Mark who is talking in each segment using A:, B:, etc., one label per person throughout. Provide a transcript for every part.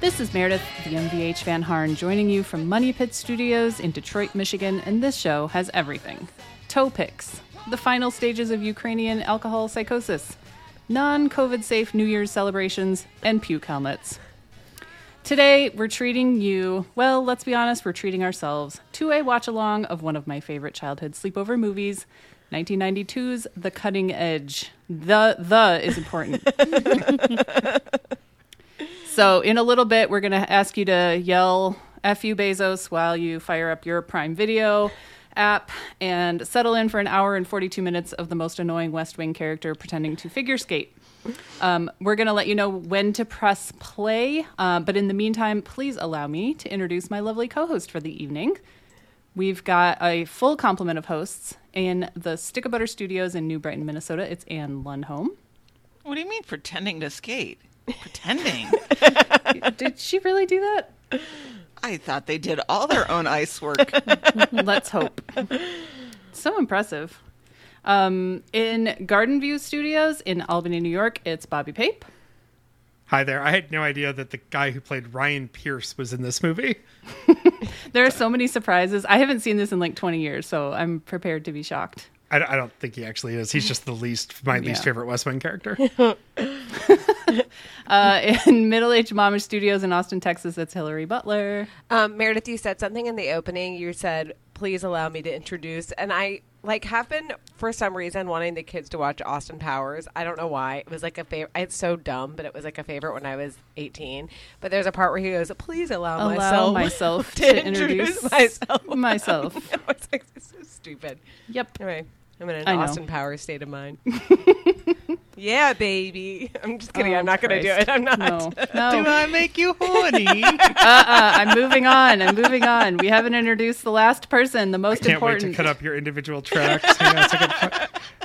A: This is Meredith, the MVH Van Harn, joining you from Money Pit Studios in Detroit, Michigan, and this show has everything toe picks, the final stages of Ukrainian alcohol psychosis, non COVID safe New Year's celebrations, and puke helmets. Today, we're treating you, well, let's be honest, we're treating ourselves to a watch along of one of my favorite childhood sleepover movies. 1992's The Cutting Edge. The the is important. so, in a little bit, we're going to ask you to yell F you Bezos while you fire up your Prime Video app and settle in for an hour and 42 minutes of the most annoying West Wing character pretending to figure skate. Um, we're going to let you know when to press play, uh, but in the meantime, please allow me to introduce my lovely co host for the evening. We've got a full complement of hosts in the Stick of Butter Studios in New Brighton, Minnesota. It's Anne Lundholm.
B: What do you mean pretending to skate? Pretending?
A: Did she really do that?
B: I thought they did all their own ice work.
A: Let's hope. So impressive. Um, in Garden View Studios in Albany, New York, it's Bobby Pape.
C: Hi there. I had no idea that the guy who played Ryan Pierce was in this movie.
A: There are so many surprises. I haven't seen this in like 20 years, so I'm prepared to be shocked.
C: I, don't- I don't think he actually is. He's just the least, my least
A: Yeah.
C: favorite West Wing character.
A: Uh, in Middle Age Mama Studios in Austin, Texas, it's Hillary Butler.
D: Um, Meredith, you said something in the opening. You said, "Please allow me to introduce," and I like have been for some reason wanting the kids to watch Austin Powers. I don't know why. It was like a favorite. It's so dumb, but it was like a favorite when I was eighteen. But there's a part where he goes, "Please allow,
A: Allow
D: myself,
A: myself
D: to,
A: to
D: introduce,
A: introduce
D: myself."
A: myself.
D: it's like this is stupid.
A: Yep.
D: Anyway, I'm in an
A: I know.
D: Austin Powers state of mind. yeah, baby. I'm just kidding.
A: Oh,
D: I'm not going to do
A: Christ.
D: it. I'm not.
A: No,
B: do
A: no.
B: I make you horny?
A: Uh-uh, I'm moving on. I'm moving on. We haven't introduced the last person, the most
C: Can't wait
A: important.
C: to cut up your individual tracks. Hang on a second.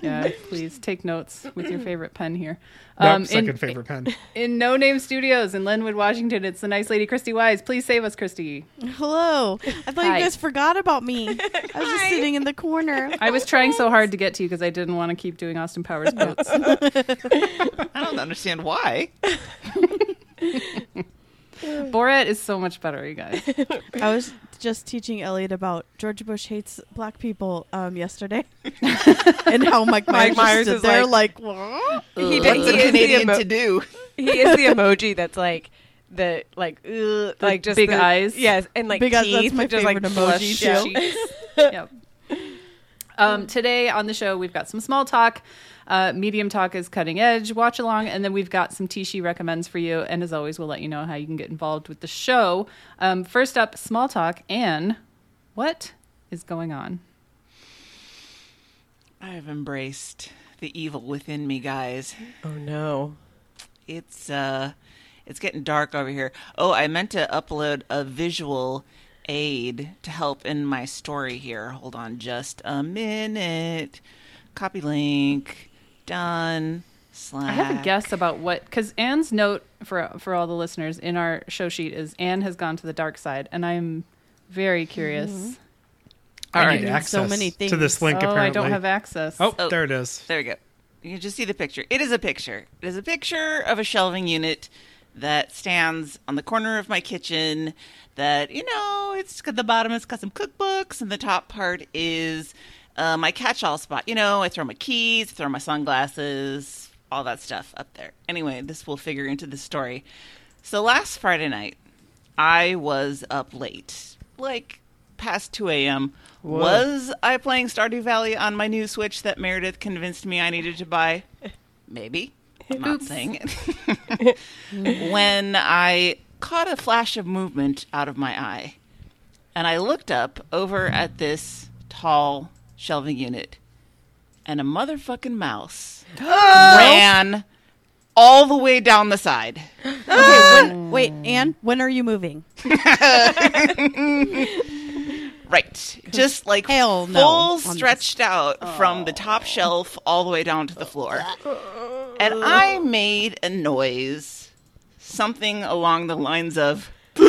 A: Yeah, please take notes with your favorite pen here. Um,
C: Nope,
A: in-
C: second favorite pen.
A: In No Name Studios in Linwood, Washington, it's the nice lady Christy Wise. Please save us, Christy.
E: Hello. I thought
A: Hi.
E: you guys forgot about me. I was just sitting in the corner.
A: I was trying so hard to get to you because I didn't want to keep doing Austin Powers quotes.
B: I don't understand why.
A: Borat is so much better, you guys.
E: I was just teaching Elliot about George Bush hates black people um, yesterday, and how Mike Myers,
D: Mike Myers
E: just
D: is
E: stood there
D: like-
E: like, "What?"
D: He
B: What's a
D: did. He is the
B: Canadian
D: emo-
B: to do?
D: He is the emoji that's like the like ugh, like just
A: big
D: the-
A: eyes.
D: Yes, and like
E: Big eyes,
D: teeth.
E: that's my
D: just, like,
E: favorite emoji,
D: blush.
E: too.
D: Yeah.
A: yep. Um, today on the show, we've got some small talk. Uh, medium talk is cutting edge, watch along, and then we've got some Tishi recommends for you. And as always, we'll let you know how you can get involved with the show. Um, first up, small talk and what is going on?
B: I've embraced the evil within me, guys.
D: Oh no!
B: It's uh it's getting dark over here. Oh, I meant to upload a visual aid to help in my story here. Hold on just a minute. Copy link. Done. Slack.
A: I have a guess about what because Anne's note for for all the listeners in our show sheet is Anne has gone to the dark side, and I'm very curious.
B: Mm-hmm.
C: I
E: right.
C: need
E: So
C: access
E: many
C: to this
E: things.
C: link,
A: Oh,
C: apparently.
A: I don't have access.
C: oh,
B: Oh.
C: there it is.
B: There we go. You can just see the picture. It is a picture. It is a picture of a shelving unit that stands on the corner of my kitchen. That you know, it's got the bottom. It's got some cookbooks, and the top part is uh, my catch-all spot. You know, I throw my keys, throw my sunglasses, all that stuff up there. Anyway, this will figure into the story. So last Friday night, I was up late, like past 2 a.m. Was I playing Stardew Valley on my new Switch that Meredith convinced me I needed to buy? Maybe. I'm not saying it. when I caught a flash of movement out of my eye, and I looked up over at this tall shelving unit, and a motherfucking mouse ran all the way down the side.
E: Okay, when, wait, Anne, when are you moving?
B: Right. Just like
E: hell
B: full
E: no on this.
B: stretched out from the top shelf all the way down to the floor. And I made a noise, something along the lines of and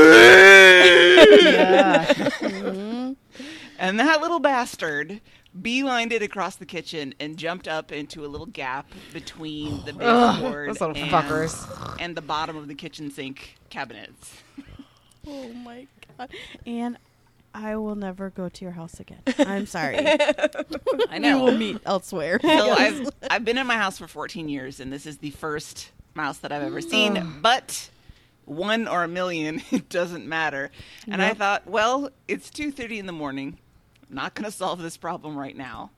B: that little bastard beelined it across the kitchen and jumped up into a little gap between the
D: Ugh,
B: baseboard
D: those little
B: and,
D: fuckers.
B: and the bottom of the kitchen sink cabinets.
E: Oh my god. And I will never go to your house again. I'm sorry. we
B: I know.
E: will meet elsewhere.
B: So I've I've been in my house for 14 years, and this is the first mouse that I've ever
E: Mm.
B: seen.
E: Oh.
B: But one or a million, it doesn't matter. And I
E: Yep.
B: thought, well, it's 2:30 in the morning. I'm not going to solve this problem right now.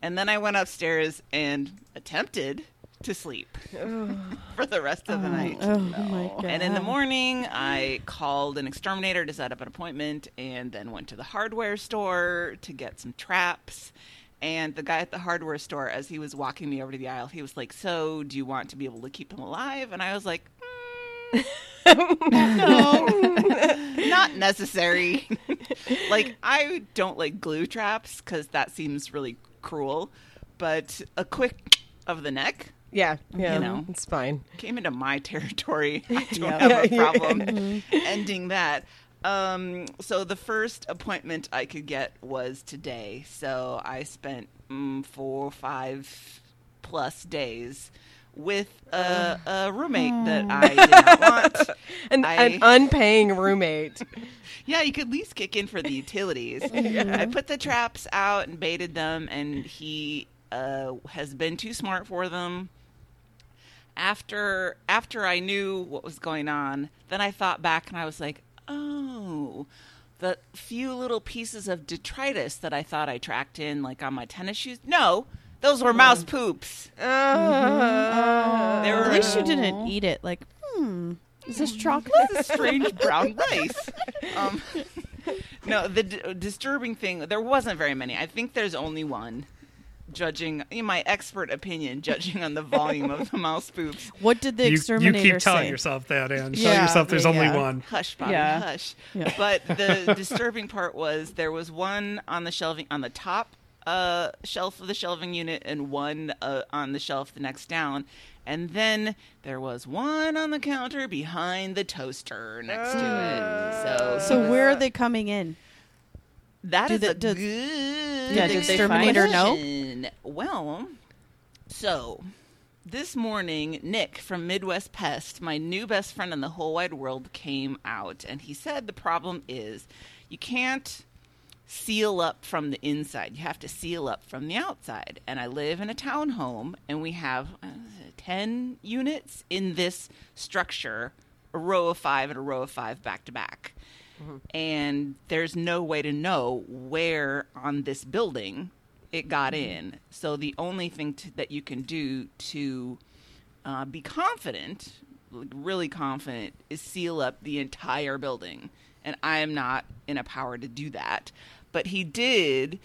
B: And then I went upstairs and attempted to sleep for the rest of the night.
E: Oh my god.
B: And in the morning, I called an exterminator to set up an appointment and then went to the hardware store to get some traps. And the guy at the hardware store, as he was walking me over to the aisle, he was like, So, do you want to be able to keep him alive? And I was like, "Mm, no, not necessary. like, I don't like glue traps because that seems really cruel, but a quick of the neck
D: Yeah, yeah,
B: You know.
D: it's fine.
B: came into my territory. I don't
D: Yeah, Mm-hmm.
B: have a
D: yeah.
B: problem ending that. Um, so the first appointment I could get was today. So I spent mm, four, five plus days with a,
D: Oh.
B: a roommate that
D: Hmm.
B: I did not want.
D: An, an unpaying roommate.
B: Yeah, you could at least kick in for the utilities. I put the traps out and baited them, and he uh, has been too smart for them. After after I knew what was going on, then I thought back and I was like, oh, the few little pieces of detritus that I thought I tracked in, like on my tennis shoes. No, those
E: Oh.
B: were mouse poops.
D: Uh.
B: They were
E: At least you didn't eat it. Like, hmm. Is this chocolate?
B: this strange brown rice. Um, no, the d- disturbing thing there wasn't very many. I think there's only one. Judging in my expert opinion, judging on the volume of the mouse poops,
E: What did the
C: you, you
E: exterminator
C: keep telling
E: say?
C: yourself that, and tell
E: Yeah,
C: yourself there's
E: yeah,
C: only
E: yeah.
C: one.
B: hush, Bobby,
A: Yeah.
B: hush.
E: Yeah.
B: But the disturbing part was there was one on the shelving on the top uh, shelf of the shelving unit, and one uh, on the shelf the next down, and then there was one on the counter behind the toaster next to it. So,
E: So where are they coming in?
B: That
E: Do
B: is
E: the-
B: a
E: do-
B: good
A: Yeah, did they find
E: exterminator
A: it?
E: know?
B: question. Well, so this morning, Nick from Midwest Pest, my new best friend in the whole wide world, came out and he said the problem is you can't seal up from the inside. You have to seal up from the outside. And I live in a townhome, and we have uh, ten units in this structure, a row of five and a row of five back to back. And there's no way to know where on this building it got in. So the only thing to, that you can do to uh, be confident, like really confident, is seal up the entire building. And I am not in a power to do that. But he did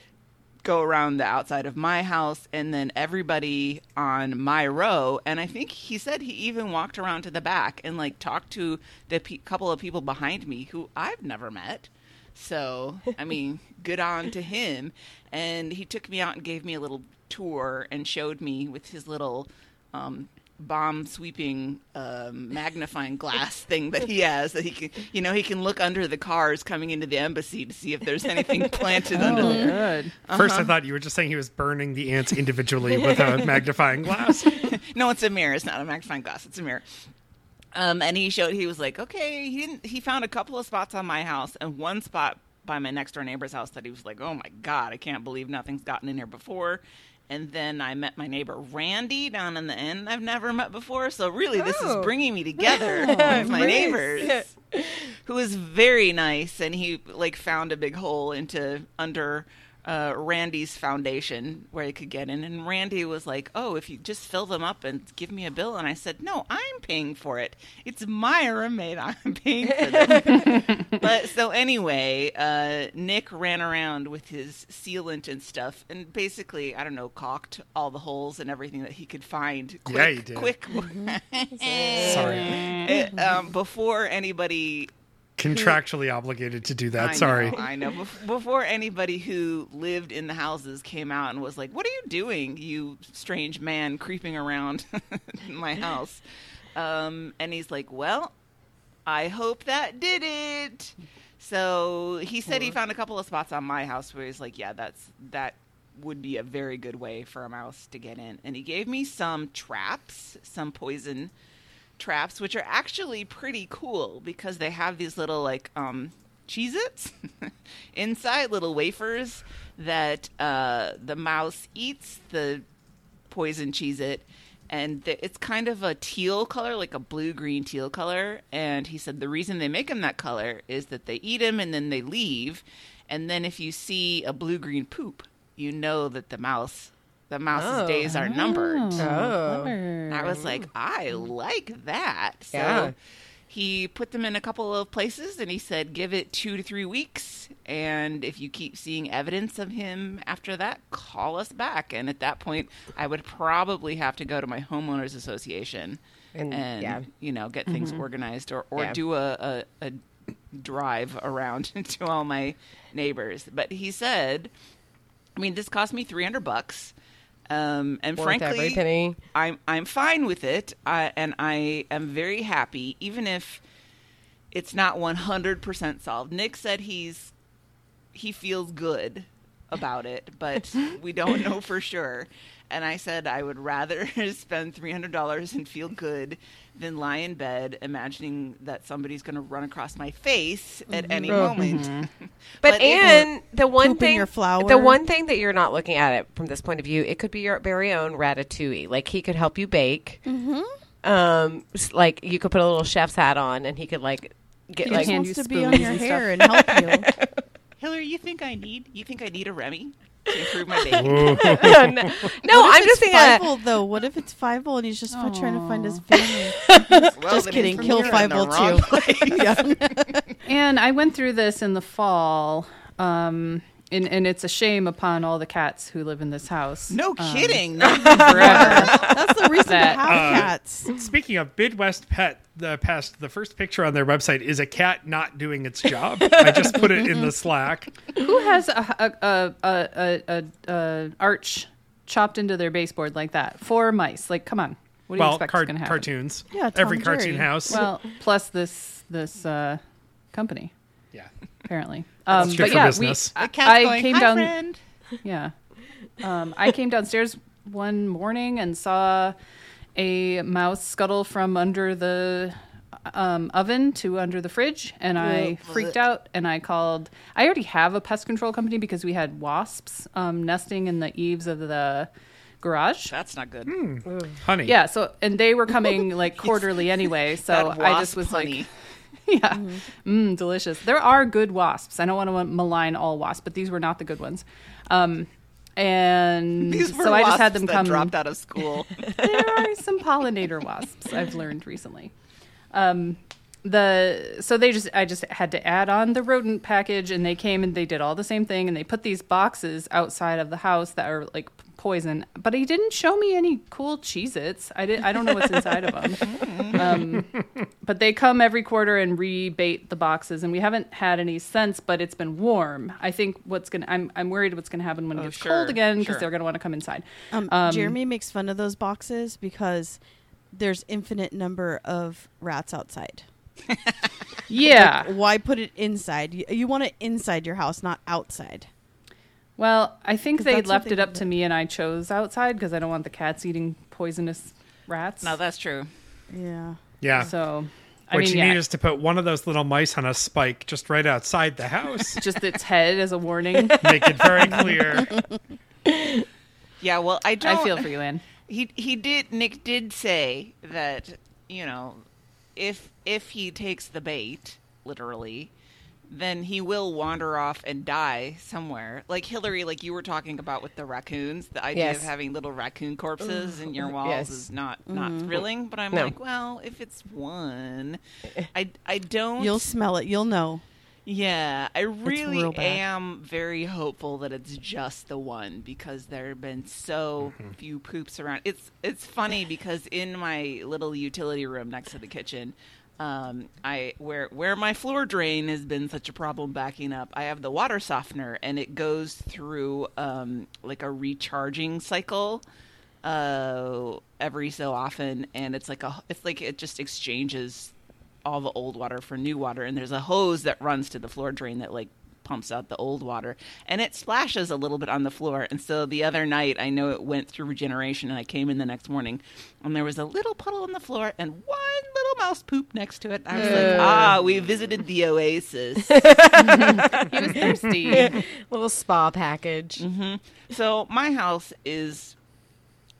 B: go around the outside of my house and then everybody on my row. And I think he said he even walked around to the back and like talked to the pe- couple of people behind me who I've never met. So, I mean, good on to him. And he took me out and gave me a little tour and showed me with his little um, bomb sweeping um magnifying glass thing that he has that he can, you know, he can look under the cars coming into the embassy to see if there's anything planted under there.
A: Good.
C: First, I thought you were just saying he was burning the ants individually with a magnifying glass.
B: no, it's a mirror. It's not a magnifying glass. It's a mirror. Um, and he showed. He was like, okay. He didn't, he found a couple of spots on my house and one spot by my next door neighbor's house that he was like, oh my god, I can't believe nothing's gotten in here before. And then I met my neighbor Randy down in the end. I've never met before, so really, this
D: Oh.
B: is bringing me together with my
D: Nice.
B: neighbors who was very nice and he like found a big hole into under uh, randy's foundation where he could get in and randy was like oh if you just fill them up and give me a bill and i said no i'm paying for it it's my roommate i'm paying for this but so anyway uh, nick ran around with his sealant and stuff and basically i don't know caulked all the holes and everything that he could find quick
C: Yeah, he did.
B: quick
C: Sorry,
A: Oh,
B: It, um, before anybody
C: contractually obligated to do that.
B: I
C: Sorry.
B: know, I know. Bef- Before anybody who lived in the houses came out and was like, "What are you doing, you strange man, creeping around my house?" Um, and he's like, "Well, I hope that did it." So he said he found a couple of spots on my house where he's like, "Yeah, that's that would be a very good way for a mouse to get in. And he gave me some traps, some poison traps, which are actually pretty cool because they have these little like um Cheez Its inside, little wafers that uh the mouse eats the poison Cheez It. And th- it's kind of a teal color, like a blue green teal color. And he said the reason they make them that color is that they eat them and then they leave. And then if you see a blue green poop, you know that the mouse, the mouse's
D: Oh.
B: days are numbered. Oh.
A: Clever.
B: I was like, I like that. So
D: Mm-hmm. Yeah.
B: he put them in a couple of places and he said, give it two to three weeks. And if you keep seeing evidence of him after that, call us back. And at that point, I would probably have to go to my homeowners association and,
D: And- yeah. Mm-hmm.
B: you know, get things organized or, or
D: Yeah.
B: do a, a, a drive around to all my neighbors. But he said, I mean, this cost me 300 bucks. Um, and
D: Worth
B: frankly,
D: every penny.
B: I'm I'm fine with it, uh, and I am very happy, even if it's not 100% solved. Nick said he's he feels good about it, but we don't know for sure. And I said I would rather spend three hundred dollars and feel good than lie in bed imagining that somebody's going to run across my face at
E: Mm-hmm.
B: any
E: Oh,
B: moment.
D: But,
B: if-
D: and the one
E: Poop in
D: thing,
E: your flower.
D: the one thing that you're not looking at it from this point of view, it could be your very own ratatouille. Like he could help you bake. Mm-hmm. Um, s- like you could put a little chef's hat on, and he could like get
E: He
D: like
E: just
A: hand
E: wants
A: you
E: to be
A: spoons
E: on your
A: and
E: hair and help you.
B: Hillary, you think I need you think I need a Remy to improve my baking?
D: no, no, I'm just
E: it's
D: saying uh, that-
E: Fievel, though. What if it's Fievel and he's just fi- trying to find his family?
B: Well,
E: Just
B: then
E: kidding.
B: it's-
E: Kill
B: you're in the wrong
E: Fievel too. yeah.
A: And I went through this in the fall. Um, and, and it's a shame upon all the cats who live in this house.
B: No
A: Um,
B: kidding. Not
A: forever.
E: That's the reason
A: That,
E: to have cats.
C: Speaking of Midwest Pet, the past the first picture on their website is a cat not doing its job. I just put it in the Slack.
A: who has a a, a, a, a, a, a arch chopped into their baseboard like that? Four mice. Like, come on. What do you
C: Well,
A: expect
C: car-
A: is going to happen?
C: cartoons.
E: Yeah, Tom
C: every
E: and
C: cartoon
E: Jerry.
C: house.
A: Well, plus this this uh, company
C: yeah.
A: apparently. Um,
C: good
A: but
C: for
A: yeah,
C: business.
A: we.
B: the cat's
A: I
B: going,
A: came
B: "Hi,
A: down.
B: friend."
A: Yeah. Um, I came downstairs one morning and saw a mouse scuttle from under the um, oven to under the fridge, and I freaked out. And I called. I already have a pest control company because we had wasps um, nesting in the eaves of the garage.
B: That's not good.
A: Hmm.
C: Honey.
A: Yeah. So, and they were coming like quarterly anyway. So
B: That
A: I
B: wasp
A: just was
B: honey.
A: like, yeah, mm delicious. There are good wasps. I don't want to malign all wasps, but these were not the good ones. Um, and
B: These were
A: so I just had
B: wasps
A: them
B: that
A: come.
B: dropped out of school.
A: there are some pollinator wasps I've learned recently. Um, the so they just I just had to add on the rodent package, and they came and they did all the same thing, and they put these boxes outside of the house that are like poison. But he didn't show me any cool Cheez-Its. I did. I don't know what's inside of them. Um, But they come every quarter and rebate the boxes, and we haven't had any since. But it's been warm. I think what's gonna I'm I'm worried what's gonna happen when it
B: Oh,
A: gets
B: sure,
A: cold again because
B: sure.
A: they're gonna want to come inside.
E: Um, Jeremy makes fun of those boxes because there's infinite number of rats outside.
A: Yeah.
E: Why put it inside? You, you want it inside your house, not outside.
A: Well, I think
E: 'Cause
A: they
E: that's
A: left
E: something
A: it up
E: that-
A: to me, and I chose outside because I don't want the cats eating poisonous rats.
B: no, that's true.
E: Yeah.
C: Yeah.
A: so, I
C: what
A: mean,
C: you
A: yeah,
C: need is to put one of those little mice on a spike just right outside the house.
A: just its head as a warning.
C: Make it very clear.
B: Yeah, well, I don't.
A: I feel for you, Anne.
B: He he did. Nick did say that you know, if if he takes the bait literally, then he will wander off and die somewhere. Like Hillary, like you were talking about with the raccoons. The idea
D: Yes.
B: of having little raccoon corpses in your walls
D: Yes.
B: is not not
A: Mm-hmm.
B: thrilling. But I'm
D: No.
B: like, well, if it's one, I I don't.
E: You'll smell it. You'll know.
B: Yeah, I
E: real
B: really
E: bad.
B: am very hopeful that it's just the one because there have been so few poops around. It's it's funny because in my little utility room next to the kitchen, um, I where where my floor drain has been such a problem backing up. I have the water softener and it goes through um, like a recharging cycle uh every so often and it's like a it's like it just exchanges all the old water for new water and there's a hose that runs to the floor drain that like pumps out the old water, and it splashes a little bit on the floor. And so the other night, I know it went through regeneration, and I came in the next morning, and there was a little puddle on the floor and one little mouse poop next to it. I was like, ah, we visited the oasis.
A: He was thirsty.
D: Little spa package.
B: So my house is,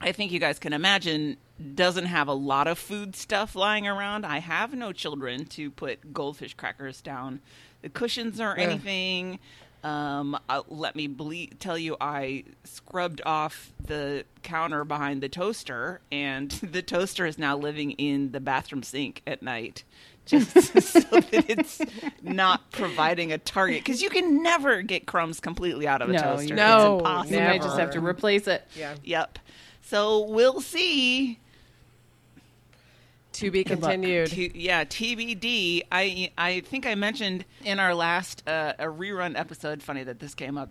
B: I think you guys can imagine, doesn't have a lot of food stuff lying around. I have no children to put goldfish crackers down the cushions or anything. Um, uh, let me ble- tell you, I scrubbed off the counter behind the toaster, and the toaster is now living in the bathroom sink at night. Just so that it's not providing a target, because you can never get crumbs completely out of a
A: No,
B: toaster.
A: you
B: It's
D: No,
B: impossible.
A: you might just have to replace it.
D: Yeah.
B: Yep. So we'll see.
D: To be
A: luck.
D: continued.
B: T- yeah, TBD. I I think I mentioned in our last uh, a rerun episode. Funny that this came up.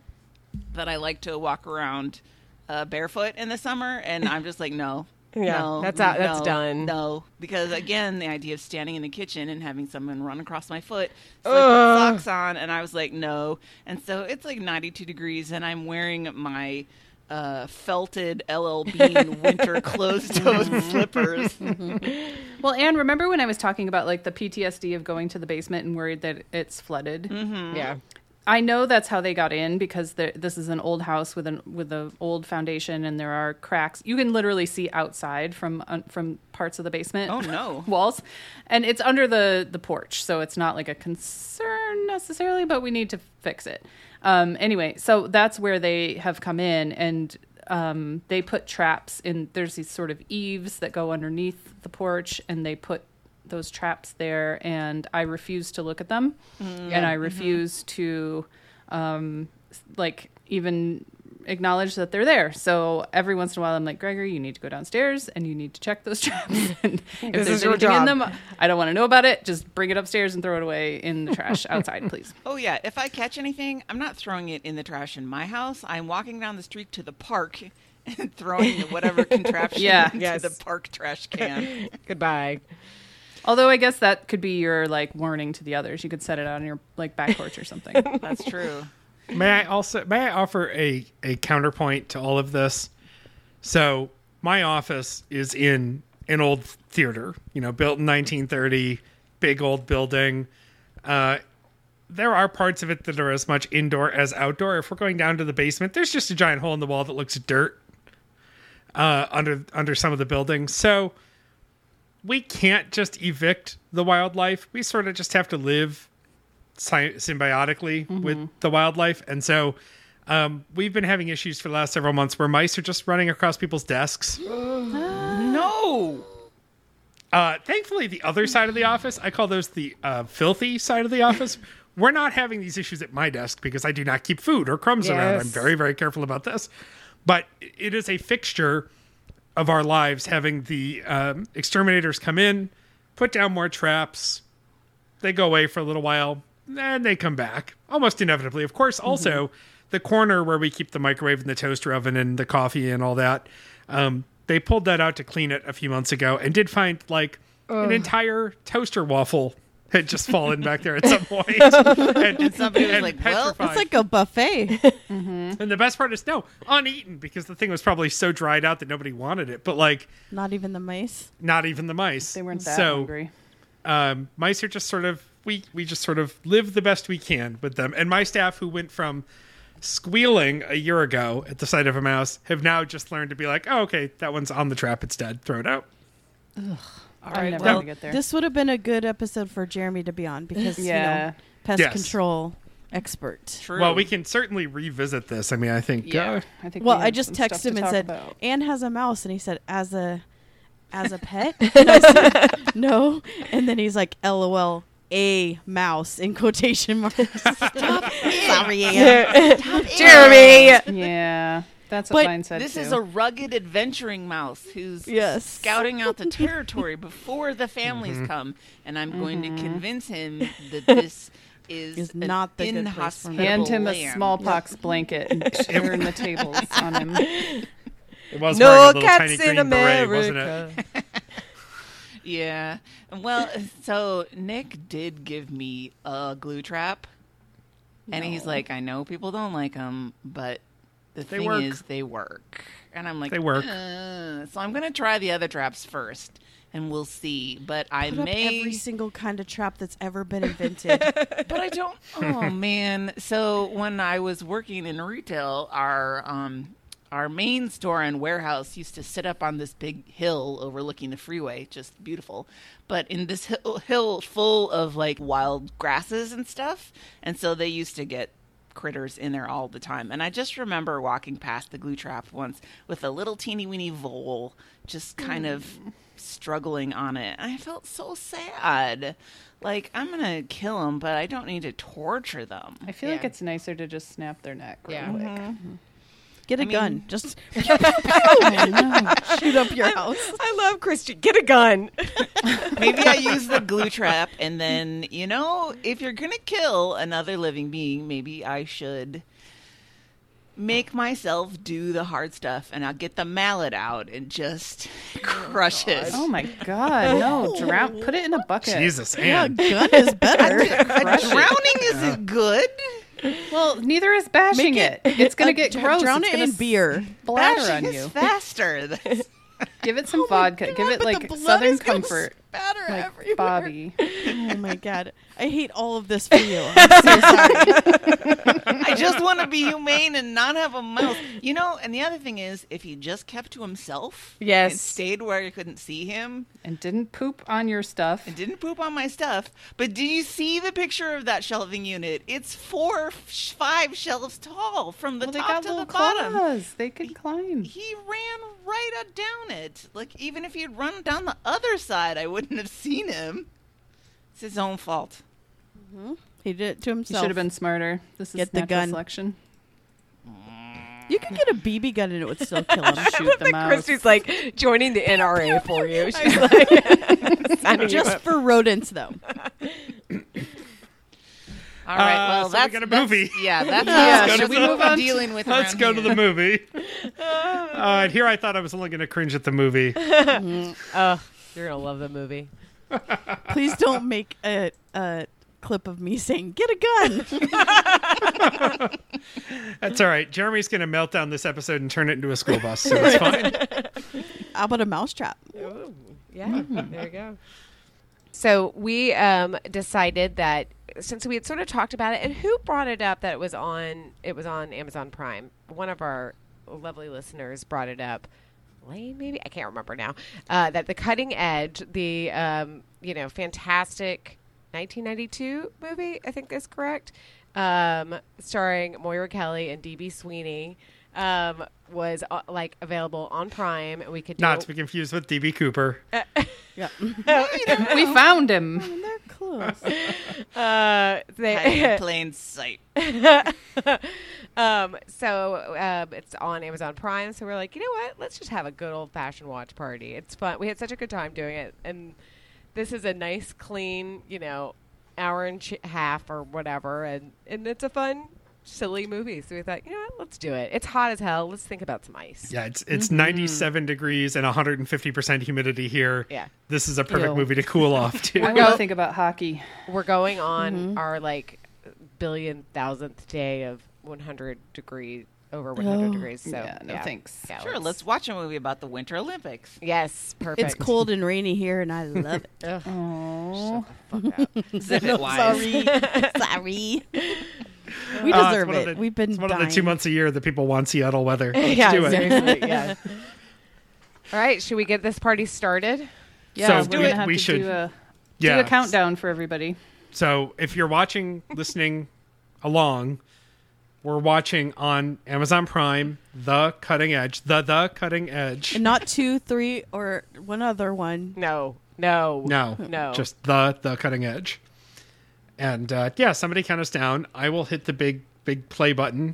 B: That I like to walk around uh, barefoot in the summer, and I'm just like, no,
D: Yeah,
B: no,
D: that's out- that's
B: no,
D: done.
B: No, because again, the idea of standing in the kitchen and having someone run across my foot, so I
D: Ugh.
B: put socks on, and I was like, no. And so it's like 92 degrees, and I'm wearing my uh, felted LL Bean winter closed toed slippers.
A: Well, and remember when I was talking about like the PTSD of going to the basement and worried that it's flooded?
D: Yeah.
A: I know that's how they got in because the- this is an old house with an with an old foundation, and there are cracks. You can literally see outside from un from parts of the basement.
B: Oh, no.
A: walls, and it's under the the porch, so it's not like a concern necessarily. But we need to fix it. Um, anyway, so that's where they have come in, and um, they put traps in. There's these sort of eaves that go underneath the porch, and they put those traps there and I refuse to look at them and I refuse to um s- like even acknowledge that they're there. So every once in a while I'm like, Gregory, you need to go downstairs and you need to check those traps and if
D: This is
A: there's
D: your
A: anything in
D: job.
A: them I don't want to know about it. Just bring it upstairs and throw it away in the trash outside, please.
B: Oh yeah, if I catch anything, I'm not throwing it in the trash in my house. I'm walking down the street to the park and throwing whatever contraption
A: Yeah.
B: into
D: Yes.
B: the park trash can.
D: Goodbye.
A: Although I guess that could be your like warning to the others. You could set it on your like back porch or something.
B: That's true.
C: May I also may I offer a a counterpoint to all of this? So my office is in an old theater, you know, built in 1930, big old building. Uh, there are parts of it that are as much indoor as outdoor. If we're going down to the basement, there's just a giant hole in the wall that looks dirt uh, under under some of the buildings. So we can't just evict the wildlife. We sort of just have to live sci- symbiotically with the wildlife. And so um, we've been having issues for the last several months where mice are just running across people's desks.
B: No.
C: Uh, thankfully, the other side of the office, I call those the uh, filthy side of the office. We're not having these issues at my desk because I do not keep food or crumbs around. I'm
D: Yes.
C: very, very careful about this. But it is a fixture of our lives having the um, exterminators come in, put down more traps, they go away for a little while, and they come back almost inevitably. Of
B: Mm-hmm.
C: course, also the corner where we keep the microwave and the toaster oven and the coffee and all that, um, they pulled that out to clean it a few months ago and did find like an entire toaster waffle had just fallen back there at some point. and,
B: somebody was like, "Well, it's
E: It's like a buffet.
C: and the best part is no, uneaten because the thing was probably so dried out that nobody wanted it. But like,
E: Not even the mice.
C: not even the mice.
A: They weren't that
C: so,
A: hungry.
C: um, mice are just sort of we we just sort of live the best we can with them. And my staff, who went from squealing a year ago at the sight of a mouse, have now just learned to be like, oh, okay, that one's on the trap. It's dead. Throw it out.
A: All right, I'm never
C: well,
A: gonna get there.
E: This would have been a good episode for Jeremy to be on because you
A: Yeah.
E: know pest
C: Yes.
E: control expert.
B: True.
C: Well, we can certainly revisit this. I mean, I think. uh,
A: I think
E: Well,
A: we
E: I
A: have some
E: just
A: stuff
E: texted
A: to
E: him and
A: talk
E: said,
A: about.
E: "Anne has a mouse," and he said, "As a, as a pet." And I said, no, and then he's like, "LOL." A mouse in quotation marks. Stop. Sorry, Anne.
D: Jeremy.
A: yeah, that's
E: But
A: what mine said.
B: This
A: too.
B: is a rugged adventuring mouse who's
E: Yes.
B: scouting out the territory before the families
C: Mm-hmm.
B: come, and I'm going to
A: Mm-hmm.
B: convince him that this is
E: Is
B: an
E: not the good place for him.
B: inhospitable
A: hand him a
B: land.
A: smallpox blanket and turn the tables on him.
C: It was
D: No
C: wearing a little
D: cats
C: tiny
D: in
C: green beret, wasn't it?
D: America.
B: Yeah. Well, so Nick did give me a glue trap. And he's like, I know people don't like them, but the
C: They
B: thing
C: work.
B: is, they work. And I'm like,
C: They work.
B: "Uh, so I'm going to try the other traps first, and we'll see. But I
E: Put up
B: may.
E: every single kind of trap that's ever been invented.
B: but I don't. Oh man! So when I was working in retail, our um, our main store and warehouse used to sit up on this big hill overlooking the freeway, just beautiful. But in this hill, hill full of like wild grasses and stuff, and so they used to get critters in there all the time. And I just remember walking past the glue trap once with a little teeny weeny vole just kind of struggling on it. And I felt so sad. Like, I'm going to kill them, but I don't need to torture them.
A: I feel like
D: Yeah.
A: it's nicer to just snap their neck. real
D: Yeah.
E: Mm-hmm.
D: Mm-hmm.
A: quick.
E: Get a
B: I mean-
E: gun. Just
A: I know.
E: shoot up your house.
D: I love Christian. Get a gun.
B: Maybe I use the glue trap, and then, you know, if you're going to kill another living being, maybe I should make myself do the hard stuff and I'll get the mallet out and just crush it.
A: Oh my god, no! Drown. Put it in a bucket.
C: Jesus,
E: Yeah, a
C: and
E: gun is better.
A: Crush it.
B: Drowning isn't good.
A: Well, neither is bashing it. It's gonna get
E: Dr-
A: gross.
E: Drown
A: it's
E: it
A: gonna
E: in
A: s-
E: beer.
A: Splatter
B: Bashing
A: on
B: is
A: you.
B: faster. That's-
A: Give it some
E: my
A: vodka.
E: God,
A: Give
E: but
A: it
E: the
A: like
E: blood
A: Southern
E: is gonna
A: Comfort,
E: spatter
A: like
E: everywhere.
A: Bobby.
E: Oh my god, I hate all of this for you. I'm so sorry.
B: I just want to be humane and not have a mouth. You know, and the other thing is, if he just kept to himself
D: Yes.
B: and stayed where I couldn't see him
A: And didn't poop on your stuff.
B: and didn't poop on my stuff, but did you see the picture of that shelving unit? It's four, f- five shelves tall from the
A: Well, they
B: top
A: got
B: to the
A: little
B: bottom.
A: claws. They could climb.
B: He ran right up down it. Like, even if he'd run down the other side, I wouldn't have seen him. It's his own fault.
E: He did it to
A: He
E: himself.
A: should have been smarter. This is
E: Get the
A: natural
E: gun.
A: selection.
E: You could get a BB gun and it would still kill him.
A: Shoot the mouse.
D: Christy's like joining the NRA for you. She's like, signing you
E: Just
D: up.
E: for rodents, though.
B: All right.
C: Uh,
B: well,
C: so we
B: that's
C: got a
B: that's-
C: movie.
B: yeah, that's
A: Yeah,
B: that's
A: should
B: what
A: we move on to-
B: dealing with.
C: let's
B: around
C: go to
B: here.
C: the movie. Uh, and here I thought I was only going to cringe at the movie.
D: Oh, you're gonna love the movie.
E: Please don't make a, a clip of me saying "get a gun."
C: That's all right. Jeremy's going to melt down this episode and turn it into a school bus. So it's fine.
E: How about a mousetrap?
D: Yeah,
C: mm-hmm.
D: there you go. So we um, decided that since we had sort of talked about it, and who brought it up that it was on it was on Amazon Prime. One of our lovely listeners brought it up. Lane, maybe I can't remember now. Uh, that the cutting edge, the um, you know, fantastic 1992 movie, I think is correct, um, starring Moira Kelly and DB Sweeney, um, was uh, like available on Prime. and We could do
C: Not to be confused with DB Cooper.
A: Uh,
E: Yeah,
A: We found him.
E: they're close.
D: uh,
B: Hiding
D: they,
B: in plain sight.
D: um, so um, it's on Amazon Prime. So we're like, you know what? Let's just have a good old fashioned watch party. It's fun. We had such a good time doing it, and this is a nice, clean, you know, hour and ch- half or whatever, and and it's a fun, silly movie. So we thought, you know what? Let's do it. It's hot as hell. Let's think about some ice.
C: Yeah, it's it's
A: mm-hmm.
C: 97 degrees and 150% humidity here.
D: Yeah.
C: This is a perfect
A: Ew.
C: movie to cool off
A: I
C: to.
A: want to think about hockey.
D: We're going on our like billion thousandth day of 100 degree over 100 degrees. So
A: yeah, no thanks.
D: Yeah,
B: Sure, let's watch a movie about the Winter Olympics.
D: Yes, perfect.
E: It's cold and rainy here, and I love it.
D: Ugh,
A: Oh,
D: shut the fuck up.
B: Zip it wise.
E: Sorry, sorry. We
C: Uh, it's
E: deserve
C: one of
E: it.
C: the-
E: We've been
C: It's one
E: dying.
C: of the two months a year that people want Seattle weather. Let's
D: yeah,
C: do it.
D: seriously, yeah. All right, should we get this party started?
A: yeah.
C: So
A: we're
C: we-
A: gonna have
C: we
A: to
C: should-
A: do a,
C: Yeah.
A: do a countdown for everybody.
C: So if you're watching, listening along, we're watching on Amazon Prime, The Cutting Edge, The The Cutting Edge.
E: And not two, three, or one other one.
D: No, no,
C: No,
D: no.
C: just The The Cutting Edge. And uh, yeah, somebody count us down. I will hit the big big play button,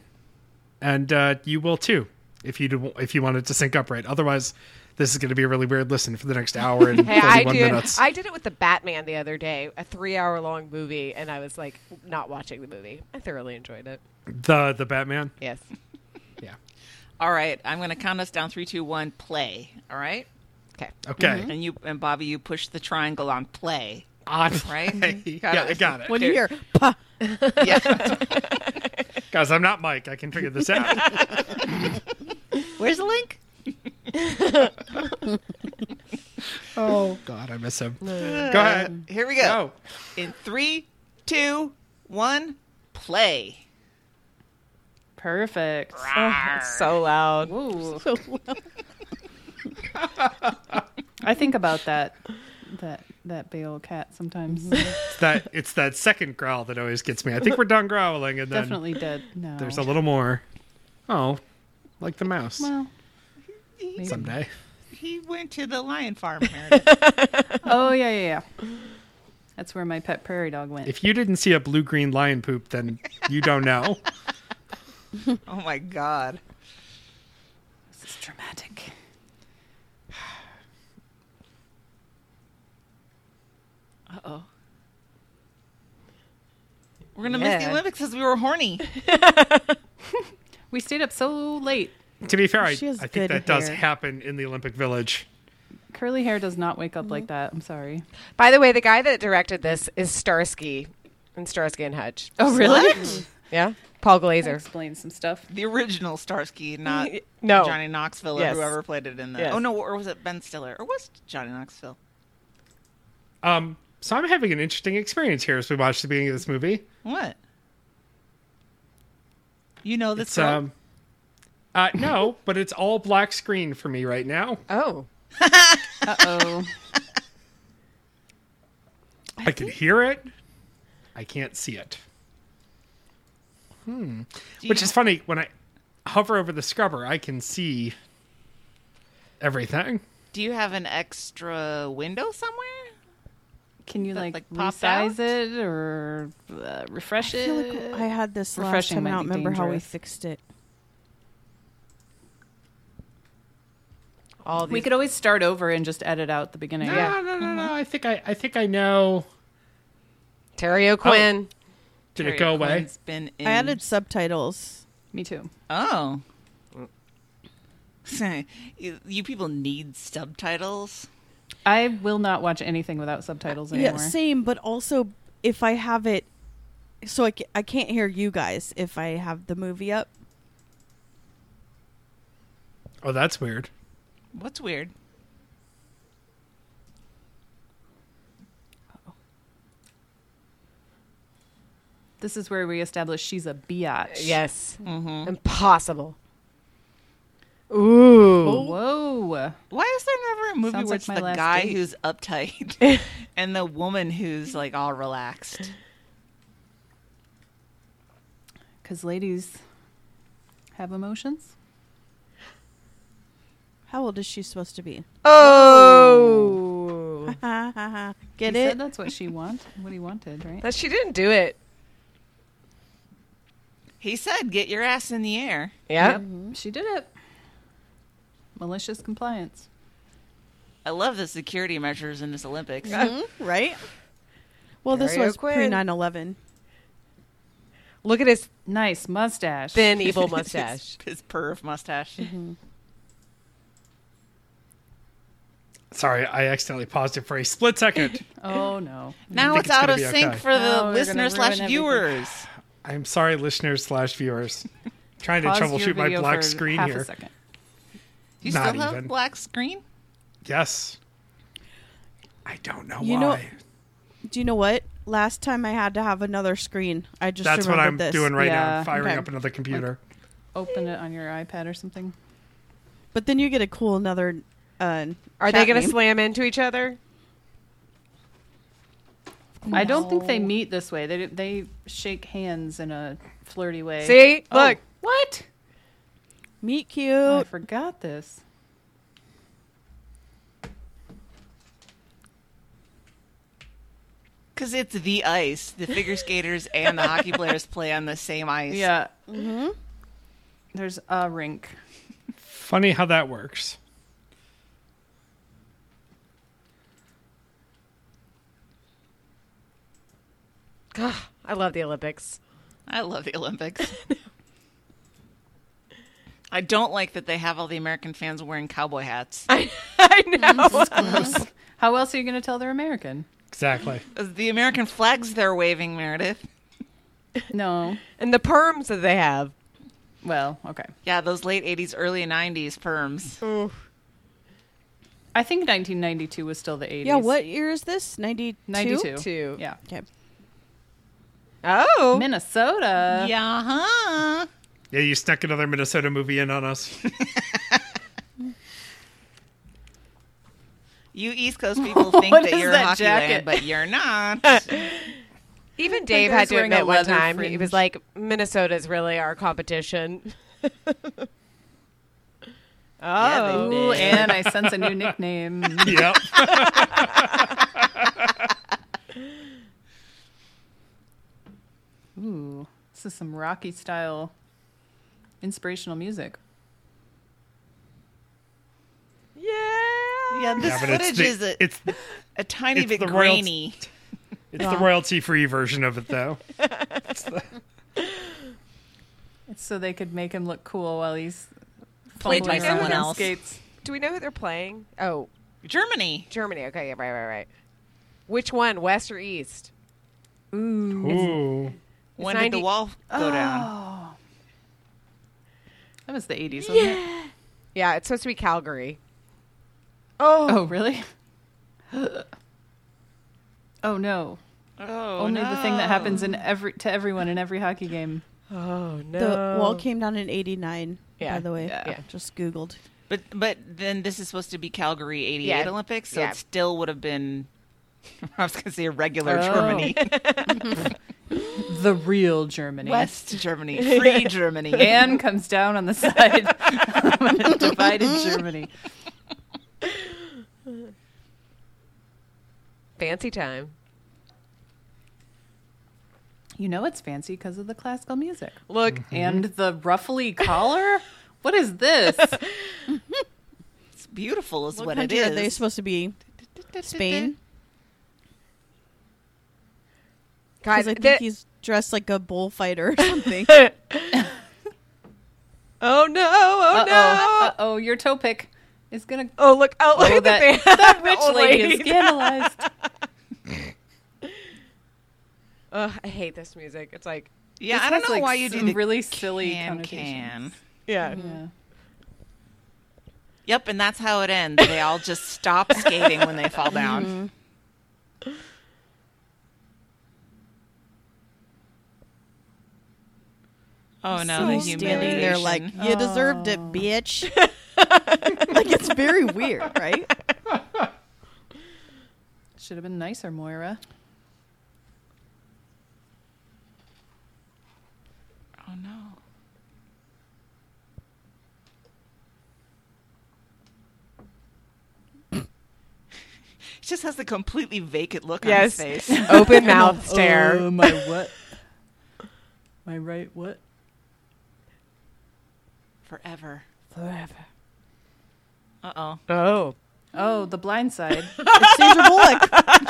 C: and uh, you will too if you do, if you want it to sync up right. Otherwise, this is going to be a really weird listen for the next hour and
D: Hey, I
C: forty one
D: did.
C: minutes.
D: I did it with the Batman the other day, a three-hour-long movie, and I was like, not watching the movie. I thoroughly enjoyed it.
C: the the Batman.
D: Yes.
C: Yeah.
B: All right, I'm going to count us down. Three, two, one, play. All right,
D: Okay.
B: Mm-hmm.
C: Okay.
B: and you and Bobby, you push the triangle on play.
C: Odd
B: Right? Mm-hmm.
C: play.
B: Got
C: yeah,
B: it.
C: I got it.
E: When you hear, "Pah,"
B: Yeah.
C: Guys, I'm not Mike. I can figure this out.
B: Where's the link?
C: oh God, I miss him. Go ahead. Oh.
B: Here we go.
C: Go.
B: In three, two, one, play.
A: Perfect.
D: It's so loud.
A: Ooh. I think about that that that big old cat sometimes.
C: It's that it's that second growl that always gets me. I think we're done growling, and then
A: Definitely dead. No.
C: there's a little more. Oh, like the mouse.
A: well.
C: Someday.
B: He went to the lion farm. Meredith.
A: Oh yeah, yeah, yeah. That's where my pet prairie dog went.
C: If you didn't see a blue green lion poop, then you don't know.
B: oh my god.
A: This is dramatic.
B: Uh oh. We're gonna miss
D: Yeah.
B: the Olympics because we were horny.
A: We stayed up so late.
C: to be fair, I, I
E: She has
C: think that
E: good
C: does
E: hair.
C: happen in the Olympic Village.
A: Curly hair does not wake up like that. I'm sorry.
D: By the way, the guy that directed this is Starsky and Starsky and Hutch.
A: Oh really?
D: Yeah. Paul
A: That
D: Glazer.
A: explains some stuff.
B: The original Starsky, not
D: No.
B: Johnny Knoxville or
D: Yes.
B: whoever played it in that.
D: Yes.
B: Oh no, or was it Ben Stiller? Or was it Johnny Knoxville?
C: Um, so I'm having an interesting experience here as we watch the beginning of this movie.
B: What? You know this
C: It's
B: girl?
C: um, uh, no, but it's all black screen for me right now.
D: Oh.
A: Uh oh.
C: I can hear it. I can't see it.
B: Do
C: Which
B: you-
C: is funny when I hover over the scrubber, I can see everything.
B: Do you have an extra window somewhere?
A: Can you
B: That,
A: like,
B: like, popped
A: resize
B: out?
A: it or uh, refresh
E: I
A: it?
E: feel like I had this last
A: refreshing
E: time. I
A: might
E: don't
A: be
E: remember how we
A: dangerous.
E: fixed it.
D: All these
A: we could always start over and just edit out the beginning.
C: No,
D: Yeah.
C: no, no,
A: Mm-hmm.
C: no. I think I, I think I know.
D: Terry O'Quinn.
C: Did it go away?
B: It's been in.
E: I added subtitles.
A: Me too.
B: Oh. you, you people need subtitles.
A: I will not watch anything without subtitles
E: Yeah,
A: anymore.
E: same, but also if I have it, so I, ca- I can't hear you guys if I have the movie up.
C: Oh, that's weird.
B: What's weird?
A: This is where we establish she's a biatch.
D: Yes. Impossible. Ooh.
A: Whoa.
B: Why is there never a movie
A: Sounds
B: where
A: like
B: it's
A: my
B: the
A: last
B: guy
A: date.
B: who's uptight and the woman who's like all relaxed?
A: Because ladies have emotions.
E: How old is she supposed to be?
D: Oh.
E: Get
A: he
E: it?
A: said that's what she want. What he wanted, right?
D: That she didn't do it.
B: He said, "Get your ass in the air."
D: Yeah.
A: She did it. Malicious compliance.
B: I love the security measures in this Olympics.
E: right? Well, this
D: Terry
E: was pre
D: O'Quinn.
E: 9 11.
D: Look at his
A: Nice mustache.
D: thin evil mustache.
B: his perv mustache.
A: Mm-hmm.
C: Sorry, I accidentally paused it for a split second.
A: Oh no.
B: Now
C: think
B: it's,
C: it's
B: out
C: gonna
B: of
C: be
B: sync
C: okay.
B: for the
A: Oh, we're
B: listener
A: gonna
B: slash
A: ruin everything.
B: viewers.
C: I'm sorry, listeners slash viewers. Trying to
A: Paused your
C: troubleshoot my
A: video
C: black
A: for
C: screen
A: half
C: here.
A: A second.
B: Do you
C: Not
B: still have
C: even.
B: black screen?
C: Yes. I don't know
E: You
C: why.
E: know- Do you know what? Last time I had to have another screen. I just
C: That's what
E: remembered
C: I'm
E: this.
C: doing right now.
A: Yeah.
C: I'm firing
E: Okay.
C: up another computer.
A: Open it on your iPad or something.
E: But then you get a cool another. Uh,
D: Are
E: chat
D: they going to
E: name.
D: slam into each other?
A: I don't think they meet this way. They they shake hands in a flirty way.
D: See?
A: Oh,
D: Look.
A: what?
E: meet cute?
A: Oh, I forgot this.
B: Because it's the ice. The figure skaters and the hockey players play on the same ice.
A: Yeah. Mm-hmm. There's a rink.
C: Funny how that works.
D: God, I love the Olympics.
B: I love the Olympics. I don't like that they have all the American fans wearing cowboy hats.
D: I know.
A: How else are you going to tell they're American?
C: Exactly.
B: It's the American flags they're waving, Meredith.
A: No.
D: and the perms that they have.
A: Well, okay.
B: Yeah, those late 80s, early 90s perms.
A: I think 1992 was still the 80s.
E: Yeah, what year is this? 92?
A: 92.
D: Two.
A: Yeah.
E: Okay.
D: Oh,
A: Minnesota.
B: yeah, huh?
C: Yeah, you snuck another Minnesota movie in on us.
B: You East Coast people think
A: What
B: that
A: is
B: you're
A: that
B: hockey
A: jacket?
B: land, but you're not.
D: even Dave
A: Fingers
D: had to
A: wearing a
D: admit one
A: leather
D: time he
A: fringe.
D: was like, "Minnesota's really our competition." oh,
B: Yeah,
A: Ooh, and I sense a new nickname.
C: yep.
A: Ooh, this is some Rocky style inspirational music.
B: Yeah, this
C: Yeah, but
B: footage
C: it's the,
B: is a,
C: it's,
B: a tiny
C: it's
B: bit
C: the royal-
B: grainy.
C: it's the royalty free version of it, though.
A: It's so they could make him look cool while he's
B: Played by
A: fumbling around
B: someone
A: on
B: else.
A: Skates.
D: Do we know who they're playing? Oh,
B: Germany.
D: Germany. Okay, yeah, right, right, right. Which one, West or East?
A: Ooh,
C: Ooh.
B: When did
D: 90
B: the wall go down?
A: that was the 80s, wasn't it?
D: Yeah, it's supposed to be Calgary.
A: Oh, really? oh no.
B: Oh,
A: Only the thing
B: no.
A: that happens in every to everyone in every hockey game.
D: Oh no!
E: The wall came down in 89,
D: Yeah,
E: by the way.
A: yeah.
E: Just Googled.
B: But but then this is supposed to be Calgary '88
D: Yeah.
B: Olympics, so
D: Yeah.
B: it still would have been. I was going to say a regular
A: Oh.
B: Germany,
A: The real Germany.
B: West Germany, free Germany.
A: Anne comes down on the side of divided Germany.
D: Fancy time.
A: You know it's fancy because of the classical music.
D: Look,
A: And the ruffly collar? What is this?
B: it's beautiful, is
E: What,
B: what, it
E: country
B: is.
E: are they supposed to be? Spain?
D: guys,
E: Because I think
D: the-
E: he's dressed like a bullfighter or something.
D: oh no! Oh
A: Uh oh.
D: no!
A: Uh oh, your toe pick is gonna
D: Oh look! Oh look
A: Oh,
D: at
A: that,
D: the band.
A: that
D: The
A: rich
D: old
A: lady is
D: lady.
A: scandalized.
D: Ugh, I hate this music. It's like
B: Yeah,
A: This
B: I don't
A: has,
B: know
A: like,
B: why you do
A: some
B: the
A: really silly
B: can
A: connotations.
B: can.
D: yeah.
A: Yeah.
B: Yep, and that's how it ends. They all just stop skating when they fall down. Oh no, the
E: He's standing there like,
B: humiliation. Oh.
E: you deserved it, bitch. like, it's very weird, right?
A: Should have been nicer, Moira.
B: oh no. He just has the completely vacant look
D: Yes.
B: on his face.
D: Open mouth stare.
A: Oh, my what? my right what?
B: Forever.
A: Forever.
B: Uh oh.
D: oh.
A: Oh, the blind side.
E: It's Sandra Bullock.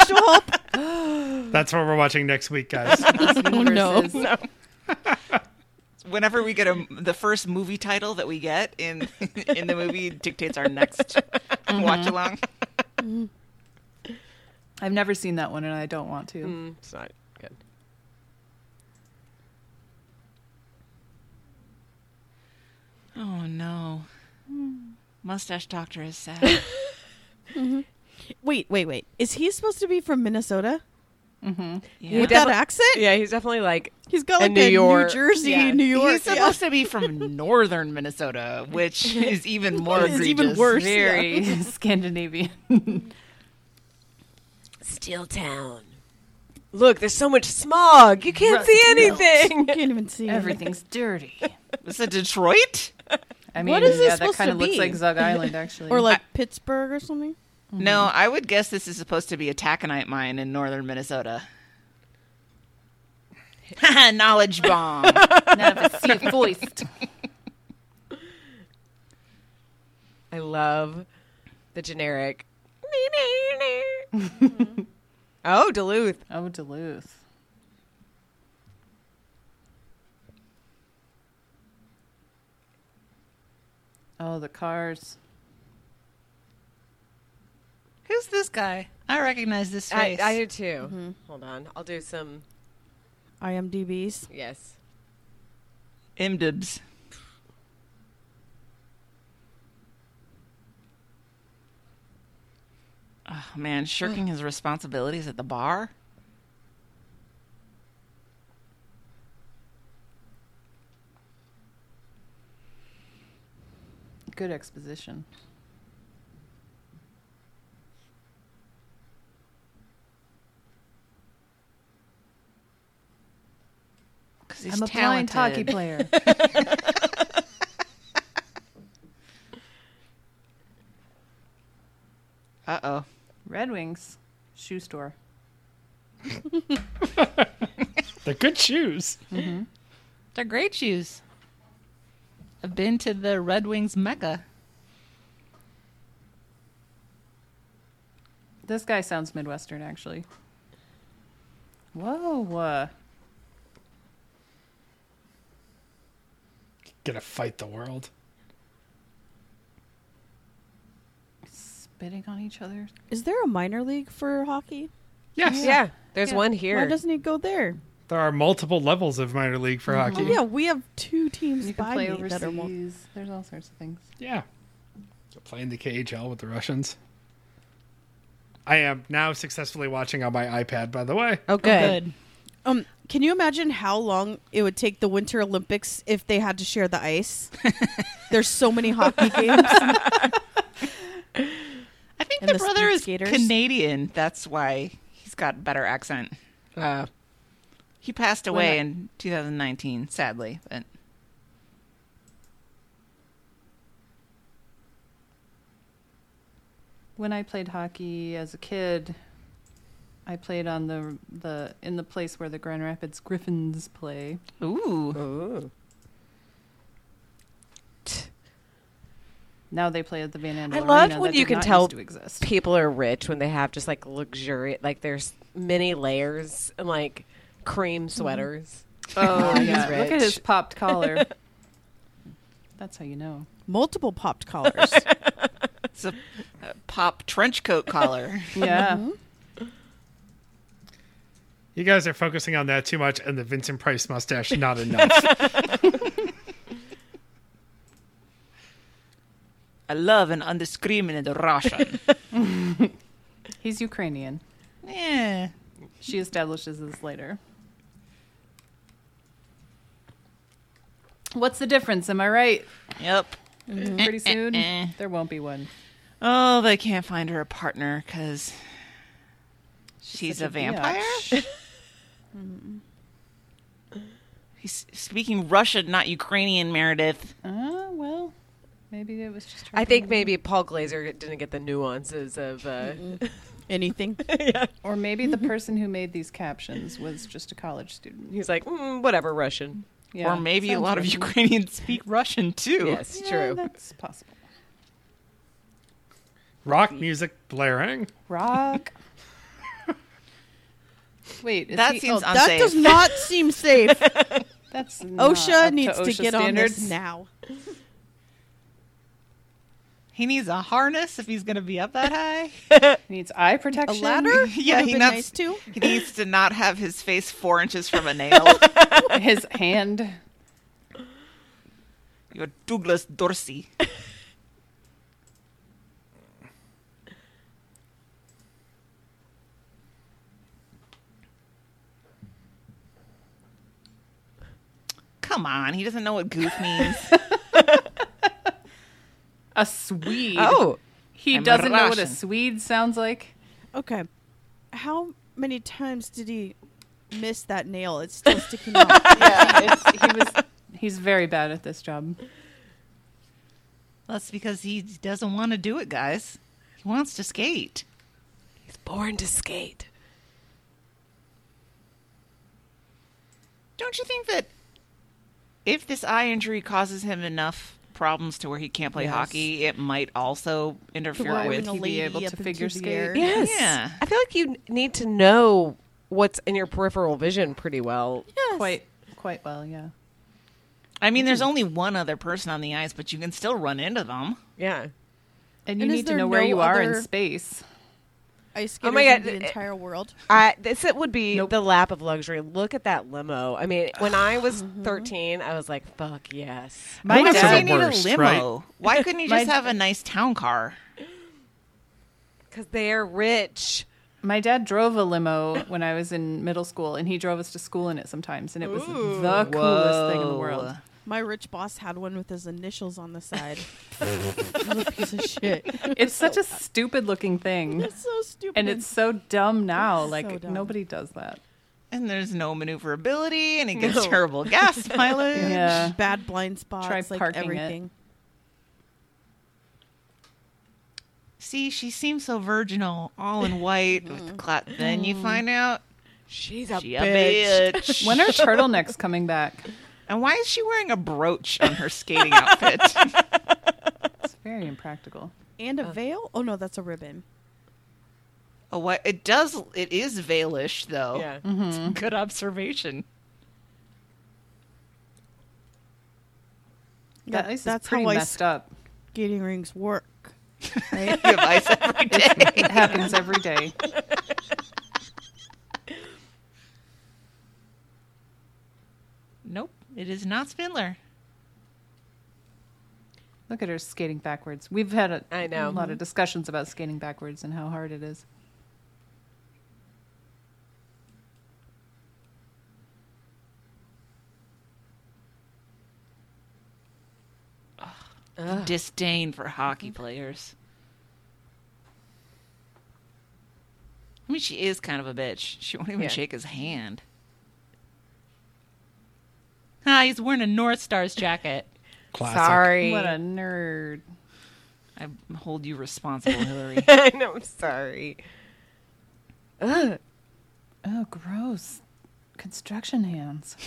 E: Show up.
C: That's what we're watching next week, guys.
A: oh,
E: no.
B: Whenever we get a, the first movie title that we get in in the movie dictates our next watch along.
A: I've never seen that one and I don't want to.
D: Mm, it's not good.
B: Oh no. Mustache Doctor is sad.
E: Wait, wait, wait. Is he supposed to be from Minnesota?
A: Mm-hmm.
B: Yeah.
E: With that
D: defi-
E: accent?
D: Yeah, he's definitely like
E: He's got
D: A
E: like
D: New
E: a New,
D: York-
E: Jersey,
D: yeah.
E: New York.
B: He's
E: yeah.
B: supposed to be from northern Minnesota, which is even more
E: It's
B: egregious.
E: even worse.
A: Very Scandinavian.
D: Steel Town. Look, there's so much smog. You can't see anything.
E: Can't even see.
A: Everything's dirty.
B: Is it Detroit?
A: I mean,
E: What is this
A: yeah, that
E: supposed
A: kind
E: to
A: of looks
E: be?
A: like Zug Island, actually.
E: Or like Pittsburgh or something.
B: No, I would guess this is supposed to be a taconite mine in northern Minnesota. Knowledge bomb.
A: none of us see it voiced.
D: I love the generic. oh, Duluth.
A: Oh, Duluth. Oh, the cars.
B: Who's this guy? I recognize this
D: I,
B: face.
D: Mm-hmm. I do too. Hold on. I'll do some
E: IMDb's.
D: Yes.
B: MDibs. Oh man, shirking his responsibilities at the bar.
A: Good exposition.
B: Because he's
A: I'm a
B: talented.
A: blind hockey player.
B: Uh oh.
A: Red Wings shoe store.
C: They're good shoes.
B: They're great shoes. I've been to the Red Wings Mecca.
A: This guy sounds Midwestern, actually. Whoa. Uh,
C: Gonna fight the world.
A: spitting on each other.
E: Is there a minor league for hockey?
C: Yes.
D: Yeah. There's
A: Yeah.
D: one here.
E: Why doesn't he go there?
C: There are multiple levels of minor league for
E: Oh,
C: hockey.
E: yeah, we have two teams
A: You can
E: by
A: play
E: me that are more.
A: overseas. There's all sorts of things.
C: Yeah. So playing the KHL with the Russians. I am now successfully watching on my iPad, by the way.
D: oh, good.
E: Um, can you imagine how long it would take the Winter Olympics if they had to share the ice? There's so many hockey games.
B: I think
E: And
B: the,
E: the
B: brother
E: speed
B: is
E: skaters.
B: Canadian. That's why he's got a better accent.
D: Uh,
B: He passed away
E: not?
B: in 2019, sadly. But
A: When I played hockey as a kid, I played on the the in the place where the Grand Rapids Griffins play.
B: ooh,
D: ooh.
A: Now they play at the Van Andel
D: I love
A: Arena
D: when
A: that
D: you
A: did
D: can
A: not
D: tell
A: used to exist.
D: People are rich when they have just like luxuriant, like there's many layers and like cream sweaters.
A: Oh,
D: he's
A: yeah. Look at
D: rich.
A: his popped collar. That's how you know.
E: Multiple popped collars.
B: it's a, a pop trench coat collar.
D: Mm-hmm.
A: Yeah.
C: You guys are focusing on that too much and the Vincent Price mustache not enough.
B: I love an undiscriminate Russian.
A: He's Ukrainian.
B: yeah.
A: She establishes this later. What's the difference? Am I right?
B: Yep.
A: Mm-hmm. Pretty soon,
B: eh.
A: there won't be one.
B: Oh, they can't find her a partner because she's
A: such
B: a,
A: a
B: vampire. He's speaking Russian, not Ukrainian, Meredith.
A: Ah, well, maybe it was just. Her
D: I think
A: being-
D: maybe Paul Glazer didn't get the nuances of. Uh,
E: Anything.
A: or maybe the person who made these captions was just a college student.
D: he's like, mm, whatever, Russian.
A: Yeah,
B: or maybe a
A: sounds
B: lot of
A: Russian.
B: Ukrainians speak Russian too.
D: Yes,
A: Yeah,
D: true.
A: That's possible.
C: Rock music blaring.
A: Rock. Wait, is
B: That
A: he-
B: seems
A: oh,
E: That
B: Unsafe.
E: does not seem safe.
A: that's not up
E: OSHA needs to,
A: OSHA
E: get
A: standards.
E: on this now.
B: He needs a harness if he's going to be up that high.
A: He needs eye protection.
E: ladder?
B: yeah,
E: Would've
B: he,
E: been
B: nuts-
E: nice, too.
B: he needs to not have his face four inches from a nail.
A: His hand.
B: You're Douglas Dorsey. Come on, he doesn't know what goof means.
A: A Swede.
D: Oh,
A: He
B: I'm a
A: doesn't know what a
B: Russian.
A: Swede sounds like.
E: Okay. How many times did he miss that nail? It's still sticking out.
A: It's- he was. He's very bad at this job.
B: That's because he doesn't want to do it, guys. He wants to skate.
D: he's born to skate.
B: Don't you think that if this eye injury causes him enough problems to where he can't play
A: Yes.
B: hockey, it might also interfere
A: Why
B: with
A: wouldn't he be able to figure skate?
D: Yes.
B: Yeah.
D: I feel like you need to know what's in your peripheral vision pretty well.
A: Quite, quite well. Yeah.
B: I mean, there's only one other person on the ice, but you can still run into them.
D: Yeah.
A: And you
E: And is
A: need to
E: there
A: know where
E: no
A: you are in
E: other-
A: space.
E: ice
D: Oh
E: skaters
D: my
E: in
D: God.
E: the entire world.
D: I, this it would be the lap of luxury. Look at that limo. I mean, when I was 13, I was like, "Fuck yes."
B: My
C: Limos are
B: dad
C: the
B: need
C: worst,
B: a limo. Why couldn't you
A: My-
B: just have a nice town car?
D: Because they're rich.
A: My dad drove a limo when I was in middle school, and he drove us to school in it sometimes, and it was the coolest thing in the world.
E: My rich boss had one with his initials on the side. It was a piece of shit.
A: It's such a stupid looking thing,
E: It's so stupid.
A: and it's so dumb now.
E: It's
A: Like
E: so dumb.
A: nobody does that.
B: And there's no maneuverability, and it gets
D: No.
B: terrible gas mileage.
A: Yeah.
E: bad blind spots.
A: uh, Try
E: like
A: parking it.
E: everything.
B: See, she seems so virginal, all in white with the cla- Then you find out
D: She's a
B: she a bitch.
D: bitch.
A: Mm-hmm. When are turtlenecks coming back?
B: and why is she wearing a brooch on her skating outfit?
A: It's very impractical.
E: And a veil? Oh no, that's a ribbon.
B: oh, what? It does. It is veilish, though.
D: Yeah.
B: Good observation.
A: That,
E: That-
A: ice
E: that's
A: is pretty
E: how ice-
A: messed up.
E: Skating rings work. Right?
B: You have ice every day.
A: It happens every day.
B: nope, it is not Spindler.
A: Look at her skating backwards. We've had a,
D: I know.
A: a lot of discussions about skating backwards and how hard it is.
B: Disdain for hockey players. I mean, she is kind of a bitch. She won't even
D: Yeah.
B: shake his hand. Ah, he's wearing a North Stars jacket.
C: Classic.
D: Sorry.
A: What a nerd.
B: I hold you responsible, Hillary.
D: I know. I'm sorry. Ugh.
A: Oh, gross. Construction hands.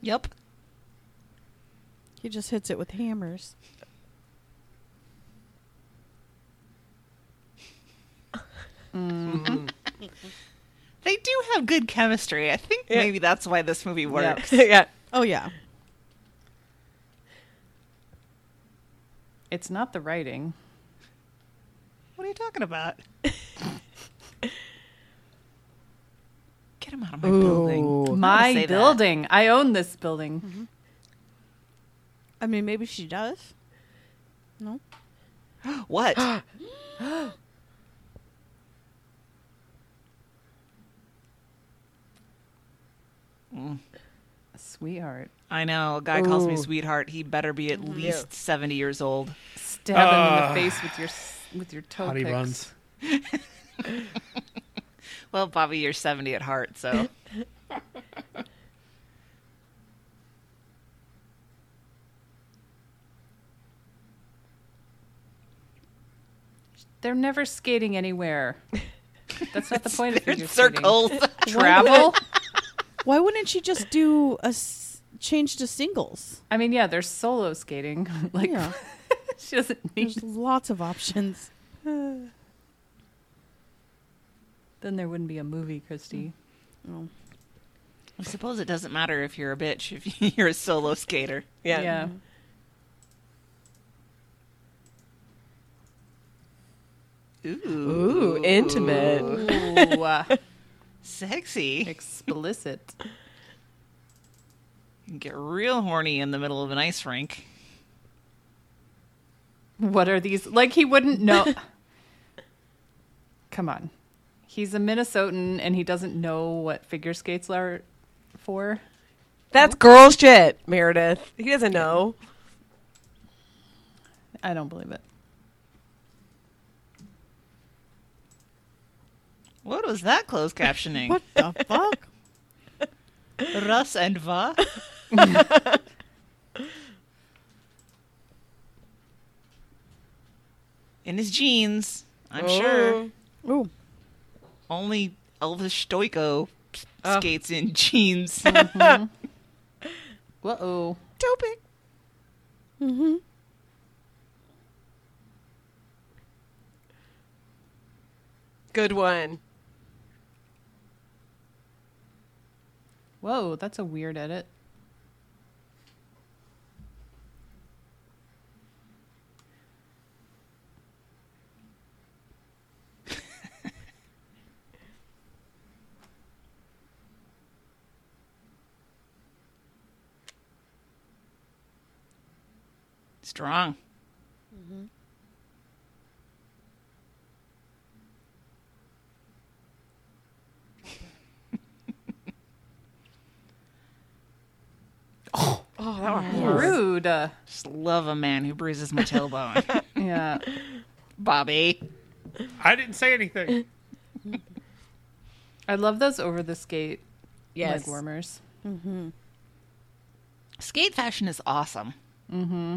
B: yep.
E: He just hits it with hammers.
B: They do have good chemistry. I think maybe that's why this movie works.
D: yeah.
E: Oh yeah.
A: It's not the writing.
B: What are you talking about? Get him out of my building. I'm gonna say
A: My
B: that.
A: building. I own this building.
E: I mean, maybe she does.
B: What?
A: Sweetheart.
B: I know. A guy calls me sweetheart. He better be at least 70 years old.
A: Stab him in
C: Ah.
A: the face with your s- with your toe
C: Hottie
A: picks.
C: buns.
B: Well, Bobby, you're 70 at heart, so.
A: They're never skating anywhere. That's not the point of figure skating.
B: Circles.
A: Travel.
E: Why wouldn't she just do a s- change to singles?
A: I mean, yeah, they're solo skating. like
E: Yeah.
A: she doesn't need.
E: There's lots of options.
A: Then there wouldn't be a movie, Christy.
B: I suppose it doesn't matter if you're a bitch, if you're a solo skater.
D: Yeah.
A: yeah. Mm-hmm.
B: Ooh.
D: Ooh, intimate.
A: Ooh, uh,
B: Sexy.
A: explicit.
B: You can Get real horny in the middle of an ice rink.
A: What are these? Like he wouldn't know. Come on. He's a Minnesotan and he doesn't know what figure skates are for.
D: That's girl shit, Meredith. He doesn't know.
A: I don't believe it.
B: What was that closed captioning?
E: What the fuck?
B: Russ and Va? In his jeans,
E: Oh.
B: I'm
D: Mm.
B: sure.
E: Ooh,
B: Only Elvis Stoiko
E: Oh.
B: skates in jeans.
A: Whoa. oh.
B: Topic.
E: Mm-hmm.
D: Good one.
A: Whoa, that's a weird edit.
B: Strong.
A: Rude. Uh,
B: Just love a man who bruises my tailbone.
A: yeah.
B: Bobby.
C: I didn't say anything.
A: I love those over the skate
D: Yes.
A: leg warmers.
B: Skate fashion is awesome.
E: Mm-hmm.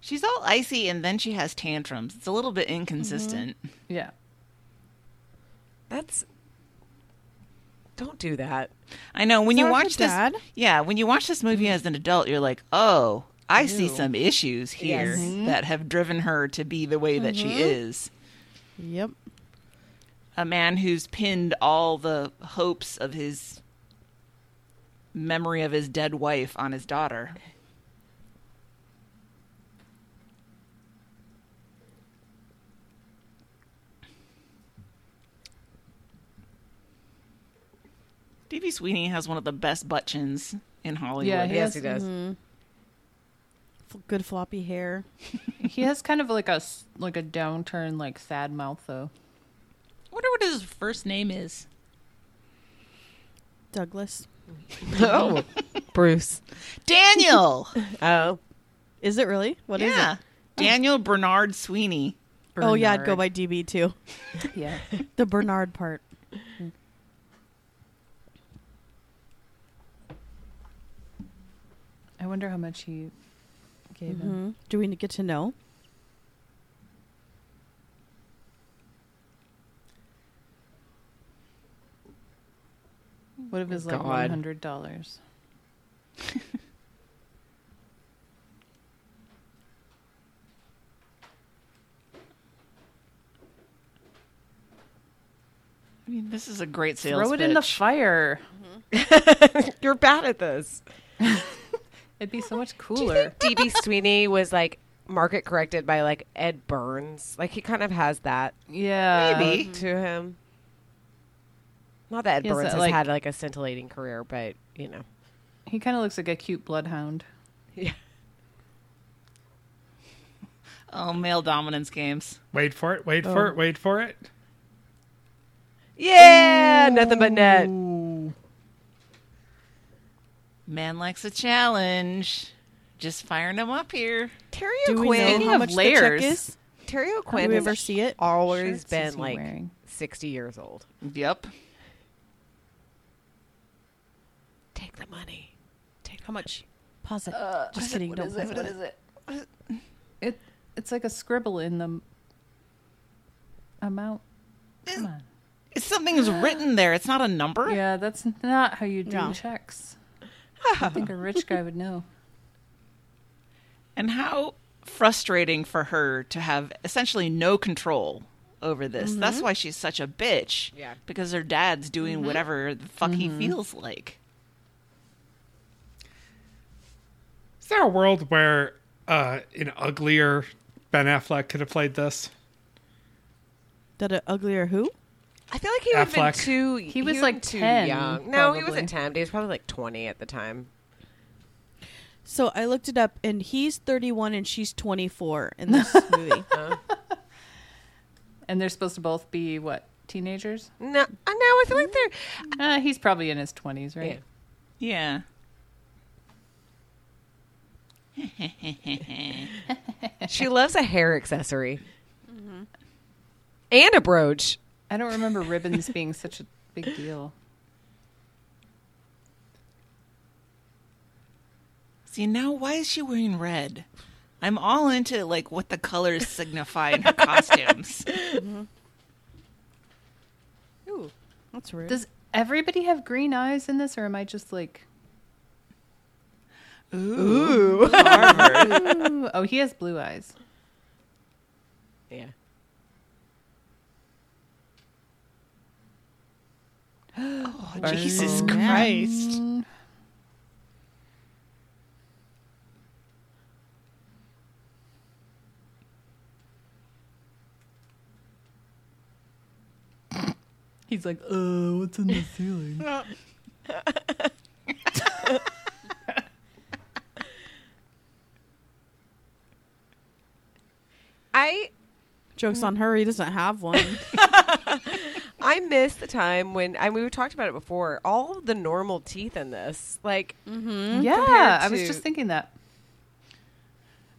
B: She's all icy and then she has tantrums. It's a little bit inconsistent.
E: Mm-hmm.
A: Yeah.
D: That's. Don't do that.
B: I know when
E: Is
B: you
E: that her
B: watch this
E: dad?
B: Yeah, when you watch this movie as an adult, you're like, "Oh, I see some issues here
D: Yes.
E: Mm-hmm.
B: that have driven her to be the way that she is."
E: Yep.
B: a man who's pinned all the hopes of his memory of his dead wife on his daughter. Davy Sweeney has one of the best butt chins in Hollywood.
A: Yeah, he
D: Yes, mm-hmm.
A: Yes,
D: he
A: he
D: does.
E: F- good floppy hair.
A: He has kind of like a s- like a downturn like sad mouth though.
B: I wonder what his first name is.
E: Douglas.
D: Oh, Bruce.
B: Daniel.
D: Oh,
E: Is it really? What is
B: yeah. Daniel Bernard Sweeney.
E: it? Oh yeah, I'd go by DB too.
A: Yeah.
E: The Bernard part.
A: I wonder how much he gave him.
E: hmm Do we get to know?
A: What if it's like
D: God.
A: one hundred dollars?
B: I mean, this is a great sales
A: Throw it in the
B: pitch.
A: fire.
D: you're bad at this.
A: It'd be so much cooler.
D: DB Sweeney was like market corrected by like Ed Burns. Like he kind of has that uh,
A: Yeah.
B: Maybe.
D: to him. Not that Ed
A: He has
D: Burns
A: that,
D: has
A: like-
D: had like a scintillating career, but you know.
A: He kind of looks like a cute bloodhound.
D: Yeah.
B: Oh, male dominance games.
C: Wait for it. Wait for it. Wait for it.
D: Yeah, nothing but net.
B: Man likes a challenge. Just firing him up here.
D: Terry
E: Do we
D: O'Quinn.
E: know
A: Speaking
E: how
A: of
E: much the
A: layers,
E: check is?
D: Terry O'Quinn.
E: Do we
D: has
E: ever see it?
D: Always
A: Shirts is
D: been
A: he
D: like
A: wearing?
D: sixty years old.
B: Yep.
D: Take the money. Take the
E: How much? Pause it. Just
B: it?
E: kidding.
B: What
E: Don't
B: is it?
E: pause
B: What is it?
A: It it's like a scribble in the m- amount. Come on.
B: It's something's written there. It's not a number.
A: Yeah, that's not how you do
E: No.
A: checks. I think a rich guy would know.
B: And how frustrating for her to have essentially no control over this. That's why she's such a bitch.
D: Yeah.
B: Because her dad's doing whatever the fuck he feels like.
C: Is there a world where uh, an uglier Ben Affleck could have played this?
E: That a uglier who?
D: I feel like he would have been
C: Affleck.
D: too.
A: was,
D: would've
A: like,
D: been
A: 10,
D: young. No, he
A: probably.
D: wasn't ten. But he was probably like twenty at the time.
E: So I looked it up, and he's 31 and she's 24 in this movie.
A: And they're supposed to both be what teenagers?
D: No, I know. I feel like they're.
A: Uh, he's probably in his twenties, right?
B: Yeah.
D: Yeah. She loves a hair accessory and a brooch.
A: I don't remember ribbons being such a big deal.
B: See, now why is she wearing red? I'm all into like what the colors signify in her costumes.
E: Ooh, that's rude.
A: Does everybody have green eyes in this, or am I just like? Ooh. Ooh. oh, he has blue eyes.
D: Yeah.
B: Oh, Jesus Christ.
A: He's like, uh, what's in the ceiling?
D: I
E: Jokes on her. He doesn't have one.
D: I miss the time when I mean we talked about it before. All of the normal teeth in this, like
A: Mm-hmm. Yeah, I was
D: Mm-hmm. to-
A: just thinking that.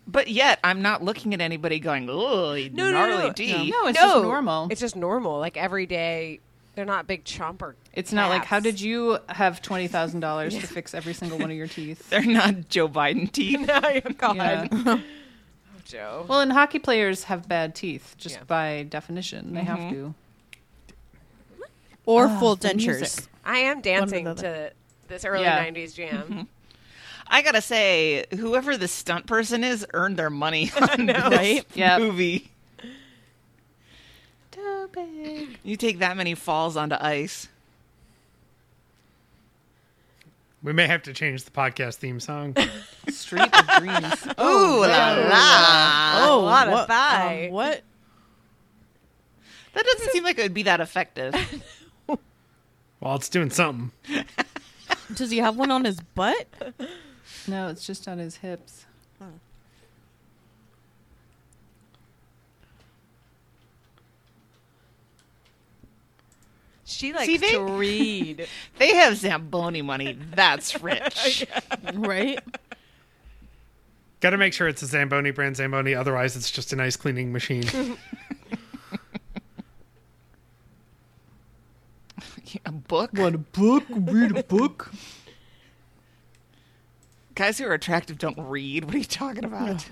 B: But yet, I'm not looking at anybody going, "Oh, you
D: No, no,
B: gnarly
D: no.
B: teeth."
A: No, it's
D: No,
A: just normal.
D: It's just normal. Like every day, they're not big chomper.
A: It's not like how
D: cats.
A: did you have twenty thousand dollars to fix every single one of your teeth?
B: They're not Joe Biden teeth.
D: No, you're God,
A: Yeah.
D: Joe.
A: Well, and hockey players have bad teeth just
D: Yeah. Mm-hmm.
A: by definition. They have to.
E: or full
A: the music.
E: dentures.
D: I am dancing
E: One or the
D: to this early
A: Yeah. Mm-hmm.
D: '90s jam.
B: I gotta say, whoever the stunt person is earned their money on this
E: right?
A: Yep.
B: movie. You take that many falls onto ice.
C: We may have to change the podcast theme song.
A: Street of dreams.
B: Ooh la la!
D: a lot
E: Oh, what,
D: of thigh.
E: um, what?
B: That doesn't seem like it would be that effective.
C: Well, it's doing something.
E: Does he have one on his butt?
A: No, it's just on his hips.
D: she likes
B: See, they-
D: to read.
B: They have Zamboni money. That's rich.
E: Right?
C: Got to make sure it's a Zamboni brand Zamboni. Otherwise, it's just an ice cleaning machine.
B: A book.
A: Want a book? Read a book?
B: Guys who are attractive don't read. What are you talking about?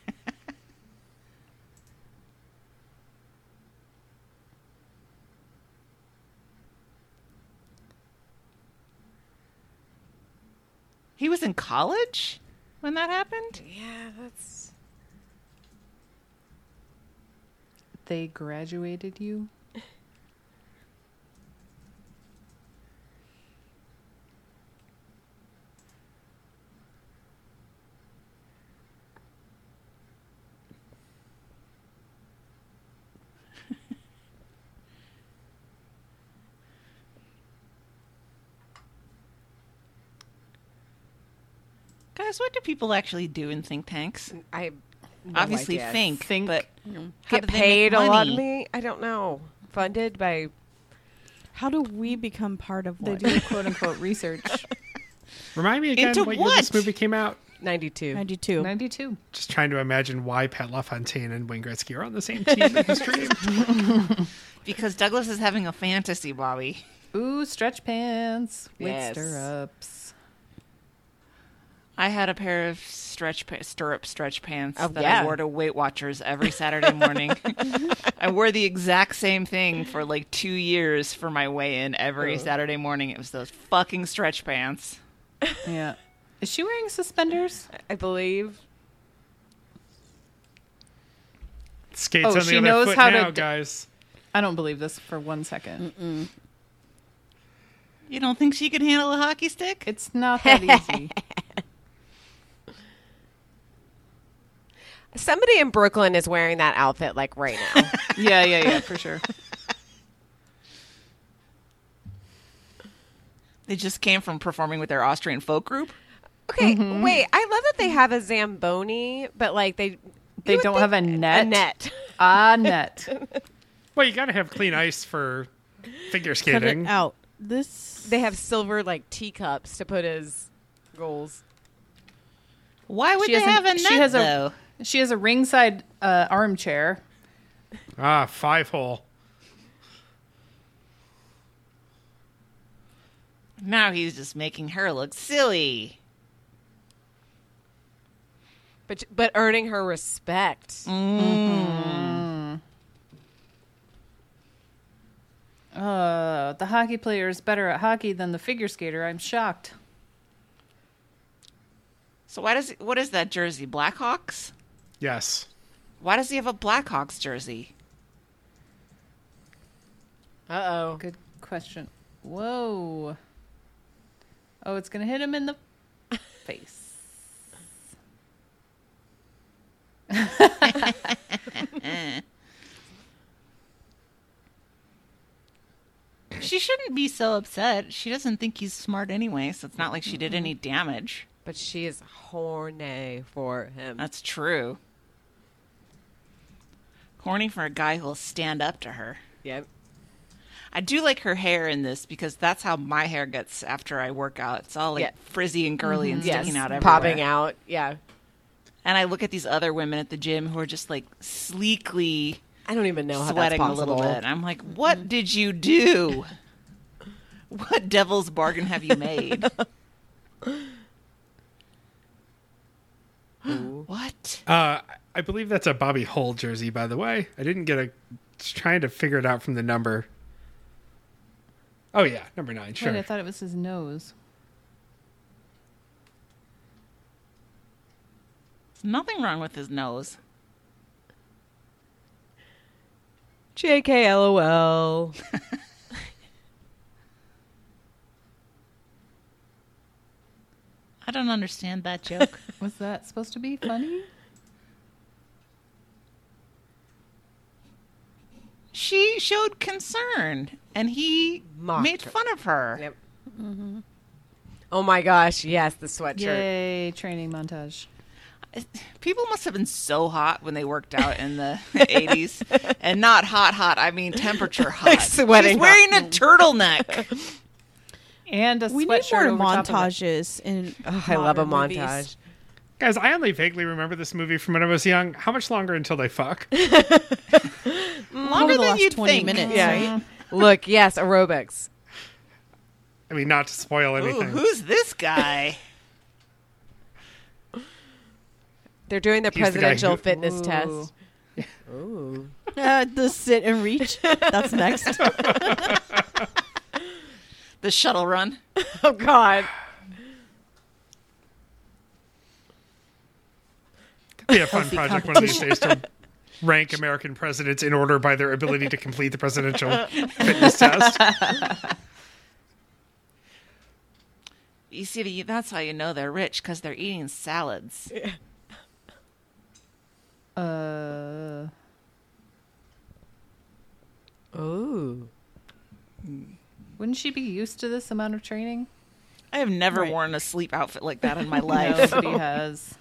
B: he was in college when that happened?
D: yeah, that's
A: They graduated you.
B: Guys, what do people actually do in think tanks?
D: I have no
B: Obviously,
D: idea.
B: think,
A: Think.
B: but how
D: Get
B: do they
D: paid
B: make
D: a lot of
B: money?
D: me. I don't know. Funded by
E: How do we become part of
A: They
E: what?
A: do quote unquote research.
C: Remind me again
B: Into
C: what, year this
B: what?
C: movie came out.
D: 92.
E: 92.
A: Ninety-two.
C: Just trying to imagine why Pat LaFontaine and Wayne Gretzky are on the same team in this dream.
B: Because Douglas is having a fantasy, Bobby.
A: Ooh, stretch pants with
D: Yes.
A: stirrups.
B: I had a pair of stretch pa- stirrup stretch pants
D: Oh,
B: that
D: yeah.
B: I wore to Weight Watchers every Saturday morning. I wore the exact same thing for like two years for my weigh-in every Saturday morning. It was those fucking stretch pants.
A: Yeah. Is she wearing suspenders?
D: I believe.
C: Skates
A: Oh,
C: on the
A: she
C: other
A: knows
C: foot
A: how to
C: now,
A: d-
C: guys.
A: I don't believe this for one second.
B: You don't think she could handle a hockey stick?
A: It's not that easy.
D: Somebody in Brooklyn is wearing that outfit like right now.
A: yeah, yeah, yeah, for sure.
B: They just came from performing with their Austrian folk group.
D: okay, wait. I love that they have a Zamboni, but like they
A: They
D: Mm-hmm. you would
A: don't
D: think
A: have a net.
D: A net.
A: Ah, net.
C: Well, you got to have clean ice for figure
E: Cut it
C: skating.
E: out. This.
D: They have silver like teacups to put as goals.
B: Why would
A: She
B: they
A: has an-
B: have a net,
A: she has a-
B: though?
A: She has a ringside uh, armchair.
C: Ah, five hole.
B: Now he's just making her look silly.
D: But but earning her respect.
A: Uh, the hockey player is better at hockey than the figure skater. I'm shocked.
B: So why does what is that jersey? Blackhawks?
C: Yes.
B: Why does he have a Blackhawks jersey?
D: Uh oh.
A: Good question. Whoa. Oh, it's going to hit him in the face.
B: She shouldn't be so upset. She doesn't think he's smart anyway, so it's not like she did any damage.
D: but she is horny for him.
B: That's true. Horny for a guy who'll stand up to her.
D: yep.
B: I do like her hair in this because that's how my hair gets after I work out. It's all like
D: Yeah. Mm-hmm.
B: frizzy and curly and
D: Yes.
B: sticking out everywhere.
D: Popping out. Yeah.
B: And I look at these other women at the gym who are just like sleekly
D: I don't even know how
B: sweating
D: that's
B: a
D: possible. Mm-hmm.
B: little bit. And I'm like, what did you do? what devil's bargain have you made? what?
C: Uh, I believe that's a Bobby Hull jersey, by the way. I didn't get a. Just trying to figure it out from the number. Oh yeah, number nine. Sure.
A: Wait, I thought it was his nose.
B: There's nothing wrong with his nose.
D: JK LOL.
B: I don't understand that joke.
A: Was that supposed to be funny?
B: she showed concern and he
D: Mocked
B: made
D: her.
B: fun of her.
D: Yep. Mm-hmm. Oh my gosh, yes, the sweatshirt.
A: Yay, training montage.
B: People must have been so hot when they worked out in the 80s. And not hot, hot. I mean, temperature hot.
D: Like sweating
B: She's
D: hot.
B: wearing a turtleneck.
A: And a
E: We need
A: sweatshirt
E: more
A: over top of it.
E: montages in
D: Ugh, I love a
E: modern
D: montage.
E: movies.
C: Guys, I only vaguely remember this movie from when I was young. How much longer until they fuck?
B: Longer
E: the
B: than
E: last
B: you'd
E: 20
B: think.
E: minutes.
D: Yeah. Look, yes, aerobics.
C: I mean, not to spoil
B: Ooh,
C: anything.
B: who's this guy?
D: They're doing the
C: He's the guy
D: presidential
C: who-
D: fitness
A: Ooh.
D: test.
E: Uh, the sit and reach. That's next.
B: the shuttle run.
D: Oh God.
C: be a fun project one of these days to rank American presidents in order by their ability to complete the presidential fitness test.
B: You see, the, that's how you know they're rich because they're eating salads.
A: Uh,
D: Ooh.
A: wouldn't she be used to this amount of training?
B: I have never
E: Right.
B: worn a sleep outfit like that in my life.
A: Nobody has.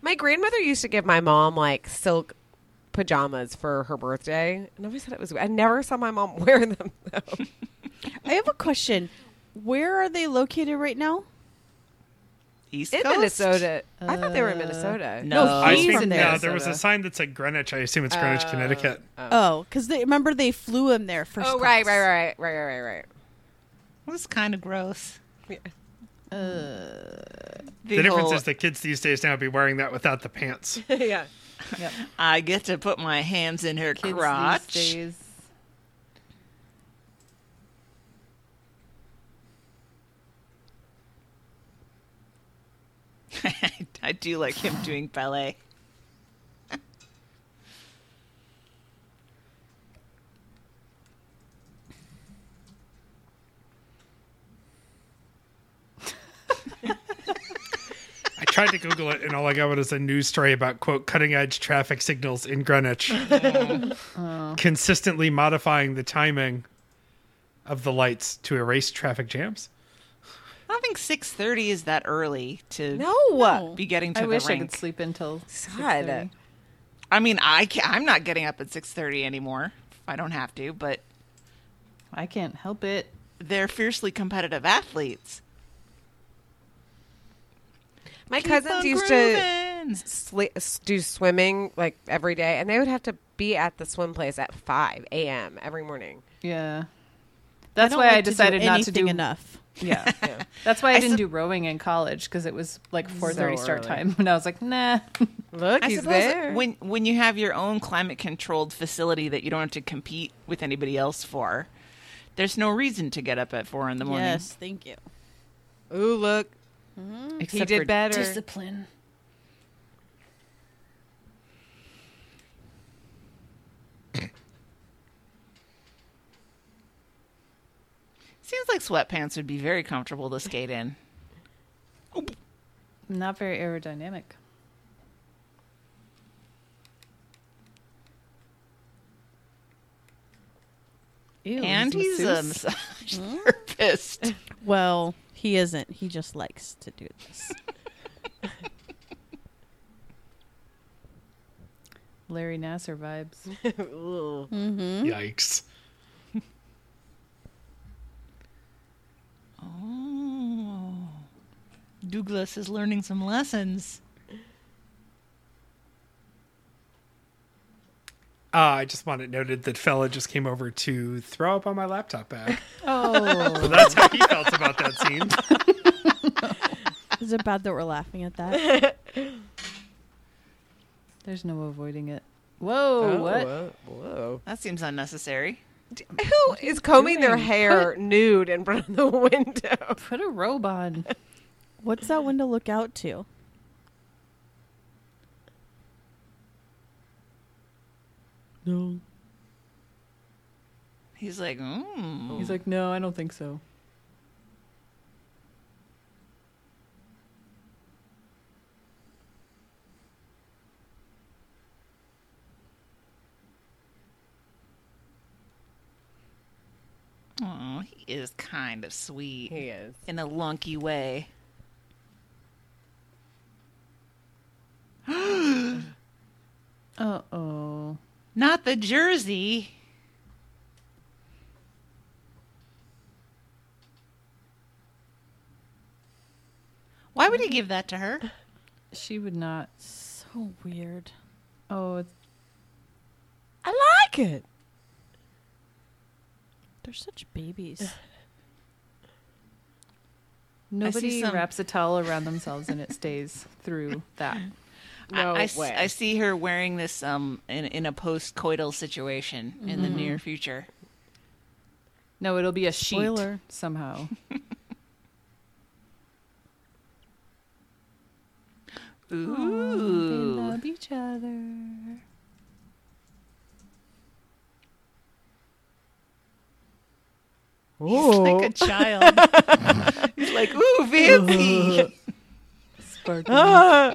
D: My grandmother used to give my mom like silk pajamas for her birthday, and I always said it was. I never saw my mom wear them though.
E: I have a question. Where are they located right now?
B: East
D: In
B: Coast?
D: Minnesota, I thought they were in
A: Uh,
D: Minnesota.
B: No,
E: No,
C: I
E: He's
C: think
E: in
C: yeah, there was
A: Minnesota.
C: a sign that said Greenwich. I assume it's Greenwich, Connecticut.
E: Oh, because they remember they flew him there first.
D: Oh right,
E: class.
D: right, right, right, right, right, right.
B: That's kind of gross. Uh,
C: The, difference is the kids these days now be wearing that without the pants.
D: yeah.
A: Yep.
B: I get to put my hands in her
A: Kids
B: crotch.
A: these days.
B: I do like him doing ballet.
C: I tried to Google it, and all I got was a news story about quote cutting edge traffic signals in Greenwich,
E: Oh.
C: consistently modifying the timing of the lights to erase traffic jams.
B: I don't think six thirty is that early to
D: No.
B: be getting to
A: I
B: the
A: wish
B: rink.
A: I could sleep until
D: God.
B: I mean, I can I'm not getting up at six thirty anymore. if I don't have to, but
A: I can't help it.
B: they're fiercely competitive athletes.
D: My cousins used to sli- s- do swimming like every day, and they would have to be at the swim place at 5 a.m. every morning.
A: Yeah. That's
E: don't
A: why
E: like
A: I
E: to do
A: decided not to
E: anything
A: do
E: enough.
A: Yeah. That's why I,
B: I
A: didn't
B: sup-
A: do rowing in college because it was like 4:30 start
D: early.
A: time and I was like, "Nah."
D: Look,
B: I
D: he's
B: suppose
D: there.
B: when when you have your own climate controlled facility that you don't have to compete with anybody else for, there's no reason to get up at four in the morning.
E: Yes, thank you.
D: Ooh, look, he
A: Except
D: did
A: for
D: better.
A: Discipline.
B: Seems like sweatpants would be very comfortable to skate in.
A: Not very aerodynamic. Ew,
B: and he's a
A: masseuse.
B: massage therapist.
E: Well, he isn't. He just likes to do this.
A: Larry Nasser vibes.
D: Ooh.
E: mm-hmm.
C: Yikes.
B: Oh. Douglas is learning some lessons.
C: Uh, I just want it noted that fella just came over to throw up on my laptop bag.
E: Oh,
C: So that's how he felt about that scene.
E: is it bad that we're laughing at that?
A: There's no avoiding it. Whoa,
D: Oh.
A: what?
D: Whoa. whoa.
B: That seems unnecessary.
D: Who is combing their
A: doing?
D: hair nude in front of the window?
A: Put a robe on.
E: What's that window look out to? No.
B: He's like, mm.
A: He's like, no, I don't think so.
B: oh, he is kind of sweet
D: He is.
B: in a lunky way.
A: Uh oh.
B: Not the jersey. Why would he give that to her?
A: She would not.
E: So weird.
A: Oh, it's-
D: I like it.
E: They're such babies.
A: nobody
B: some-
A: wraps a towel around themselves and it stays through that.
D: No
B: I, I s-
D: way.
B: I see her wearing this um in, in a post-coital situation in the near future.
A: No, it'll be a sheet
E: Spoiler.
A: somehow.
B: Ooh.
A: love each other.
B: like a child. He's like, ooh, fancy.
A: Sparkling.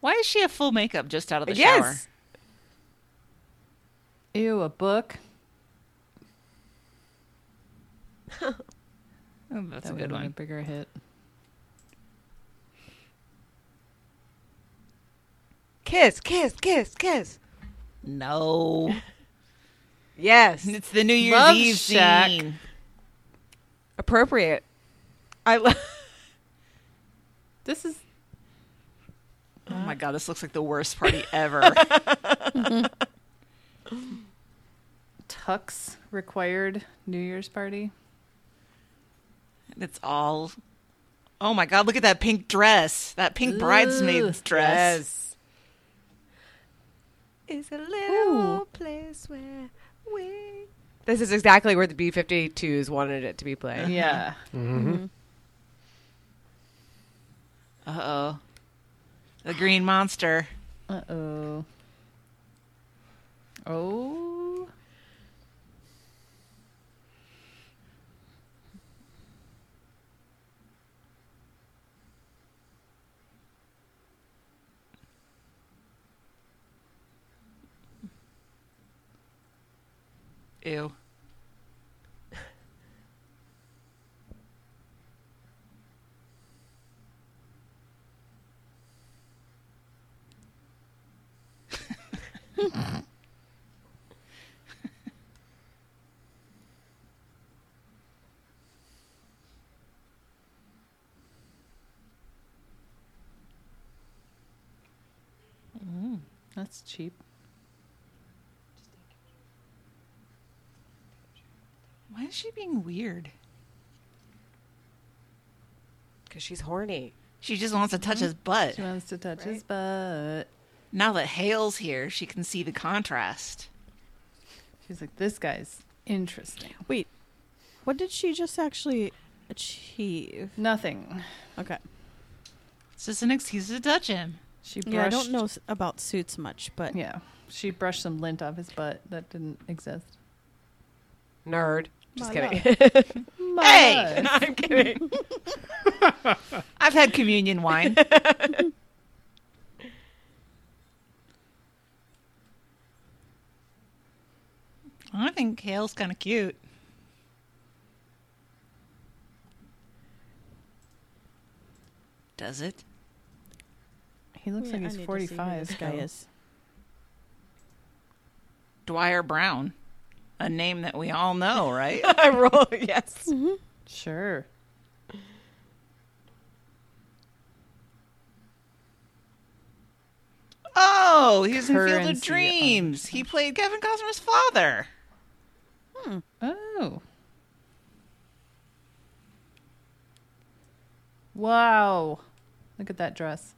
B: Why is she a full makeup just out of the shower?
D: yes.
A: Ew, a book.
B: Oh, that's
A: that
B: a
A: would have
B: good
A: been a
B: one.
A: bigger hit.
D: Kiss, kiss, kiss, kiss.
B: No.
D: Yes.
B: It's the New Year's
A: Love
B: Eve
A: shack.
B: scene.
D: Appropriate. I love.
A: This is
B: Oh my god, this looks like the worst party ever.
A: Tux required New Year's party.
B: it's all Oh my god, look at that pink dress. That pink bridesmaid's dress.
D: Is a little place where we. This is exactly where the B 52s wanted it to be played.
A: Yeah.
B: Uh oh. The green monster.
A: Uh oh. Oh.
B: Ew.
A: That's cheap.
B: Why is she being weird?
D: Because she's horny.
B: She just wants to touch his butt.
A: She wants to touch his butt.
B: Now that Hale's here, she can see the contrast.
A: She's like, this guy's interesting.
E: Wait, what did she just actually achieve?
A: Nothing.
E: Okay.
B: It's just an excuse to touch him.
A: She brushed.
E: Yeah, I don't know s- about suits much, but
A: Yeah. She brushed some lint off his butt that didn't exist.
D: Nerd. Just
E: My
D: kidding.
B: Hey!
A: But-
D: I'm kidding.
B: I've had communion wine. I think Hale's kind of cute. Does it?
A: He looks like
E: I
A: he's
E: need to see who
A: 45.
E: This guy
A: so-
E: is.
B: Dwyer Brown, a name that we all know, right?
D: I roll yes.
A: Sure.
B: oh, he's in Field
A: Currency
B: of
A: of-
B: Dreams. He played Kevin Costner's father.
A: Oh. Wow. Look at that dress.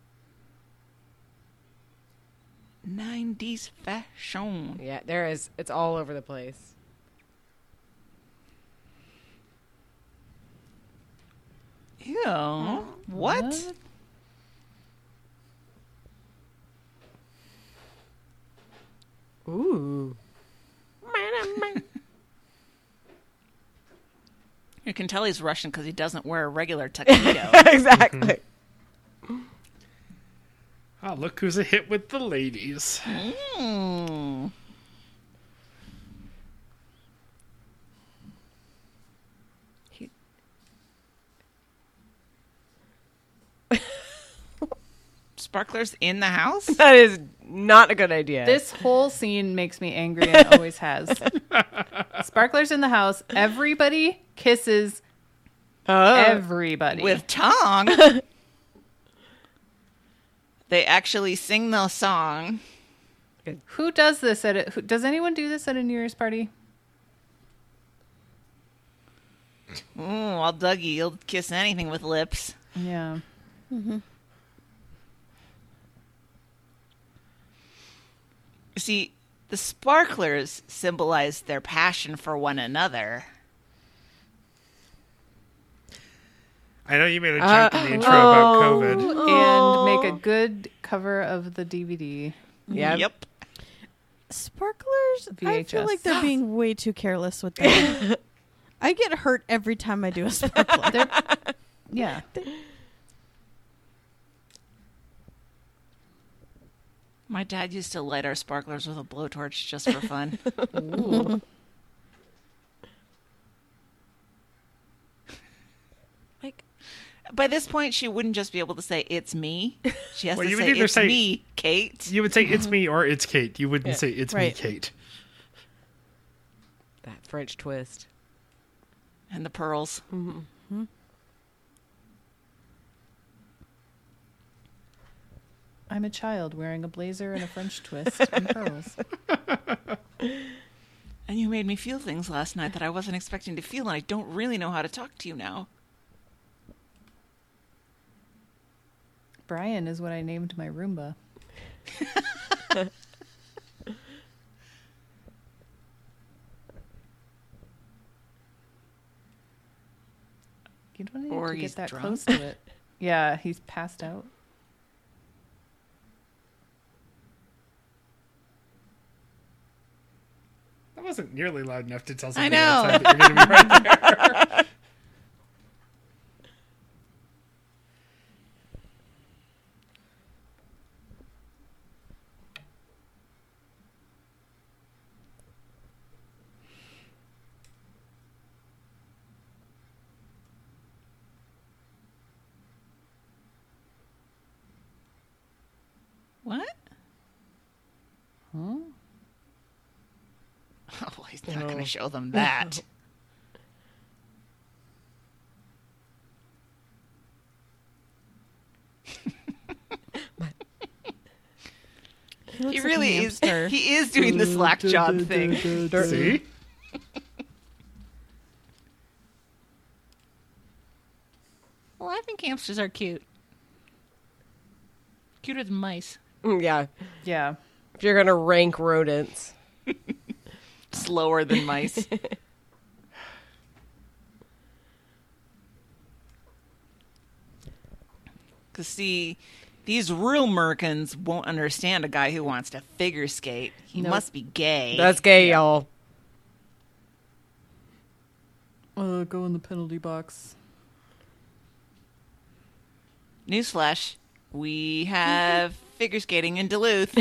B: 90s fashion.
D: Yeah, there is. It's all over the place.
B: Ew. What?
D: Ooh.
B: You can tell he's Russian because he doesn't wear a regular tuxedo.
D: exactly.
C: Ah, look who's a hit with the ladies.
B: Hmm. He- Sparklers in the house?
D: That is not a good idea.
A: This whole scene makes me angry and always has. Sparklers in the house. Everybody kisses
D: Oh. Uh,
A: everybody.
B: With tongue? they actually sing the song.
A: who does this at a, who, does anyone do this at a New Year's party?
B: Ooh, well, Dougie, you'll kiss anything with lips.
A: Yeah.
B: See, the sparklers symbolize their passion for one another.
C: I know you made a joke in the
E: Uh,
C: intro
E: oh.
C: about COVID.
A: And make a good cover of the DVD.
D: yep.
B: Yep.
E: Sparklers. I feel
A: VHS.
E: like they're being way too careless with that. I get hurt every time I do a sparkler.
A: They're, yeah.
B: My dad used to light our sparklers with a blowtorch just for fun.
D: Like,
B: By this point, she wouldn't just be able to say "It's me." She has
C: Well,
B: to
C: you would
B: say
C: either
B: "It's
C: say-
B: me, Kate."
C: You would say it's me or it's Kate. You wouldn't
D: Yeah.
C: say it's me,
E: Right.
C: Kate.
D: that French twist.
B: And the pearls.
A: I'm a child wearing a blazer and a French twist and pearls.
B: And you made me feel things last night that I wasn't expecting to feel, and I don't really know how to talk to you now.
A: Brian is what I named my Roomba. you don't need
B: Or
A: to
B: he's
A: get that
B: drunk.
A: close to it. Yeah, he's passed out.
C: That wasn't nearly loud enough to tell
B: I
C: somebody
B: know.
C: outside that you're going to be right there.
B: What? Huh? Oh, he's not going to show them that.
E: He, looks
B: He
E: like a
B: really is.
E: hamster.
B: He is doing the slack job thing.
C: See?
B: Well, I think hamsters are cute. Cuter than mice.
D: Mm, Yeah.
A: Yeah.
D: If you're gonna rank rodents,
B: Slower than mice. Because, see, these real Merkins won't understand a guy who wants to figure skate. He
A: Nope.
B: must be gay.
D: that's gay, y'all.
A: Uh, go in the penalty box.
B: Newsflash we have figure skating in Duluth.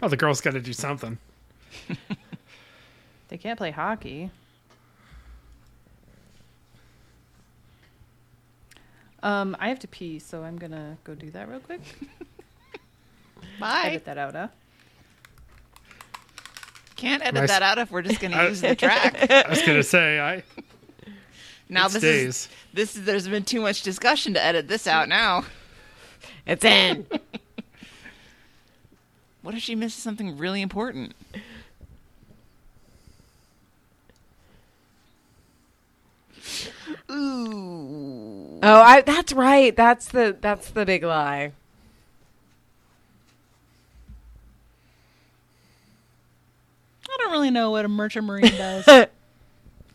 C: Well, the girl's got to do something.
A: They can't play hockey. Um, I have to pee, so I'm gonna go do that real quick.
B: Bye.
A: Edit that out, huh?
B: Can't edit
C: Nice.
B: that out if we're just going to
C: I-
B: use the track.
C: I was gonna say I
B: Now
C: It
B: this
C: stays.
B: is this is. There's been too much discussion to edit this out now.
D: It's in.
B: What if she misses something really important? Ooh.
D: oh, I, that's right. That's the that's the big lie.
B: I don't really know what a merchant marine does.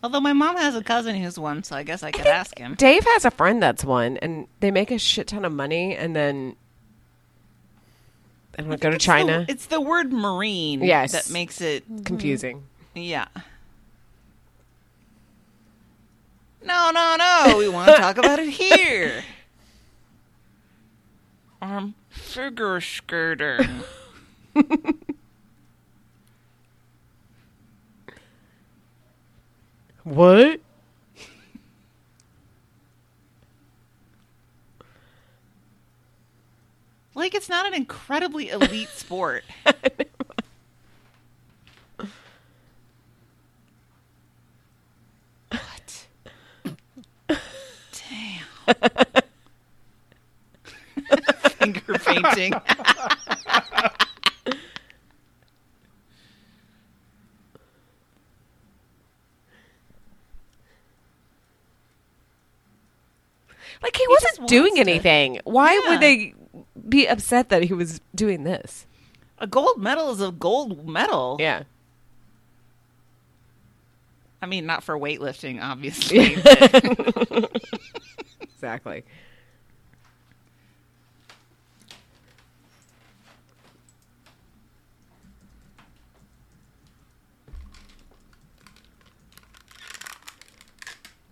B: Although my mom has a cousin who's one, so I guess I could ask him.
D: Dave has a friend that's one, and they make a shit ton of money, and then and we go to
B: It's
D: China.
B: the- it's the word marine
D: Yes.
B: that makes it
D: mm-hmm. confusing.
B: yeah. No, no, no. We want to talk about it here. Um figure skater.
D: What?
B: Like it's not an incredibly elite sport. what? Damn. Finger painting.
D: Like he,
B: just
D: wasn't
B: wants
D: doing
B: to-
D: anything. Why
B: Yeah.
D: would they be upset that he was doing this?
B: A gold medal is a gold medal.
D: Yeah.
B: I mean, not for weightlifting, obviously. but-
D: Exactly.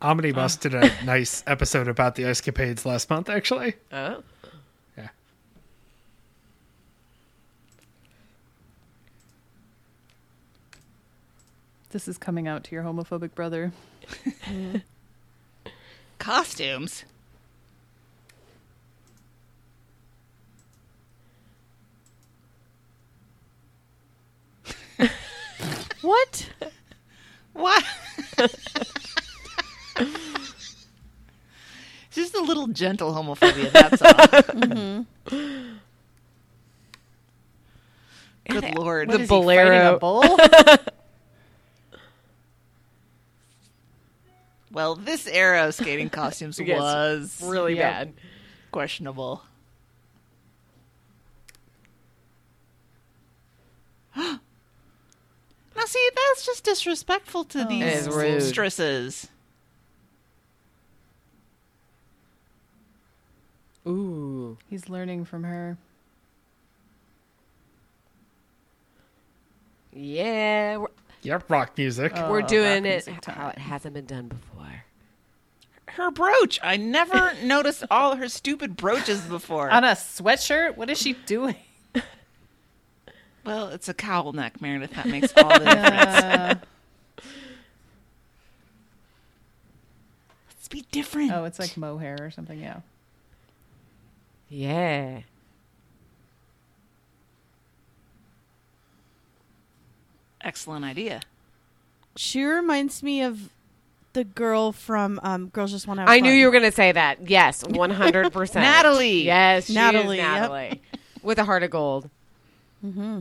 C: Omnibus did
B: Uh.
C: a nice episode about the escapades last month. Actually,
D: Oh.
C: yeah,
A: This is coming out to your homophobic brother.
B: costumes.
E: What?
B: What? Just a little gentle homophobia, that's all.
D: Mm-hmm.
B: Good lord.
D: The bolero.
B: well, this era of skating costumes
D: Yes,
B: was
D: really
A: Yeah.
D: bad.
B: questionable. now, see, that's just disrespectful to these
D: is rude.
B: seamstresses.
D: Ooh.
A: He's learning from her.
D: Yeah, we're,
C: yep, rock music.
B: Uh.
D: we're
A: rock
D: doing it
A: music
D: how it hasn't been done before.
B: Her brooch. I never noticed all her stupid brooches before.
A: On a sweatshirt? What is she doing?
B: Well, it's a cowl neck, Meredith. That makes all the difference.
A: Uh,
B: Let's be different.
A: oh, it's like mohair or something, yeah.
D: Yeah.
B: excellent idea.
E: She reminds me of the girl from um, Girls Just Want to.
D: I knew you were going to say that. Yes, 100%.
B: Natalie.
D: Yes, she is
E: Natalie, yep.
D: Natalie. With a heart of gold. Mm-hmm.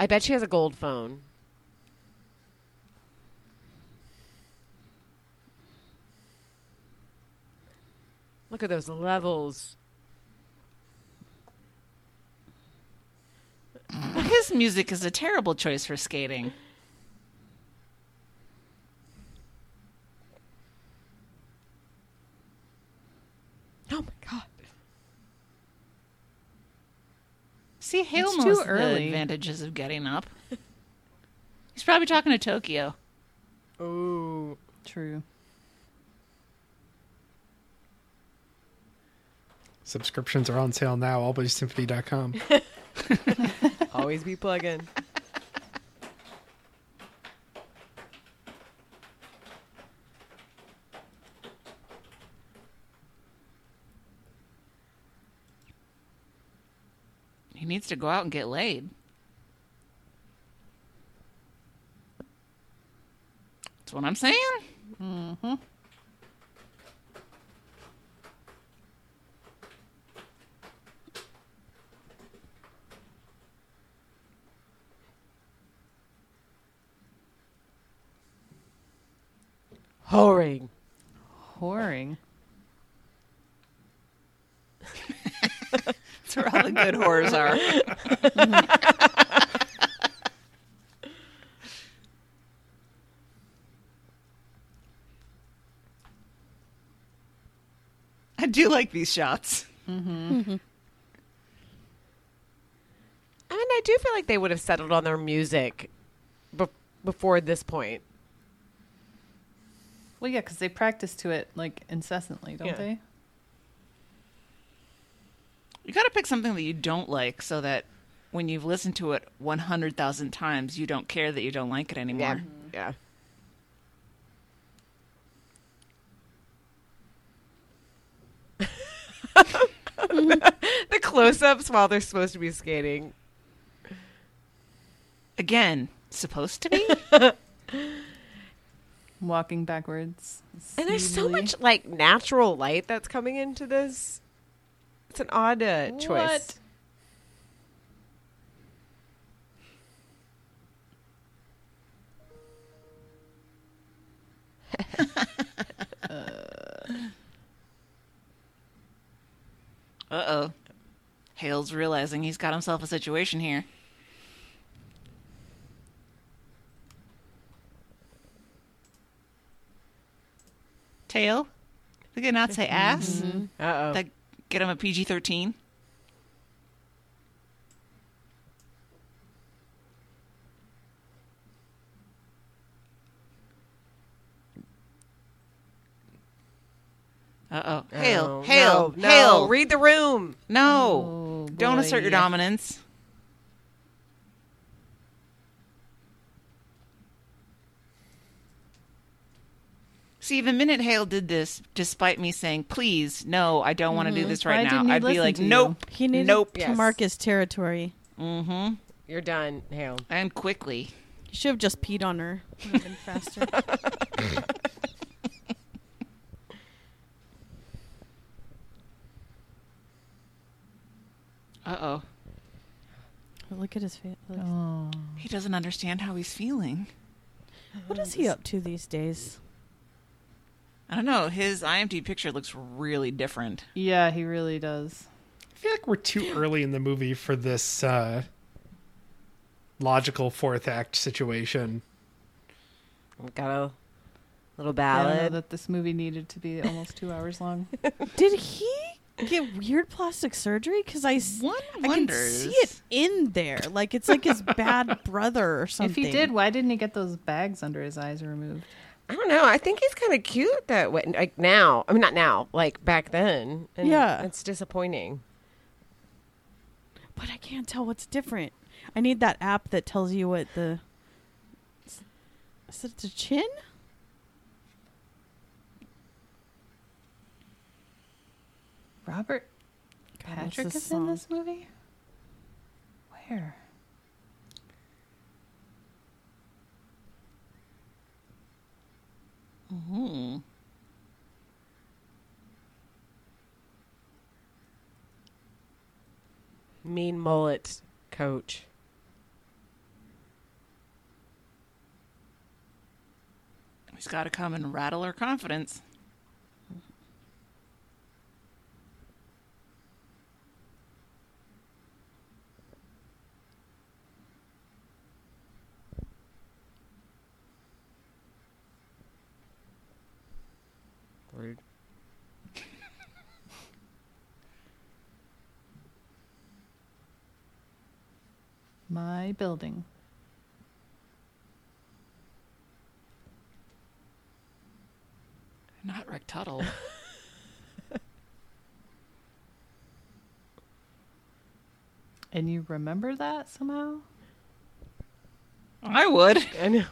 D: I bet she has a gold phone. Look at those levels.
B: His music is a terrible choice for skating.
D: Oh my god.
B: See, Hale
A: It's
B: knows
A: too
B: the
A: early.
B: advantages of getting up. He's probably talking to Tokyo.
D: Ooh.
A: True.
C: Subscriptions are on sale now. AllBoysSymphony.com.
D: Always be plugging.
B: needs to go out and get laid. That's what I'm saying.
D: Whoring.
A: Whoring.
B: That's where all the good whores are. I do like these shots.
D: I mean, I do feel like they would have settled on their music be- before this point.
A: Well, yeah, because they practice to it like incessantly, don't
D: Yeah.
A: they?
B: You got to pick something that you don't like so that when you've listened to it 100,000 times, you don't care that you don't like it anymore.
D: Yeah. the close ups while they're supposed to be skating.
B: Again, supposed to be?
A: Walking backwards.
D: And there's so
A: smoothly.
D: much like natural light that's coming into this. It's an odd uh, choice.
A: What?
B: Uh oh. Hale's realizing he's got himself a situation here. Tail? They could not say
D: Mm-hmm.
B: ass.
D: Uh oh.
B: That get him a PG 13. Uh oh. Hail, hail,
D: no,
B: hail.
D: No. Read the room.
B: No.
A: Oh,
B: Don't
A: boy.
B: assert your dominance. See, the minute Hale did this, despite me saying, please, no, I don't want to do this
A: Mm-hmm. Why
B: right now,
A: didn't he
B: I'd be
A: listen
B: like,
A: to you?
B: nope.
E: He needed
B: Nope.
E: to
D: Yes.
E: mark his territory.
B: Mm-hmm.
D: You're done, Hale.
B: And quickly.
E: He should have just peed on her. Would have been faster.
B: Uh oh.
E: Look at his face. Look-
A: Oh.
B: He doesn't understand how he's feeling.
E: What is he up to these days?
B: I don't know. His IMDb picture looks really different.
A: Yeah, he really does.
C: I feel like we're too early in the movie for this uh, logical fourth act situation.
D: Got a
A: I
D: little
A: don't know
D: ballad.
A: that this movie needed to be almost two hours long.
E: Did he get weird plastic surgery? Because I, s-
B: One
E: I can
B: wonders.
E: see it in there. Like it's like his bad brother or
A: if
E: something.
A: he did, why didn't he get those bags under his eyes removed?
D: I don't know. I think he's kind of cute that way. Like now, I mean, not now. Like back then. And
E: Yeah.
D: It's disappointing.
E: but I can't tell what's different. I need that app that tells you what the. Is it the chin?
A: Robert
E: God, what's
A: Patrick
E: this
A: is in
E: song?
A: this movie? Where?
B: Hmm.
D: Mean mullet coach.
B: He's got to come and rattle her confidence.
D: Rude.
A: My building.
B: Not Rick Tuttle.
A: And you remember that somehow?
B: I would.
D: I know.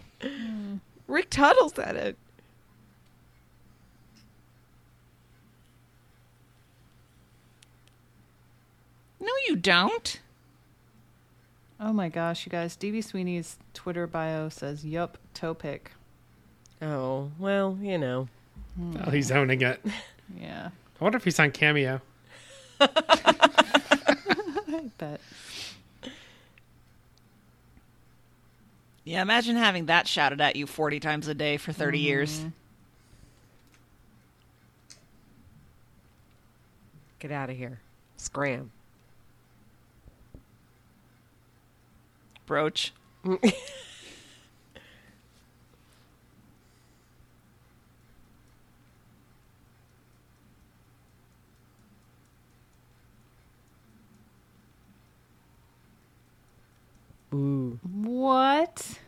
D: Rick Tuttle said it.
B: No, you don't.
A: Oh my gosh, you guys. DB Sweeney's Twitter bio says, Yup, toe pick.
D: Oh, well, you know.
B: Hmm.
C: Oh, he's owning it. I
A: Yeah,
C: wonder if he's on Cameo.
A: I bet.
B: Yeah, imagine having that shouted at you 40 times a day for 30 years.
D: Get out of here. Scram.
B: Broach.
D: Ooh.
A: What?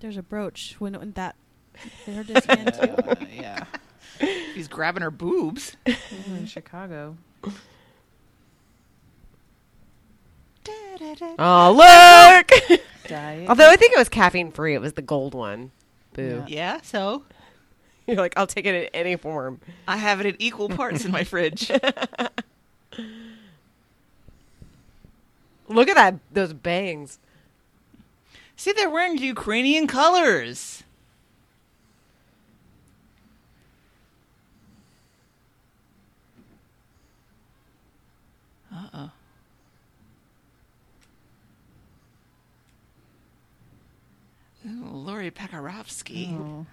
E: There's a brooch when, when that their disband too.
A: Uh, yeah.
B: He's grabbing her boobs.
A: They were in Chicago.
D: Oh, look!
A: Diet. Oh.
D: Although I think it was caffeine free, it was the gold one. Boo.
B: Yeah, so
D: You're like, I'll take it in any form.
B: I have it in equal parts in my fridge.
D: Look at that, those bangs.
B: See, they're wearing Ukrainian colors. Uh-oh. Ooh, Lori Pekarovsky.
A: Oh.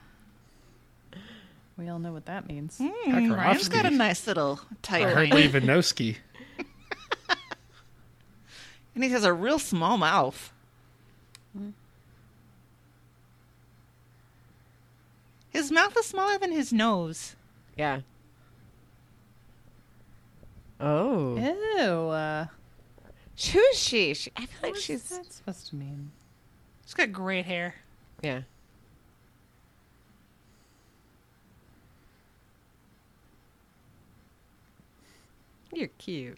A: We all know what that means.
E: Mm.
B: Hmm, Ryan's got a
C: Pekarovsky.
B: nice little
C: I
B: tight
C: heard
B: line.
C: Lee Vinosky.
B: And he has a real small mouth. His mouth is smaller than his nose.
D: Yeah. Oh.
A: Ew. Uh,
D: Who's she? she? I feel like
A: what's
D: she's.
A: that supposed to mean?
B: He's got great hair.
D: Yeah. You're cute.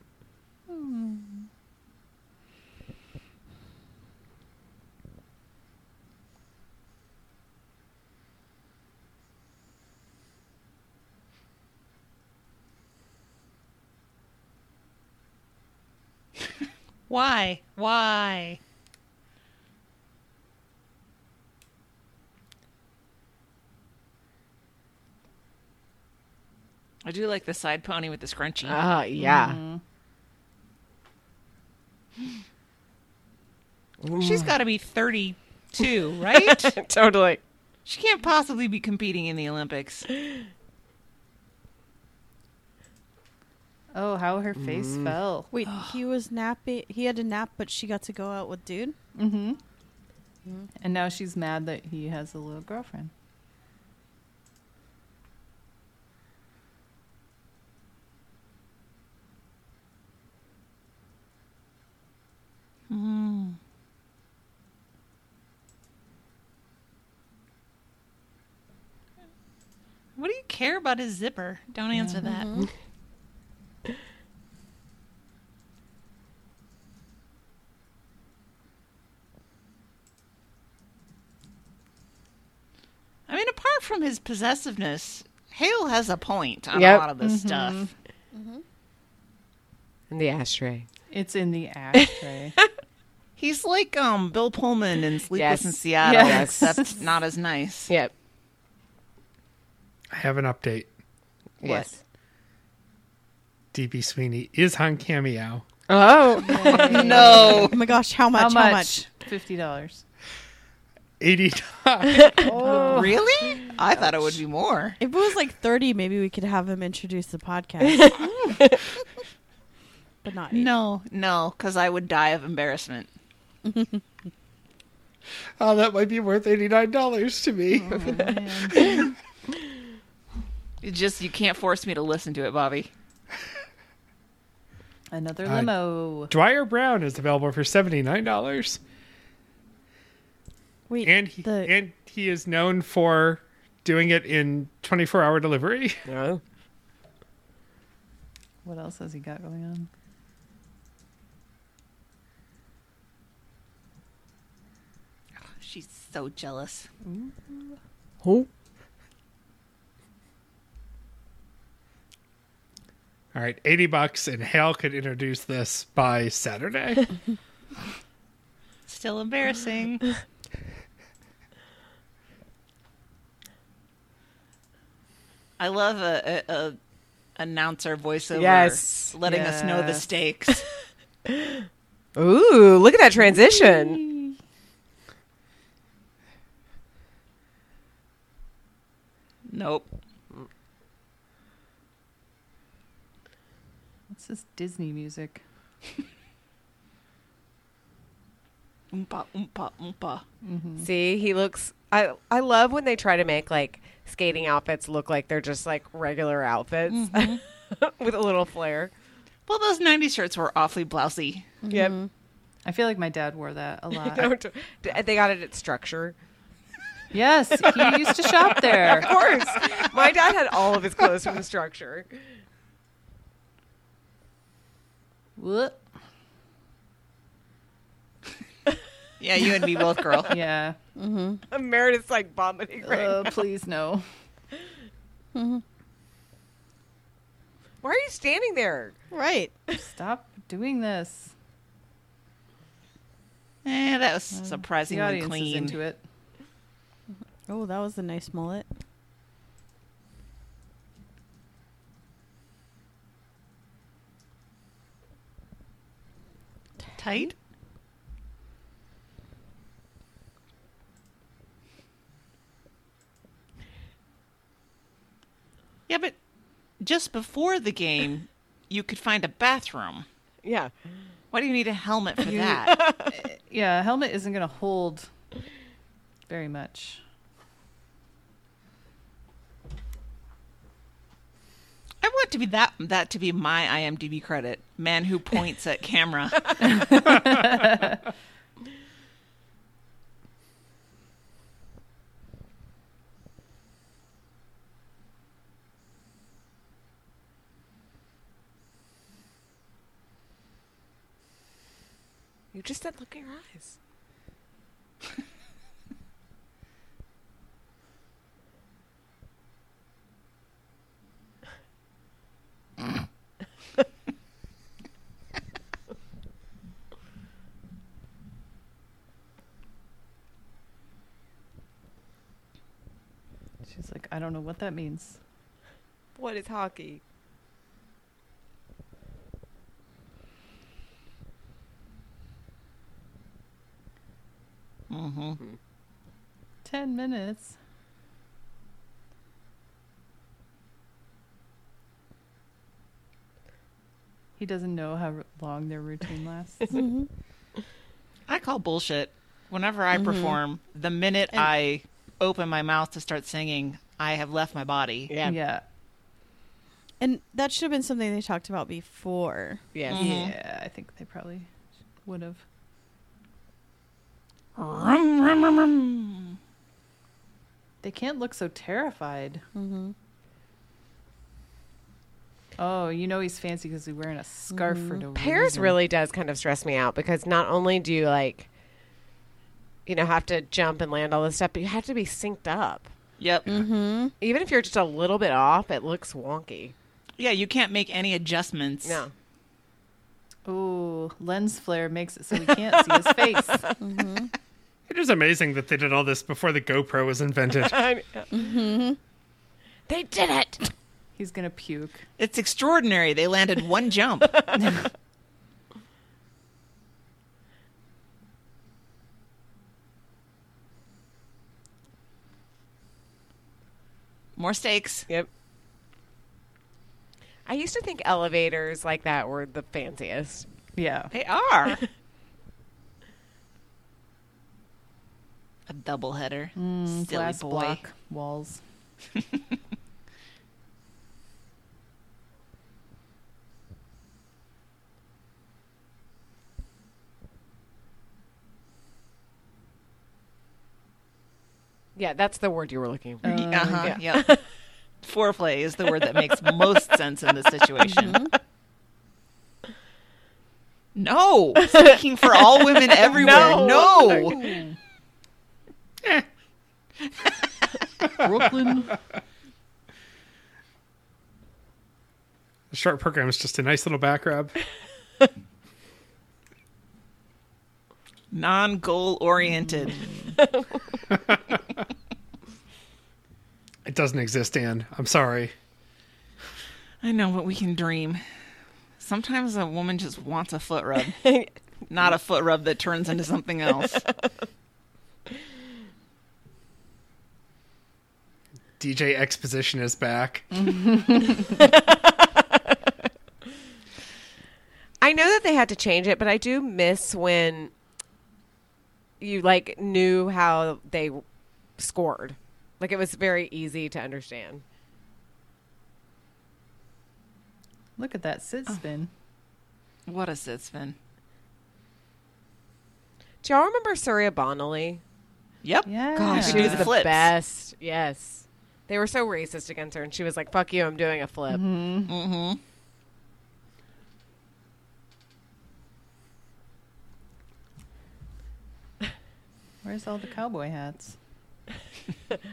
B: Why? Why? I do like the side pony with the scrunchie.
D: Ah, yeah.
A: Mm-hmm.
B: She's got to be 32,
D: Mm-hmm.
B: right?
D: totally.
B: she can't possibly be competing in the Olympics.
A: Oh, how her face
E: Mm.
A: fell.
E: Wait, he was napping. He had to nap, but she got to go out with dude.
A: Mm-hmm. And now she's mad that he has a little girlfriend.
B: What do you care about his zipper? Don't answer that. I mean, apart from his possessiveness, Hale has a point on
D: Yep.
B: a lot of this stuff.
D: In the ashtray.
A: It's in the ashtray.
B: He's like um, Bill Pullman in Sleepless
D: Yes.
B: in Seattle,
D: Yes.
B: except not as nice.
D: Yep.
C: I have an update.
D: Yes.
C: DB Sweeney is on Cameo.
D: Oh.
B: No.
E: Oh my gosh, how much? How much?
A: Fifty dollars.
C: Eighty.
B: Really? I thought it would be more.
E: If it was like thirty, maybe we could have him introduce the podcast. but not eight.
B: No, no, because I would die of embarrassment.
C: Oh, that might be worth eighty nine dollars to me.
A: Oh.
B: It just you can't force me to listen to it, Bobby.
A: Another
C: Uh,
A: limo.
C: Dwyer Brown is available for seventy nine dollars,
E: Wait,
C: and he,
E: the
C: and he is known for doing it in twenty four hour delivery.
D: no.
A: what else has he got going on?
B: She's so jealous.
D: Oh.
C: All right, 80 bucks, and Hale could introduce this by Saturday.
B: Still embarrassing. I love a, a, a announcer voiceover
D: Yes.
B: letting us know the
A: Yes.
B: stakes.
D: Ooh, look at that transition.
B: nope.
A: What's this Disney music?
B: Oompa, oompa, oompa.
D: See, he looks. I I love when they try to make like skating outfits look like they're just like regular outfits with a little flair.
B: Well, those 90s shirts were awfully blousy.
D: Yep.
A: I feel like my dad wore that a lot.
D: Don't- they got it at Structure.
A: yes, he used to shop there.
D: Of course. My dad had all of his clothes from the Structure.
A: Whoop.
B: Yeah, you and me both, girl.
A: Yeah.
D: Meredith's like vomiting right
A: Uh,
D: now.
A: please no.
D: Why are you standing there?
E: Right.
A: Stop doing this.
B: Eh, that was
A: Uh, The
B: surprisingly
A: audience is
B: clean.
A: into it.
E: Oh, that was a nice mullet.
B: Tight? Yeah, but just before the game, you could find a bathroom.
D: Yeah.
B: Why do you need a helmet for that?
A: Yeah, a helmet isn't going to hold very much.
B: I want to be that that to be my IMDb credit. Man who points at camera.
D: You just said look at your eyes.
A: She's like, I don't know what that means.
D: What is hockey?
B: hmm
A: 10 minutes. He doesn't know how r- long their routine lasts.
B: I call bullshit. Whenever I perform, the minute
E: And-
B: I open my mouth to start singing, I have left my body.
D: Yeah.
A: yeah.
E: And that should have been something they talked about before.
D: Yes.
B: Mhm.
A: Yeah, I think they probably would have.
B: Rum, rum, rum, rum.
A: They can't look so terrified. Mm-hmm. Oh, you know he's fancy because he's wearing a scarf
B: Mm-hmm.
A: for no
D: Pairs
A: reason.
D: really does kind of stress me out because not only do you like, you know, have to jump and land all this stuff, but you have to be synced up.
B: Yep.
D: Even if you're just a little bit off, it looks wonky.
B: Yeah, you can't make any adjustments.
D: No.
A: Ooh, lens flare makes it so we can't see his face.
C: It is amazing that they did all this before the GoPro was invented.
D: uh, They did it.
A: He's gonna puke.
B: It's extraordinary. They landed one jump. More stakes.
D: Yep. I used to think elevators like that were the fanciest.
A: Yeah.
B: They are. A double header. Silly
A: Mm, Glass
B: boy.
A: block walls.
D: Yeah, that's the word you were looking for.
B: Uh-huh. Yep. Foreplay is the word that makes most sense in this situation. Mm-hmm. No, speaking for all women everywhere. No,
A: Brooklyn.
C: Sharp program is just a nice little back rub.
B: Non goal oriented.
C: It doesn't exist, Dan. I'm sorry.
B: I know, but we can dream. Sometimes a woman just wants a foot rub, not a foot rub that turns into something else.
C: DJ Exposition is back.
D: I know that they had to change it, but I do miss when you like knew how they scored. Like it was very easy to understand.
A: Look at that
B: Oh.
A: sit spin.
B: What a sit spin.
D: Do y'all remember Surya Bonnelly?
B: Yep.
A: Yeah.
D: Gosh,
B: she
D: she
B: do
D: was
B: the
D: the
B: flips.
D: best. Yes. They were so racist against her, and she was like, fuck you, I'm doing a flip.
B: Mm-hmm.
A: Where's all the cowboy hats?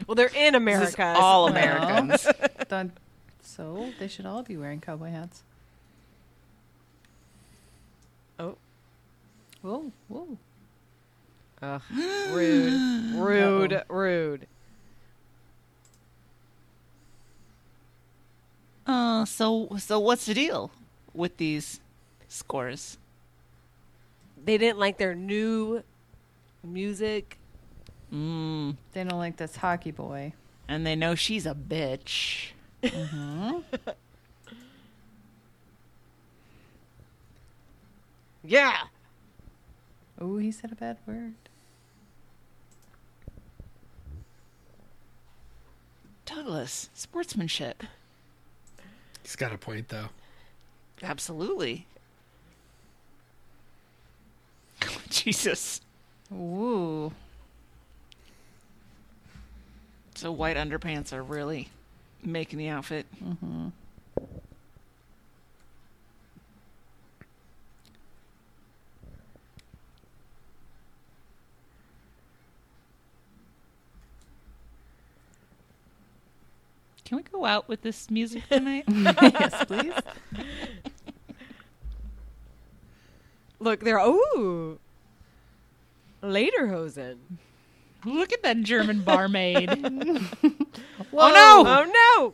D: Well, they're in
B: This
D: America.
B: is
D: so-
B: all Americans.
A: Done. So they should all be wearing cowboy hats.
D: Oh.
A: Whoa, whoa.
D: Ugh, rude, rude, rude.
B: Uh, so, so what's the deal with these scores?
D: They didn't like their new music.
B: Mm.
A: They don't like this hockey boy.
B: And they know she's a bitch.
D: Yeah.
A: Oh, he said a bad word.
B: Douglas, sportsmanship.
C: He's got a point, though.
B: Absolutely. Jesus.
A: Ooh.
B: So white underpants are really making the outfit. Mm-hmm. Can we go out with this music tonight?
A: yes, please.
D: Look, they're ooh. Later hosen.
B: Look at that German barmaid.
D: Oh no! Oh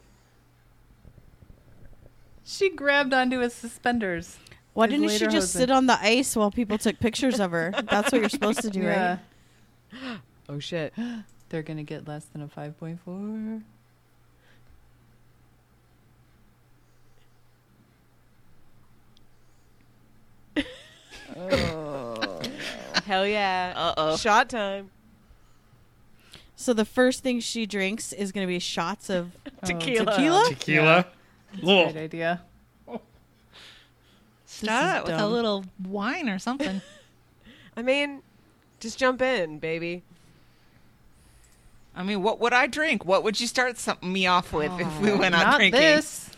A: She grabbed onto his suspenders.
E: Why
A: His
E: didn't she
A: later
E: just
A: husband.
E: sit on the ice while people took pictures of her? That's what you're supposed to do,
A: Yeah.
E: right?
D: no! Oh shit!
A: They're going to get less than a 5.4.
D: Oh. Hell yeah!
B: Uh-oh.
D: Shot time.
E: So the first thing she drinks is going to be shots of
B: Tequila.
E: tequila.
C: Tequila.
A: Oh, Great
C: Lol.
A: idea.
E: Start out with a dumb.
B: little wine or something.
D: I mean, just jump in, baby.
B: I mean, what would I drink? What would you start some, me off with if we went out
A: Oh, Not
B: drinking?
A: this.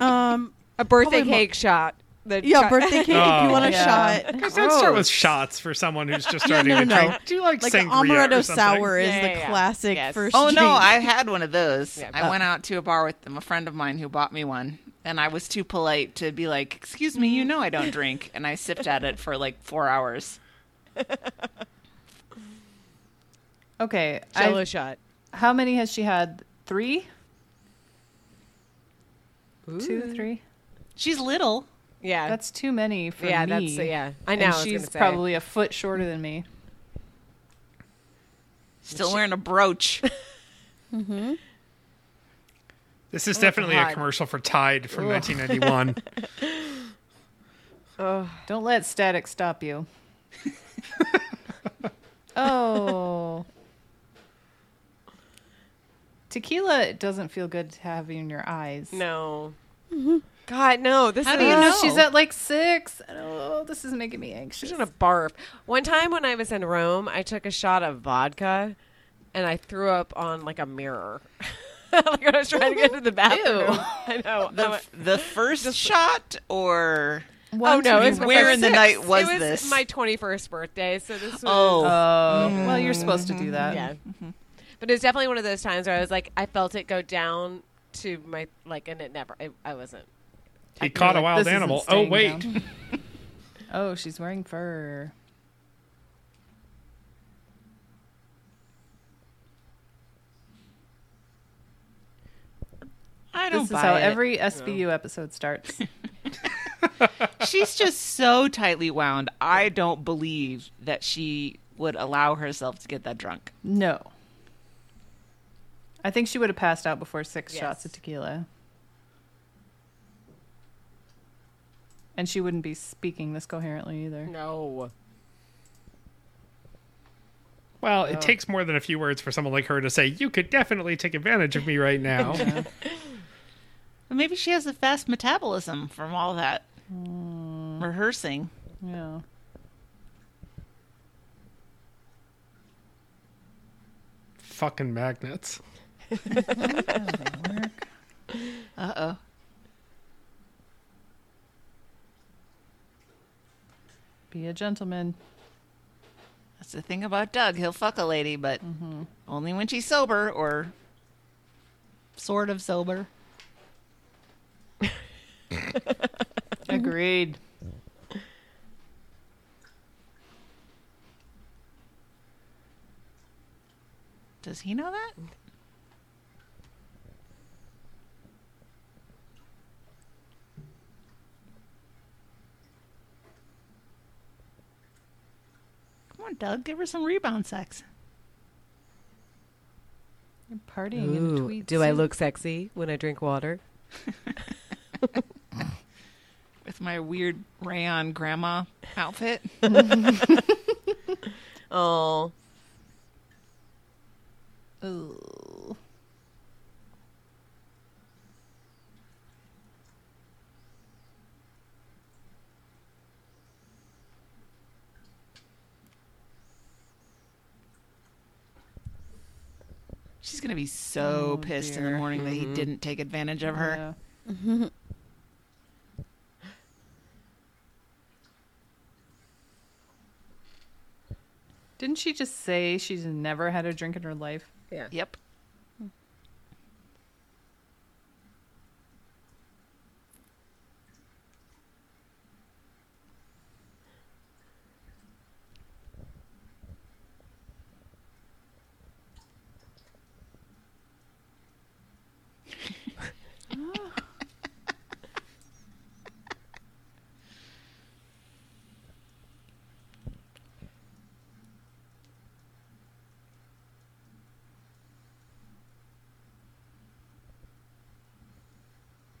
E: Um,
D: A birthday
E: Probably mo-
D: cake shot. The
E: yeah,
D: shot-
E: birthday cake. if
C: Oh.
E: you want a
A: Yeah.
E: shot,
C: Guys, don't start with
D: Gross.
C: shots for someone who's just starting
E: no,
C: to
E: no.
C: drink. Do you like,
E: like
C: sangria
E: an
C: or
E: amaretto
C: something?
E: sour is
D: Yeah,
E: the
D: yeah, yeah.
E: classic
D: Yes.
E: first.
B: Oh no,
E: drink.
B: I had one of those.
D: Yeah,
B: I went out to a bar with a friend of mine who bought me one, and I was too polite to be like, "Excuse me, you know I don't drink," and I sipped at it for like four hours.
A: Okay. I-
D: Jello shot.
A: how many has she had? Three? Two, three?
B: She's little.
D: Yeah,
A: That's too many for
D: yeah.
A: me.
D: That's yeah. I know.
A: And
D: I was
A: she's
D: gonna say.
A: probably a foot shorter than me.
B: Still wearing a brooch.
C: This is definitely a
B: God.
C: commercial for Tide from 1991.
A: Don't let static stop you. oh. Tequila doesn't feel good to have in your eyes.
D: no. God no! This
B: How
D: is
B: do you
A: Oh,
B: know?
A: she's at like six. Oh, this is making me anxious.
D: She's gonna barf. One time when I was in Rome, I took a shot of vodka, and I threw up on like a mirror. like when I was trying to get to the bathroom. I know. I
B: The,
D: went-
B: the first shot, or
D: oh no! It's
B: where in the night was,
D: it was
B: this?
D: my twenty-first birthday, so this was.
B: oh, Mm-hmm.
A: Oh, well, you're supposed to do that.
D: yeah. But it was definitely one of those times where I was like, I felt it go down to my like, and it never. It, I wasn't.
C: He caught a
F: like,
C: wild
F: this isn't
C: animal. Oh
A: staying
C: wait,
A: down. oh, she's wearing fur.
B: I don't
A: This is
B: buy
A: how
B: it.
A: every SVU episode starts.
B: She's just so tightly wound. I don't believe that she would allow herself to get that drunk.
A: no. I think she would have passed out before six shots of
D: Yes.
A: tequila. And she wouldn't be speaking this coherently either.
D: No.
C: well,
E: Oh.
C: it takes more than a few words for someone like her to say, "You could definitely take advantage of me right now."
B: But maybe she has a fast metabolism from all that rehearsing.
A: Yeah.
C: Fucking magnets.
B: Uh oh.
A: Be a gentleman.
B: That's the thing about Doug. He'll fuck a lady, but only when she's sober or sort of sober.
A: Agreed.
B: Does he know that? Come on, Doug, give her some rebound sex.
A: You're partying in a tweet.
D: do I
A: suit.
D: look sexy when I drink water?
B: with my weird rayon grandma outfit.
D: Oh.
A: Ooh.
B: She's gonna be so
A: Oh,
B: pissed in
A: dear. Mm-hmm.
B: the morning that he didn't take advantage of her.
A: Yeah. Didn't she just say she's never had a drink in her life?
D: Yeah.
B: Yep.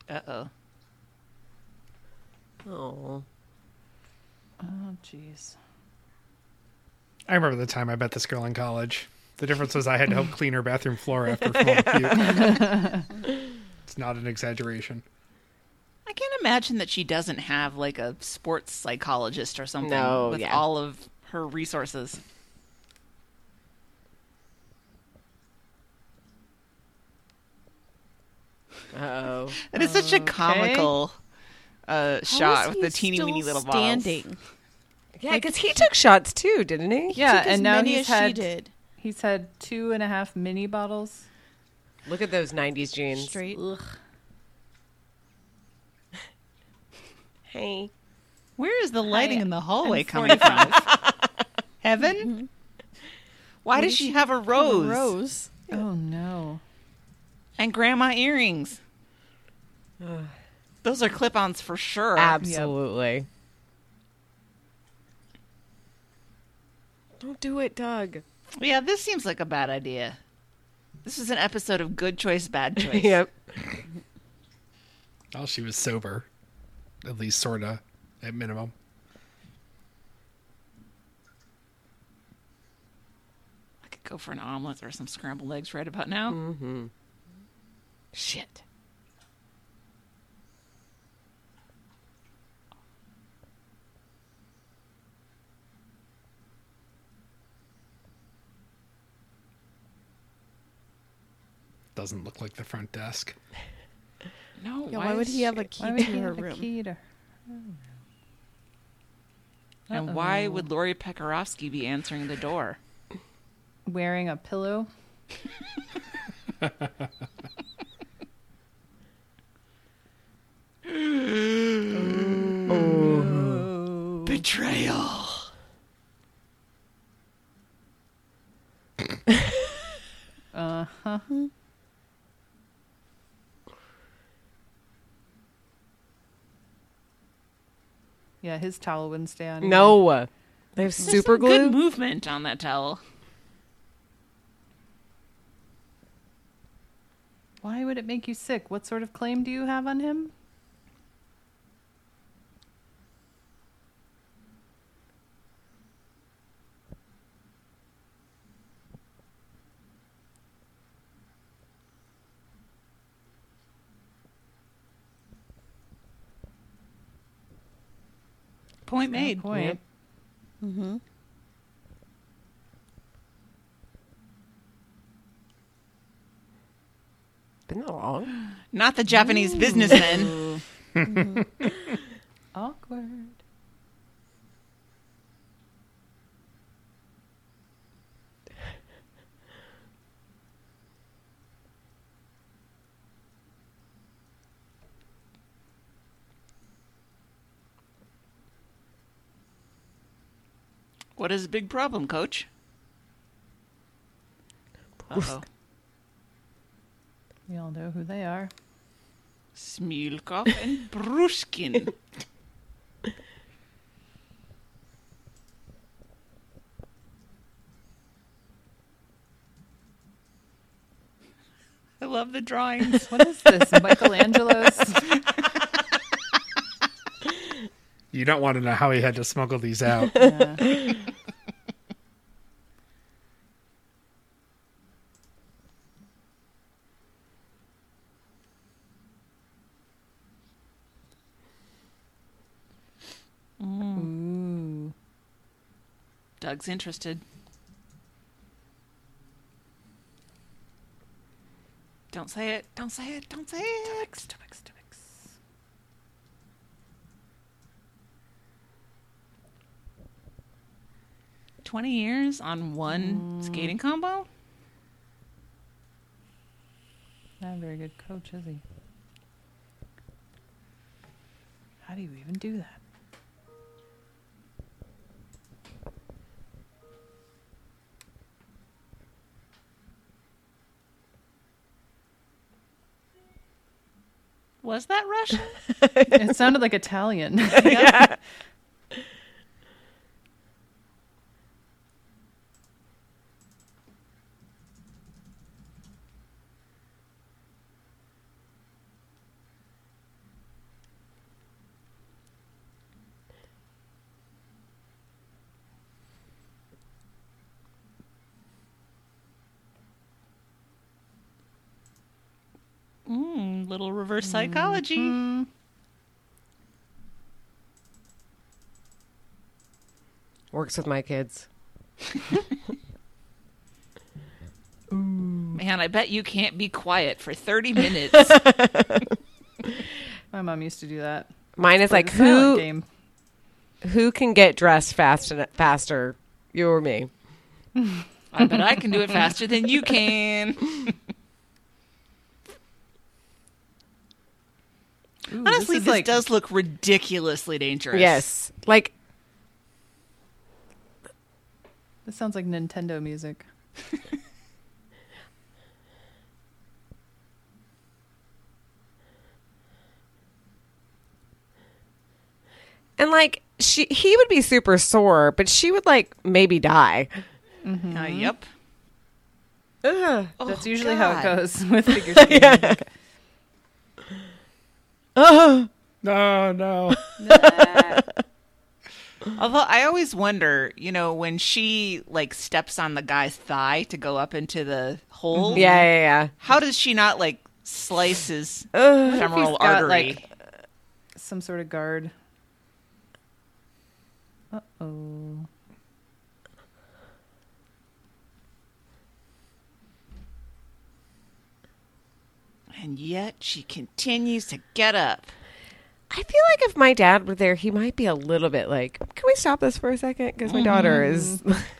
B: Uh oh.
D: Oh.
A: Oh, jeez.
C: I remember the time I met this girl in college. The difference was I had to help clean her bathroom floor after full puke. it's not an exaggeration.
B: I can't imagine that she doesn't have like a sports psychologist or something
D: No,
B: with
D: yeah.
B: all of her resources.
D: Uh oh.
B: That is such a comical uh,
E: How
B: shot with
E: is he
B: the teeny
E: still
B: weeny little balls.
E: standing.
D: Yeah, because he took shots too, didn't he?
A: Yeah,
E: Took as
A: and now
E: many
A: he's
E: as she
A: had
E: did
A: he's had two and a half mini bottles.
D: Look at those 90s jeans.
E: straight.
D: Hey.
B: Where is the lighting in the hallway
A: I'm
B: coming from? Heaven?
E: Mm-hmm.
B: Why does she have a rose?
E: Rose.
A: Oh no.
B: and grandma earrings? Those are clip-ons for sure.
D: Absolutely. Don't do it, Doug.
B: Yeah, this seems like a bad idea. This is an episode of Good Choice, Bad Choice.
D: yep.
C: Well, she was sober, at least sorta, at minimum.
B: I could go for an omelet or some scrambled eggs right about now. Mm-hmm. Shit.
C: Doesn't look like the front desk.
B: No.
E: Yeah, why, would
B: is
E: he have
B: she-
E: a key
A: Why
E: to
A: would he
E: her
A: have a
E: room?
A: key to her?
B: And why would Lori Pekarovsky be answering the door?
A: Wearing a pillow.
B: Betrayal.
A: Uh huh. Yeah, his towel wouldn't stay on. either.
D: No. They
B: There's
D: have super
B: some Good
D: glue.
B: movement on that towel.
A: Why would it make you sick? What sort of claim do you have on him?
B: Point
A: Fair
B: made.
A: Point.
G: Mm-hmm.
D: Been that long?
B: Not the Japanese businessmen.
A: Awkward.
B: What is the big problem, coach? Uh-oh.
A: We all know who they are.
B: Smilkov and Brushkin. I love the drawings.
A: What is this? Michelangelo's?
C: You don't want to know how he had to smuggle these out.
A: Yeah. Ooh.
B: Doug's interested. Don't say it. Don't say it. Don't say it.
A: Stomach, stomachs.
B: Twenty years on one skating combo.
A: Not a very good coach, is he? How do you even do that?
B: Was that Russian?
A: It sounded like Italian.
B: Mm, little reverse psychology.
D: Works with my kids.
B: Man, I bet you can't be quiet for 30 minutes.
A: My mom used to do that.
D: Mine is
A: Play
D: like
A: the silent
D: who
A: game.
D: who can get dressed fast and faster, you or me?
B: I bet I can do it faster than you can.
A: Ooh,
B: Honestly,
A: is
B: this, does look ridiculously dangerous. Uh,
D: Yes, like
A: This sounds like Nintendo music.
D: and like she he would be super sore, but she would like maybe die.
B: Uh, yep.
D: Ugh.
A: Mm-hmm. That's
B: Oh,
A: usually how
B: God.
A: it goes with figure skating.
C: no, no.
B: Although I always wonder, you know, when she like steps on the guy's thigh to go up into the hole,
D: Mm-hmm. Yeah, yeah,
B: how does she not like slice his
D: yeah. Ugh.
B: femoral
A: he's got,
B: artery?
A: like- Some sort of guard. Uh oh.
B: And yet she continues to get up.
D: I feel like if my dad were there, he might be a little bit like, "Can we stop this for a second? Because my daughter
B: Mm-hmm.
D: is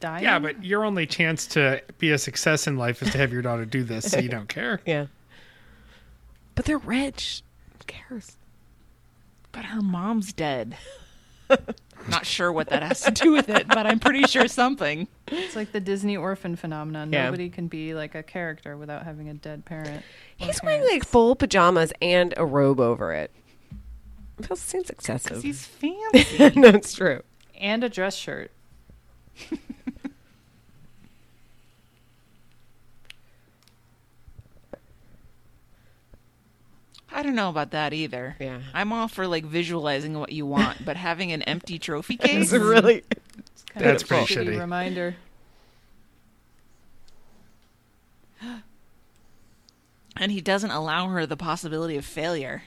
A: Dying?
C: Yeah, but your only chance to be a success in life is to have your daughter do this, so you don't care.
D: yeah." But they're rich. cares?
B: But her mom's dead. Not sure what that has to do with it, but I'm pretty sure something.
H: It's like the Disney orphan phenomenon.
B: Yeah.
H: Nobody can be like a character without having a dead parent. or
D: He's wearing
H: parents.
D: like full pajamas and a robe over it. Feels seems
B: Because
D: excessive.
B: he's fancy.
D: no, it's true.
H: and a dress shirt.
B: I don't know about that either.
D: Yeah.
B: I'm all for like visualizing what you want, but having an empty trophy case.
D: It's really
H: It's kind of
C: That's
H: a
C: pretty shitty.
H: Reminder.
B: And he doesn't allow her the possibility of failure.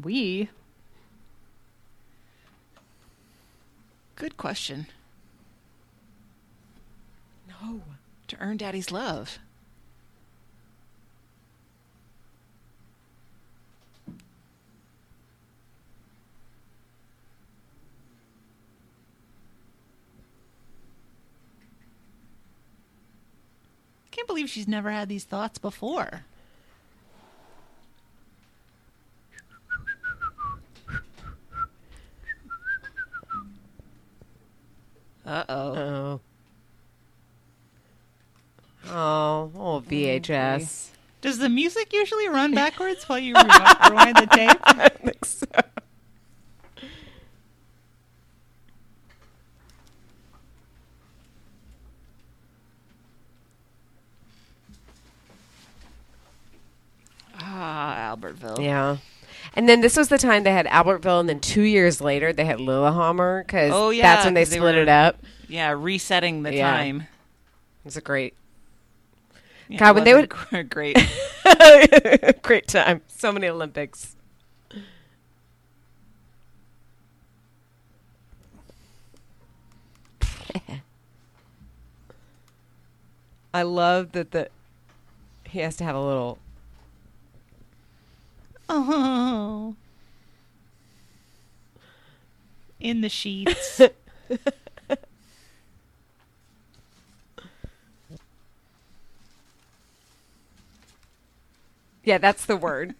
H: We
B: Good question. No. To earn daddy's love. Can't believe she's never had these thoughts before. Uh oh.
D: Oh. Oh, oh VHS.
B: Does the music usually run backwards while you rewind, rewind the tape?
D: I think so.
B: Ah, Albertville.
D: Yeah. And then this was the time they had Albertville, and then two years later they had Lillehammer because
B: Oh, yeah,
D: that's when they
B: 'cause they
D: split
B: were-
D: it up.
B: Yeah, resetting the
D: Yeah.
B: time.
D: It's a great,
B: Yeah,
D: God,
B: it
D: when they
B: was a gr- great.
D: great time. So many Olympics. I love that the he has to have a little
B: oh. In the sheets.
D: yeah. That's the word.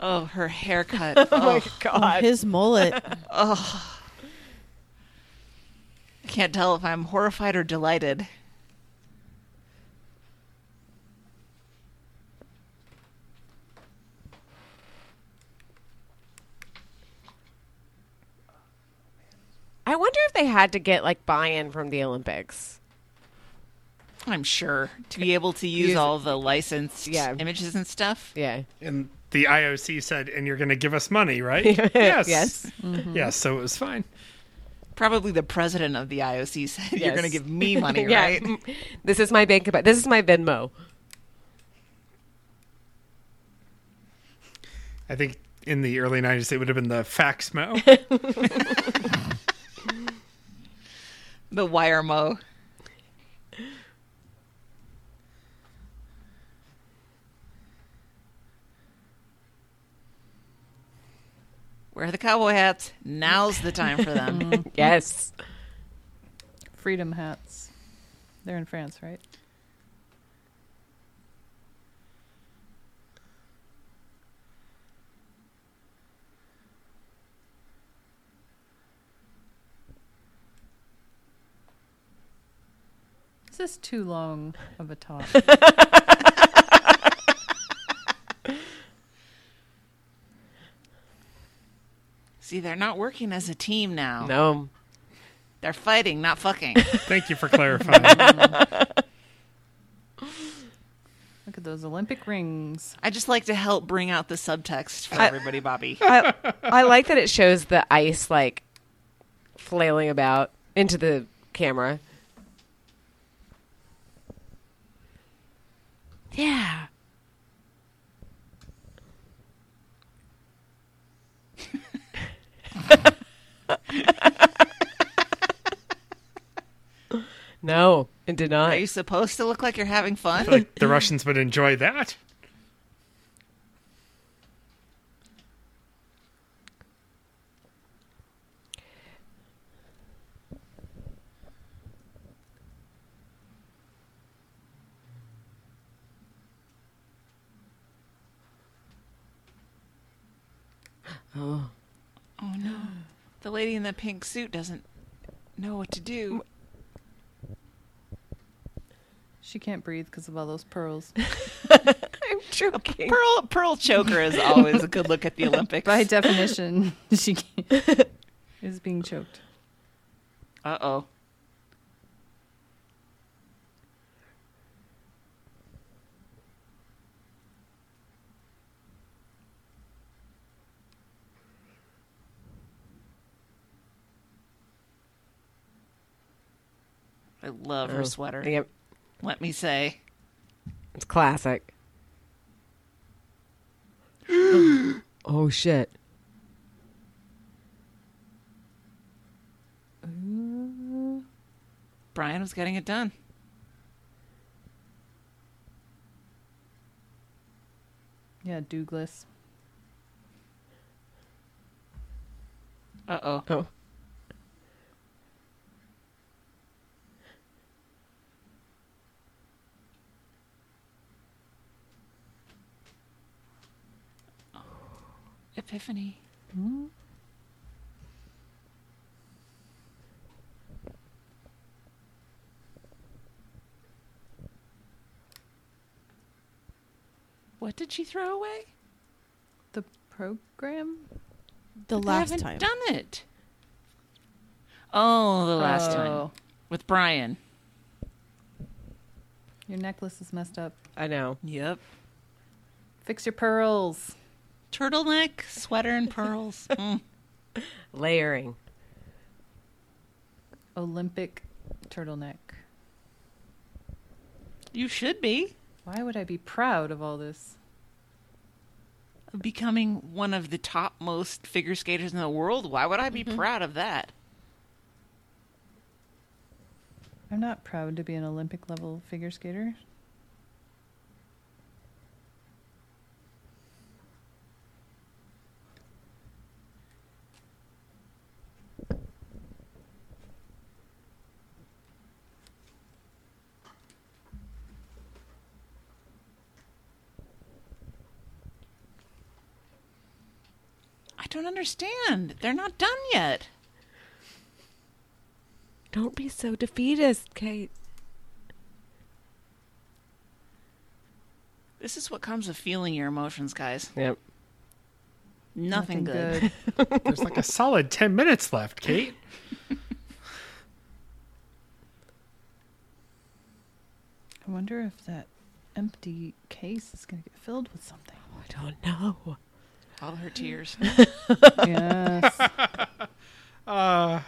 B: oh, her haircut. Oh,
E: Oh, his mullet.
B: I can't tell if I'm horrified or delighted.
D: I wonder if they had to get like buy-in from the Olympics.
B: I'm sure to be able to use,
D: Use-
B: all the licensed
D: Yeah.
B: images and stuff.
D: Yeah.
C: And the IOC said, and you're going to give us money, right? yes.
D: Yes.
C: Yes. So it was fine.
B: Probably the president of the IOC said, "You're
D: Yes.
B: going to give me money,
D: Yeah.
B: right?"
D: This is my bank. This is my Venmo.
C: I think in the early 90s, it would have been the Faxmo.
B: The wire mo. Wear the cowboy hats. Now's the time for them.
D: Yes.
H: freedom hats. They're in France, right? Is this too long of a talk?
B: See, they're not working as a team now.
D: No.
B: They're fighting, not fucking.
C: Thank you for clarifying.
H: Look at those Olympic rings.
B: I just like to help bring out the subtext for everybody, Bobby.
D: I, I like that it shows the ice like flailing about into the camera. Yeah. no, it did
B: Are
D: not.
B: you supposed to look like you're having fun?
C: like the Russians would enjoy that.
D: Oh.
B: Oh no. The lady in the pink suit doesn't know what to do.
A: She can't breathe because of all those pearls.
D: I'm joking.
B: Pearl Pearl Choker is always a good look at the Olympics.
A: By definition, she can't, is being choked.
B: Uh oh. I love her sweater.
D: Yep.
B: Let me say.
D: It's classic. oh shit.
B: Brian was getting it done.
A: Yeah, Douglas.
B: Uh oh.
D: Oh.
B: Epiphany. Hmm? What did she throw away?
A: The program?
E: The
B: They
E: last
B: haven't
E: time.
B: done it. Oh, the last time
A: Oh,
B: with Brian.
A: Your necklace is messed up.
D: I know.
B: Yep.
A: Fix your pearls.
B: Turtleneck, sweater, and pearls. Mm.
D: Layering.
A: Olympic turtleneck.
B: You should be
A: Why would I be proud of all this?
B: becoming one of the top most figure skaters in the world. Why would I be
E: Mm-hmm.
B: proud of that?
A: I'm not proud to be an Olympic level figure skater.
B: I don't understand. They're not done yet.
D: Don't be so defeatist, Kate.
B: This is what comes of feeling your emotions, guys.
D: Yep.
B: Nothing, good.
C: There's like a solid 10 minutes left, Kate.
A: I wonder if that empty case is going to get filled with something.
D: I don't know.
B: All her tears.
A: yes.
C: Uh,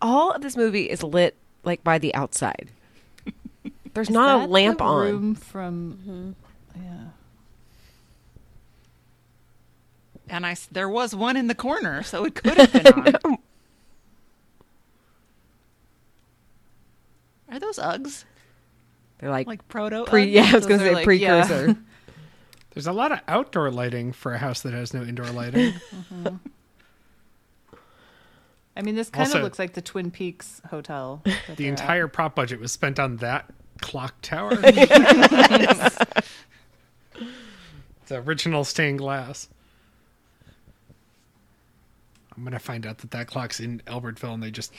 D: All of this movie is lit like by the outside. There's not a
A: That
D: lamp
A: the
D: on.
A: Room from.
B: Mm-hmm.
A: Yeah.
B: And I, s- there was one in the corner, so it could have been on. Are those Uggs?
D: They're like,
B: Like proto
D: pre.
B: Uggs?
D: Yeah, I was gonna
B: Those are
D: say
B: like- yeah.
D: precursor.
C: there's a lot of outdoor lighting for a house that has no indoor lighting.
A: I mean, this kind
C: Also-
A: of looks like the Twin Peaks Hotel. that
C: the
A: they're at.
C: entire prop budget was spent on that clock tower. the original stained glass. I'm going to find out that that clock's in Albertville and they just.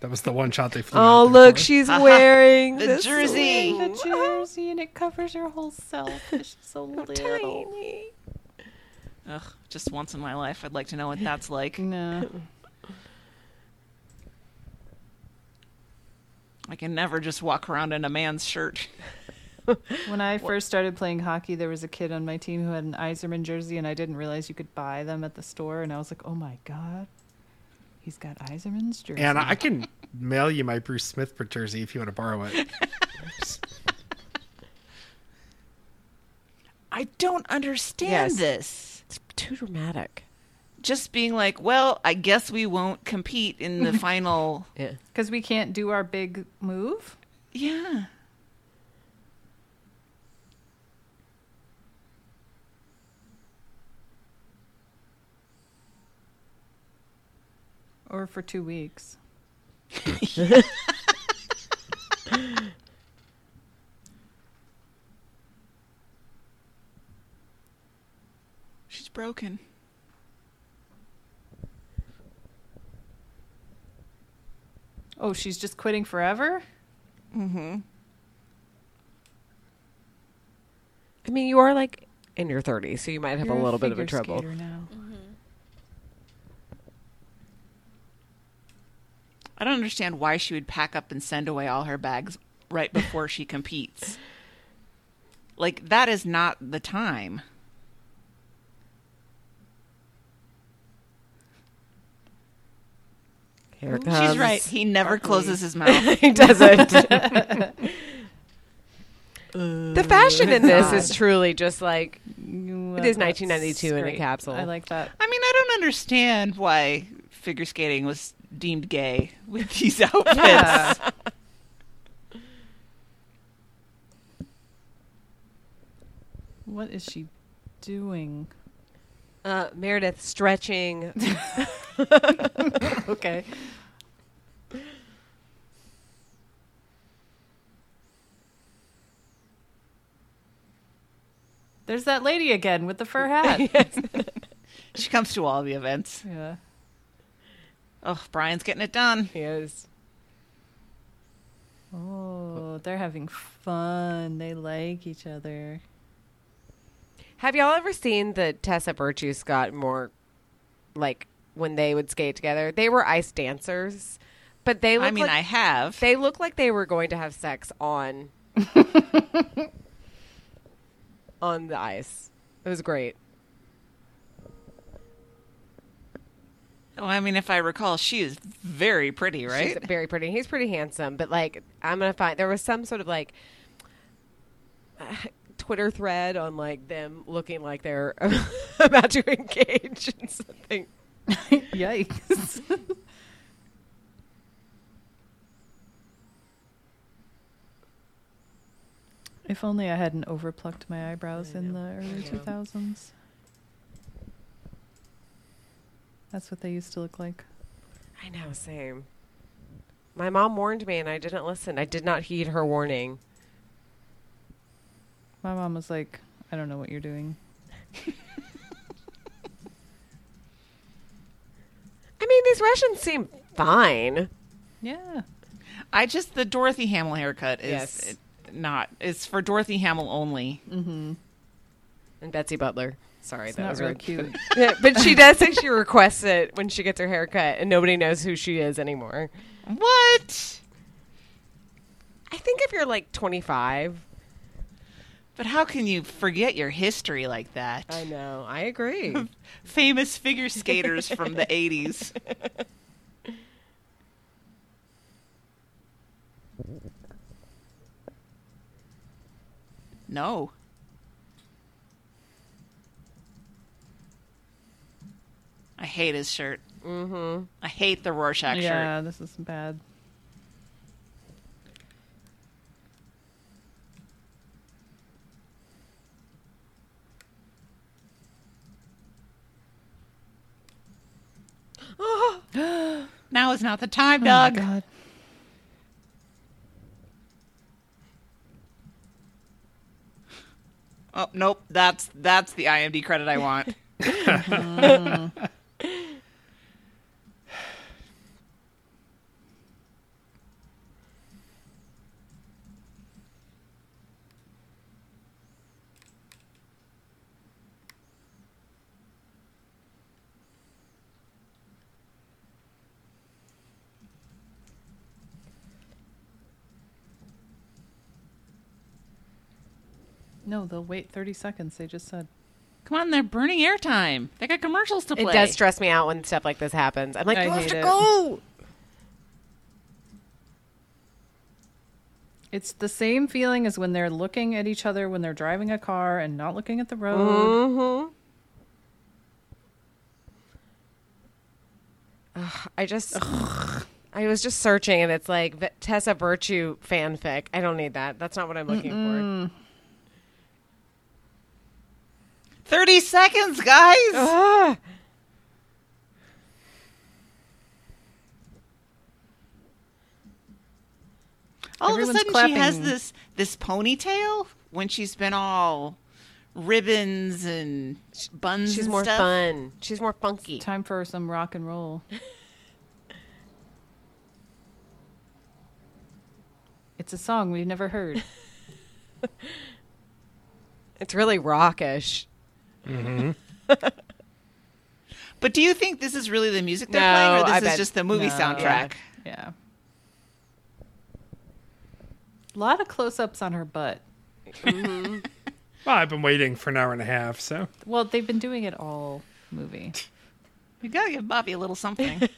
C: That was the one shot they flew.
D: Oh
C: out there
D: look,
C: for.
D: she's wearing
B: The
D: this
B: jersey.
A: the jersey and it covers your whole self. It's just so little.
D: Tiny.
B: Ugh, just once in my life. I'd like to know what that's like.
A: No.
B: I can never just walk around in a man's shirt.
A: When I first started playing hockey, there was a kid on my team who had an Iserman jersey, and I didn't realize you could buy them at the store. And I was like, "Oh my god, he's got Iserman's jersey."
C: And I can mail you my Bruce Smith jersey if you want to borrow it.
B: I don't understand
D: Yes.
B: this.
D: It's too dramatic.
B: Just being like, well, I guess we won't compete in the final.
D: Yeah.
A: because we can't do our big move.
B: Yeah.
A: Or for two weeks.
B: broken.
A: Oh, she's just quitting forever?
B: Mm-hmm.
D: I mean, you are like in your 30s, so you might have
A: You're
D: a little bit of a
A: figure
D: trouble.
A: skater now.
B: I don't understand why she would pack up and send away all her bags right before she competes. Like that is not the time.
D: Here it
B: She's right. He never closes his mouth.
D: he doesn't. the fashion in this is truly just like
A: You,
D: It
A: uh,
D: is
A: that's
D: 1992 in a
A: great.
D: capsule.
A: I like that.
B: I mean, I don't understand why figure skating was deemed gay with these outfits.
A: Yeah. what is she doing?
D: uh, Meredith stretching.
A: Okay. There's that lady again with the fur hat.
B: She comes to all the events.
A: yeah.
B: Oh, Brian's getting it done.
D: he is.
A: Oh, they're having fun. They like each other.
D: Have y'all ever seen the Tessa Virtue Scott Moore, like when they would skate together? They were ice dancers, but they look
B: I mean,
D: like
B: I have.
D: they look like they were going to have sex on on the ice. It was great.
B: Well, Oh, I mean, if I recall, she is very pretty, right?
D: She's very pretty. He's pretty handsome, but like I'm gonna find there was some sort of like Twitter thread on like them looking like they're about to engage in something.
A: Yikes. if only I hadn't overplucked my eyebrows in the early 2000s. That's what they used to look like.
D: I know, same. My mom warned me and I didn't listen. I did not heed her warning.
A: My mom was like, I don't know what you're doing.
D: I mean, these Russians seem fine.
A: Yeah.
B: I just the Dorothy Hamill haircut is
D: Yes.
B: it- not. It's for Dorothy Hamill only.
D: And Betsy Butler. Sorry,
A: It's
D: that
A: not
D: was
A: real
D: really
A: cute.
D: Yeah, but she does say she requests it when she gets her hair cut and nobody knows who she is anymore.
B: What?
D: I think if you're like 25,
B: But how can you forget your history like that?
D: I know. I agree.
B: Famous figure skaters from the eighties. No. I hate his shirt. Mm-hmm. I hate the Rorschach shirt.
A: yeah, this is bad.
B: Now is not the time,
A: Oh my
B: Doug.
A: God.
B: Oh, nope. That's that's the IMD credit I want.
A: No, they'll wait 30 seconds. They just said,
B: Come on, they're burning airtime. They got commercials to play.
D: It does stress me out when stuff like this happens. I'm like,
A: I
D: you have
A: hate
D: to
A: it.
D: go.
A: It's the same feeling as when they're looking at each other when they're driving a car and not looking at the road.
D: I just, I was just searching, and it's like V- Tessa Virtue fanfic. I don't need that. That's not what I'm looking for.
B: Thirty seconds, guys.
D: Ah.
B: All of a
A: Everyone's
B: sudden, she has
A: clapping.
B: this this ponytail when she's been all ribbons and sh- buns.
D: She's
B: and
D: more
B: stuff.
D: fun. She's more funky.
A: Time for some rock and roll. it's a song we've never heard.
D: It's really rockish.
B: But do you think this is really the music they're
D: No,
B: playing, or this
D: I
B: is
D: bet-
B: just the movie
A: No.
B: soundtrack?
A: Yeah. A lot of close ups on her butt.
C: Well, I've been waiting for an hour and a half, so
A: Well, they've been doing it all movie.
B: You gotta give Bobby a little something.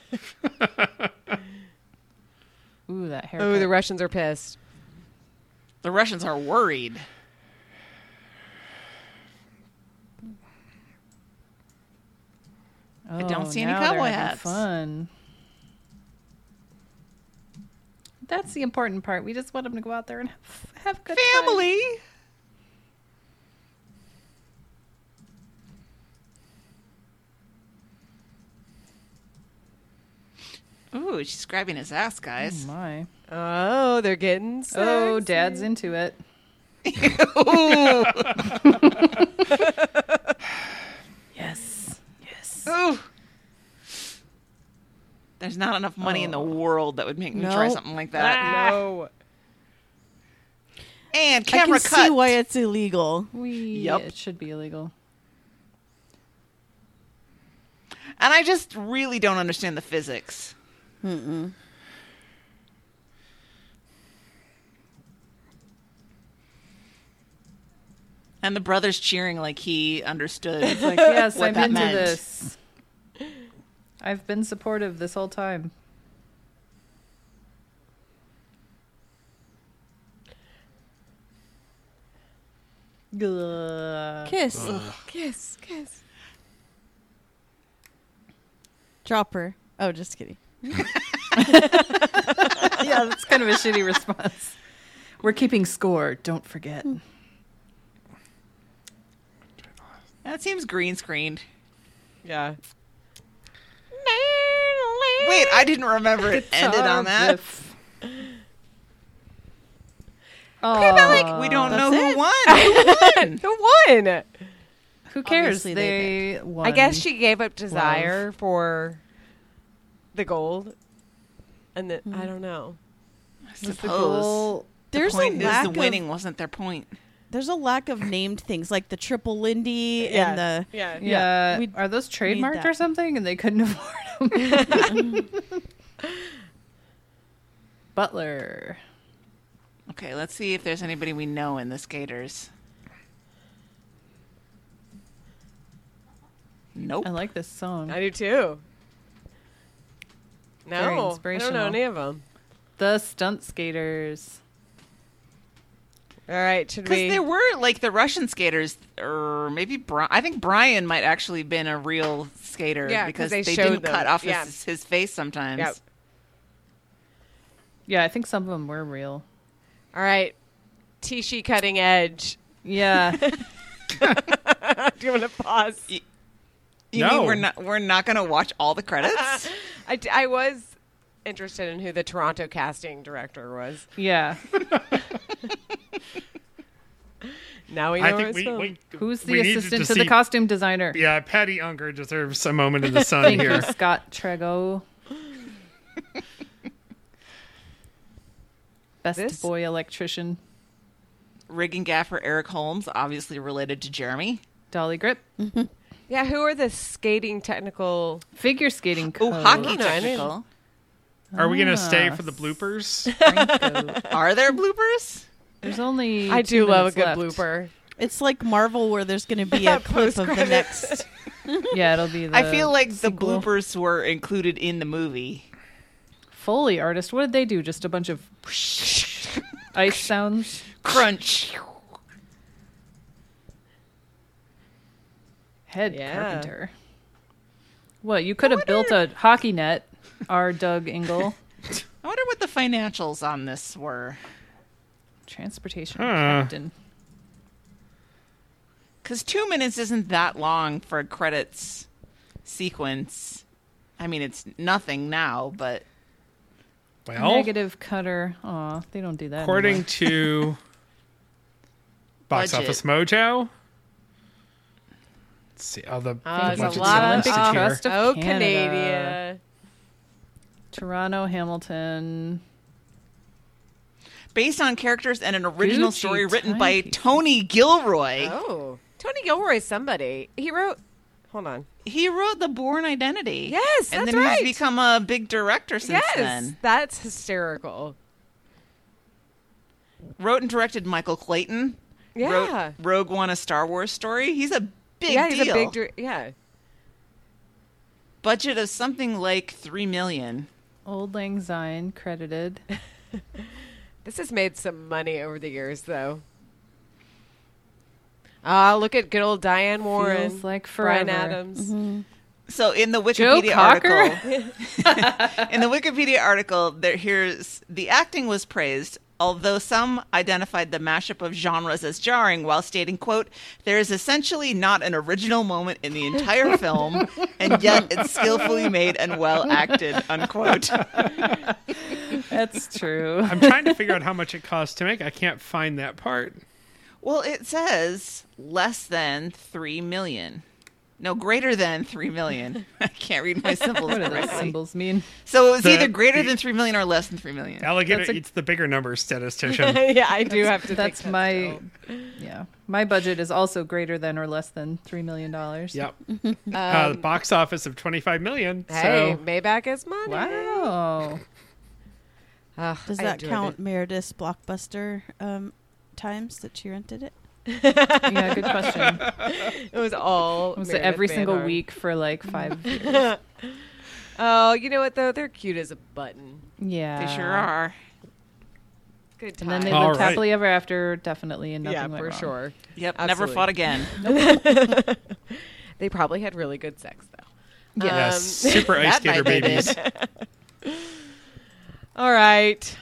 A: Ooh, that hair.
D: Oh, the Russians are pissed.
B: the Russians are worried. I
A: Oh,
B: don't see any cowboy hats.
A: Fun. That's the important part. We just want them to go out there and have, have a good time.
B: Family. Ooh, she's grabbing his ass, guys.
A: Oh my.
D: Oh, they're getting. Sexy.
A: Oh, dad's into it. yes. Yes.
B: Ooh. There's not enough money in the world that would make me try
E: No.
B: something like that.
D: no.
B: And
E: I
B: camera
E: can
B: cut.
E: see why it's illegal.
A: We,
B: Yup.
A: It should be illegal.
B: and I just really don't understand the physics. Mm-mm. And the brother's cheering like he understood.
A: Like, yes,
B: What
A: I'm
B: that
A: into
B: meant.
A: this. I've been supportive this whole time. Gah.
E: Kiss.
D: Kiss, kiss.
E: Drop her. Oh, just kidding.
A: yeah, that's kind of a shitty response. Hmm. We're keeping score. Don't forget.
B: that seems green screened.
D: Yeah.
B: Wait, I didn't remember it ended on that.
A: Oh,
B: we don't know
E: That's
B: who
E: it.
B: won.
D: Who won?
A: who cares?
E: Obviously they
A: They, won.
D: I guess she gave up desire for the gold, and then I don't know.
A: was the
B: Suppose.
A: goal.
E: There's
B: the point
E: a
B: is
E: lack
B: the
E: of
B: winning wasn't their point.
E: there's a lack of named things like the triple Lindy and the
D: yeah.
A: Yeah,
E: we
A: are those
E: need
A: trademarked
E: that.
A: or something? And they couldn't afford them. Butler.
B: Okay, let's see if there's anybody we know in the skaters. Nope.
A: I like this song.
D: I do too. No,
A: Very
D: I don't know
A: inspirational.
D: any of them.
A: the stunt skaters.
D: All right, should
B: Because
D: we?
B: there were like the Russian skaters, or maybe Bri- I think Brian might actually been a real skater.
D: Yeah, 'cause
B: because
D: they showed
B: didn't
D: them.
B: cut off
D: Yeah.
B: his, his face sometimes.
D: Yep.
A: Yeah, I think some of them were real.
D: All right, Tishy cutting edge.
A: Yeah,
D: do you want to pause?
B: You
C: No.
B: mean we're not we're not gonna watch all the credits?
D: I, d- I was interested in who the Toronto casting director was.
A: yeah.
D: Now we know
C: I
D: where
C: think
D: it's
C: we,
D: from.
C: we
A: Who's the
C: we needed
A: assistant to,
C: see,
A: the costume designer?
C: Yeah, Patty Unger deserves a moment in the sun
A: Thank you,
C: here.
A: Scott Trego. Best
D: This-
A: boy electrician,
B: Rig and Gaffer Eric Holmes, obviously related to Jeremy.
A: Dolly Grip,
D: Yeah, who are the skating technical?
A: figure skating coach.
B: Oh, hockey
D: no, I didn't.
B: technical.
C: Are we gonna stay
A: Ah,
C: for the bloopers?
A: Franco.
B: Are there bloopers?
A: There's only
D: I
A: two
D: do love a
A: minutes
D: good
A: left.
D: blooper.
E: it's like Marvel where there's going to be a clip of the
D: Post-credit.
E: next.
A: Yeah, it'll be. The
B: I feel like
A: sequel.
B: the bloopers were included in the movie.
A: Foley artist. What did they do? Just a bunch of ice sounds.
B: Crunch.
A: Head
D: Yeah.
A: carpenter. What you could have built a hockey net. Our Doug Engel
B: I wonder what the financials on this were.
A: transportation
C: Huh.
A: captain.
B: Because two minutes isn't that long for a credits sequence. I mean, it's nothing now, but
C: Well,
A: Negative cutter. Aw, they don't do that.
C: according
A: anymore.
C: to Box
B: Budget.
C: Office Mojo, Let's see. Oh, the
D: Uh,
C: bunch
D: there's a
C: of
D: lot of-
C: Olympics
D: uh,
C: here.
A: trust of
D: oh,
A: Canada.
D: Canada.
H: Toronto, Hamilton.
B: Based on characters and an original
H: Gucci
B: story written by
H: timepieces.
B: Tony Gilroy.
D: Oh, Tony Gilroy's somebody. He wrote. Hold on.
B: He wrote The Born Identity.
D: Yes,
B: and
D: that's
B: then
D: right.
B: he's become a big director since
D: yes,
B: then.
D: that's hysterical.
B: Wrote and directed Michael Clayton. Wrote
D: Yeah.
B: Rogue One, a Star Wars story. He's a big
D: yeah,
B: deal.
D: he's a big. dir- yeah.
B: Budget of something like three million.
H: Old Lang Syne credited.
D: This has made some money over the years, though. Ah, look at good old Diane Warren.
H: Feels like
D: Brian
H: forever.
D: Adams.
B: So in the
H: Joe
B: Wikipedia
H: Cocker?
B: article, in the Wikipedia article, there here's the acting was praised, although some identified the mashup of genres as jarring, while stating, "quote There is essentially not an original moment in the entire film, and yet it's skillfully made and well acted." Unquote.
H: That's true.
C: I'm trying to figure out how much it costs to make. I can't find that part.
B: Well, it says less than three million. No, greater than three million. I can't read my symbols
H: What do those
B: correctly.
H: symbols mean?
B: So it was
C: The-
B: either greater than three million or less than three million.
C: Alligator
H: That's a-
C: eats the bigger number statistician.
D: yeah, I do have to. think
H: Mm-hmm. That's my, yeah. My budget is also greater than or less than three million dollars.
C: yep. uh, the box office of 25 million.
D: Um, Hey,
C: Uh,
D: um,
C: So
D: Maybach is money.
H: Wow.
D: Ugh,
E: Does
D: I
E: that
D: enjoyed
E: count
D: it.
E: Meredith's blockbuster um, times that she rented it?
H: Yeah. Good question.
D: It was all.
H: Was it
D: Meredith
H: every
D: Van
H: single
D: Arn.
H: week for like
D: Mm-hmm.
H: five?
D: Oh, you know what though? They're cute as a button.
H: Yeah.
B: They sure are.
D: Good time.
H: And then they
C: All
H: lived
C: right.
H: happily ever after, definitely, and nothing
D: Oh, yeah,
H: went
D: for
H: wrong.
D: sure.
B: Yep, never
D: Absolutely.
B: fought again.
D: They probably had really good sex though.
C: yes,
D: Um,
C: super ice
B: that might
C: skater
B: be it.
C: babies.
D: Um, all right.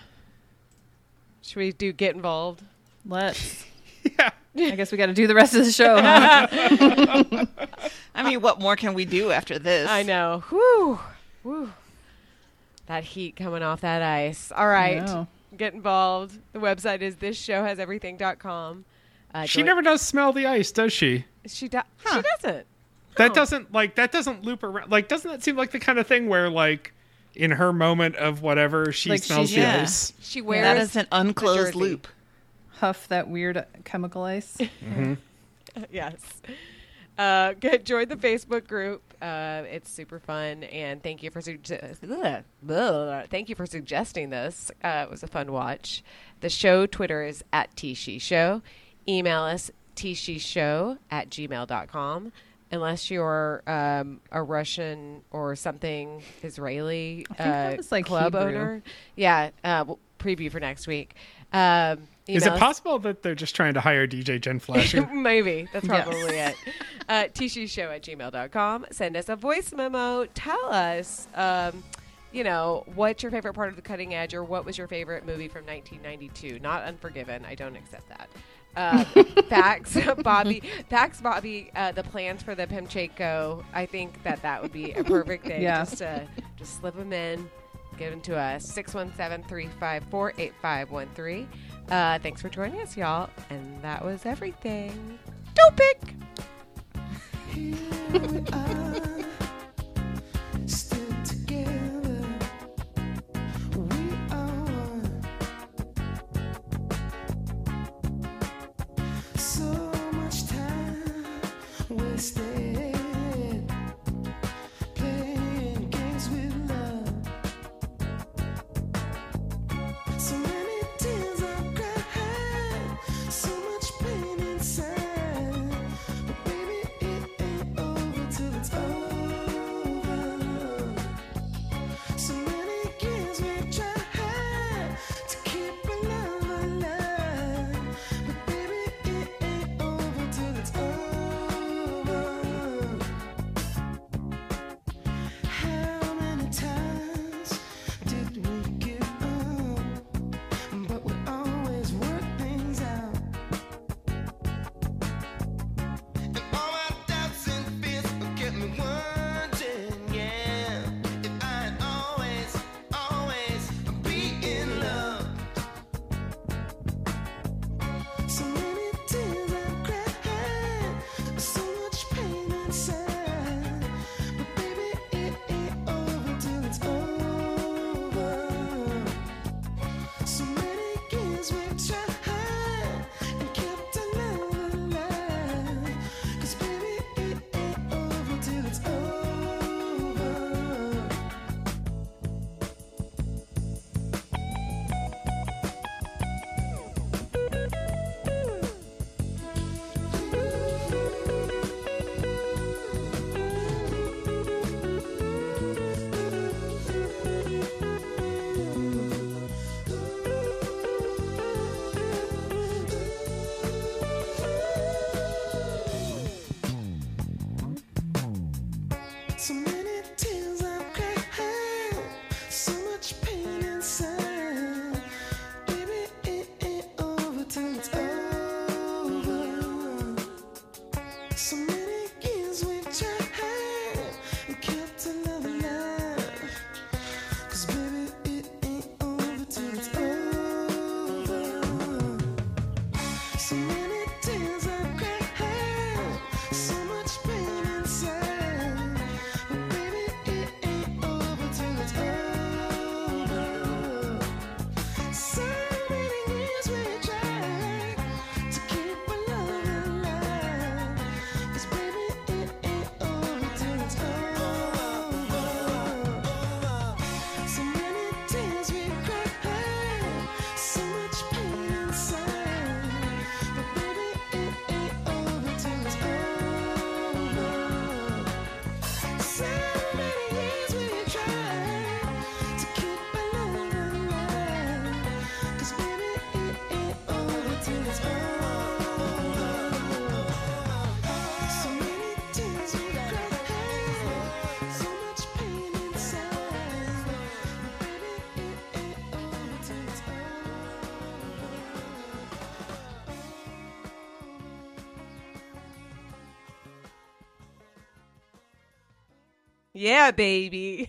D: Should we do get involved?
H: Let's.
C: yeah.
H: I guess we got to do the rest of the show. huh?
B: I mean, what more can we do after this?
D: I know. Whew. Whew. That heat coming off that ice. All right.
H: know.
D: Get involved. The website is thisshowhaseverything.com. Uh,
C: She
D: join-
C: never does smell the ice, does she?
D: She, do-
B: Huh.
D: she doesn't.
C: That doesn't like that doesn't loop around. Like doesn't that seem like the kind of thing where like in her moment of whatever she
H: Like,
C: smells
B: she's-
C: the
B: yeah.
C: ice.
D: She wears.
B: That is an unclosed
D: jersey?
B: loop.
H: Huff that weird chemical ice.
D: yes. Uh, get, join the Facebook group. Uh, it's super fun, and thank you for sugge- Ugh. thank you for suggesting this. Uh, it was a fun watch. The show Twitter is at Tishy Show. Email us Show at gmail.com. Unless you're um, a Russian or something Israeli
H: think that
D: uh,
H: was, like,
D: club
H: Hebrew.
D: owner, yeah. Uh, we'll preview for next week. Um,
C: Is it
D: email us-
C: possible that they're just trying to hire DJ Jen Flasher?
D: Maybe. That's
H: Yes.
D: probably it. Uh, show at gmail.com. Send us a voice memo. Tell us, um, you know, what's your favorite part of The Cutting Edge or what was your favorite movie from 1992? Not Unforgiven. I don't accept that. Uh, fax Bobby, fax Bobby, uh, the plans for the Pimcheco. I think that that would be a perfect thing.
H: Yeah.
D: Just to just slip them in, give them to us. 617 354 8513. Uh, Thanks for joining us, y'all. And that was everything. Don't pick!
I: Still together, we are one. So much time wasted playing games with love. So many tears I've cried, so much pain inside. But baby, it ain't over till it's over. tears we cried, so much pain inside. But baby, it ain't over till it's over. So many years we tried to keep our love alive, 'cause baby, it ain't over till it's over. So many tears we cried, so much pain inside. But baby, it ain't over till it's over.
D: Yeah, baby.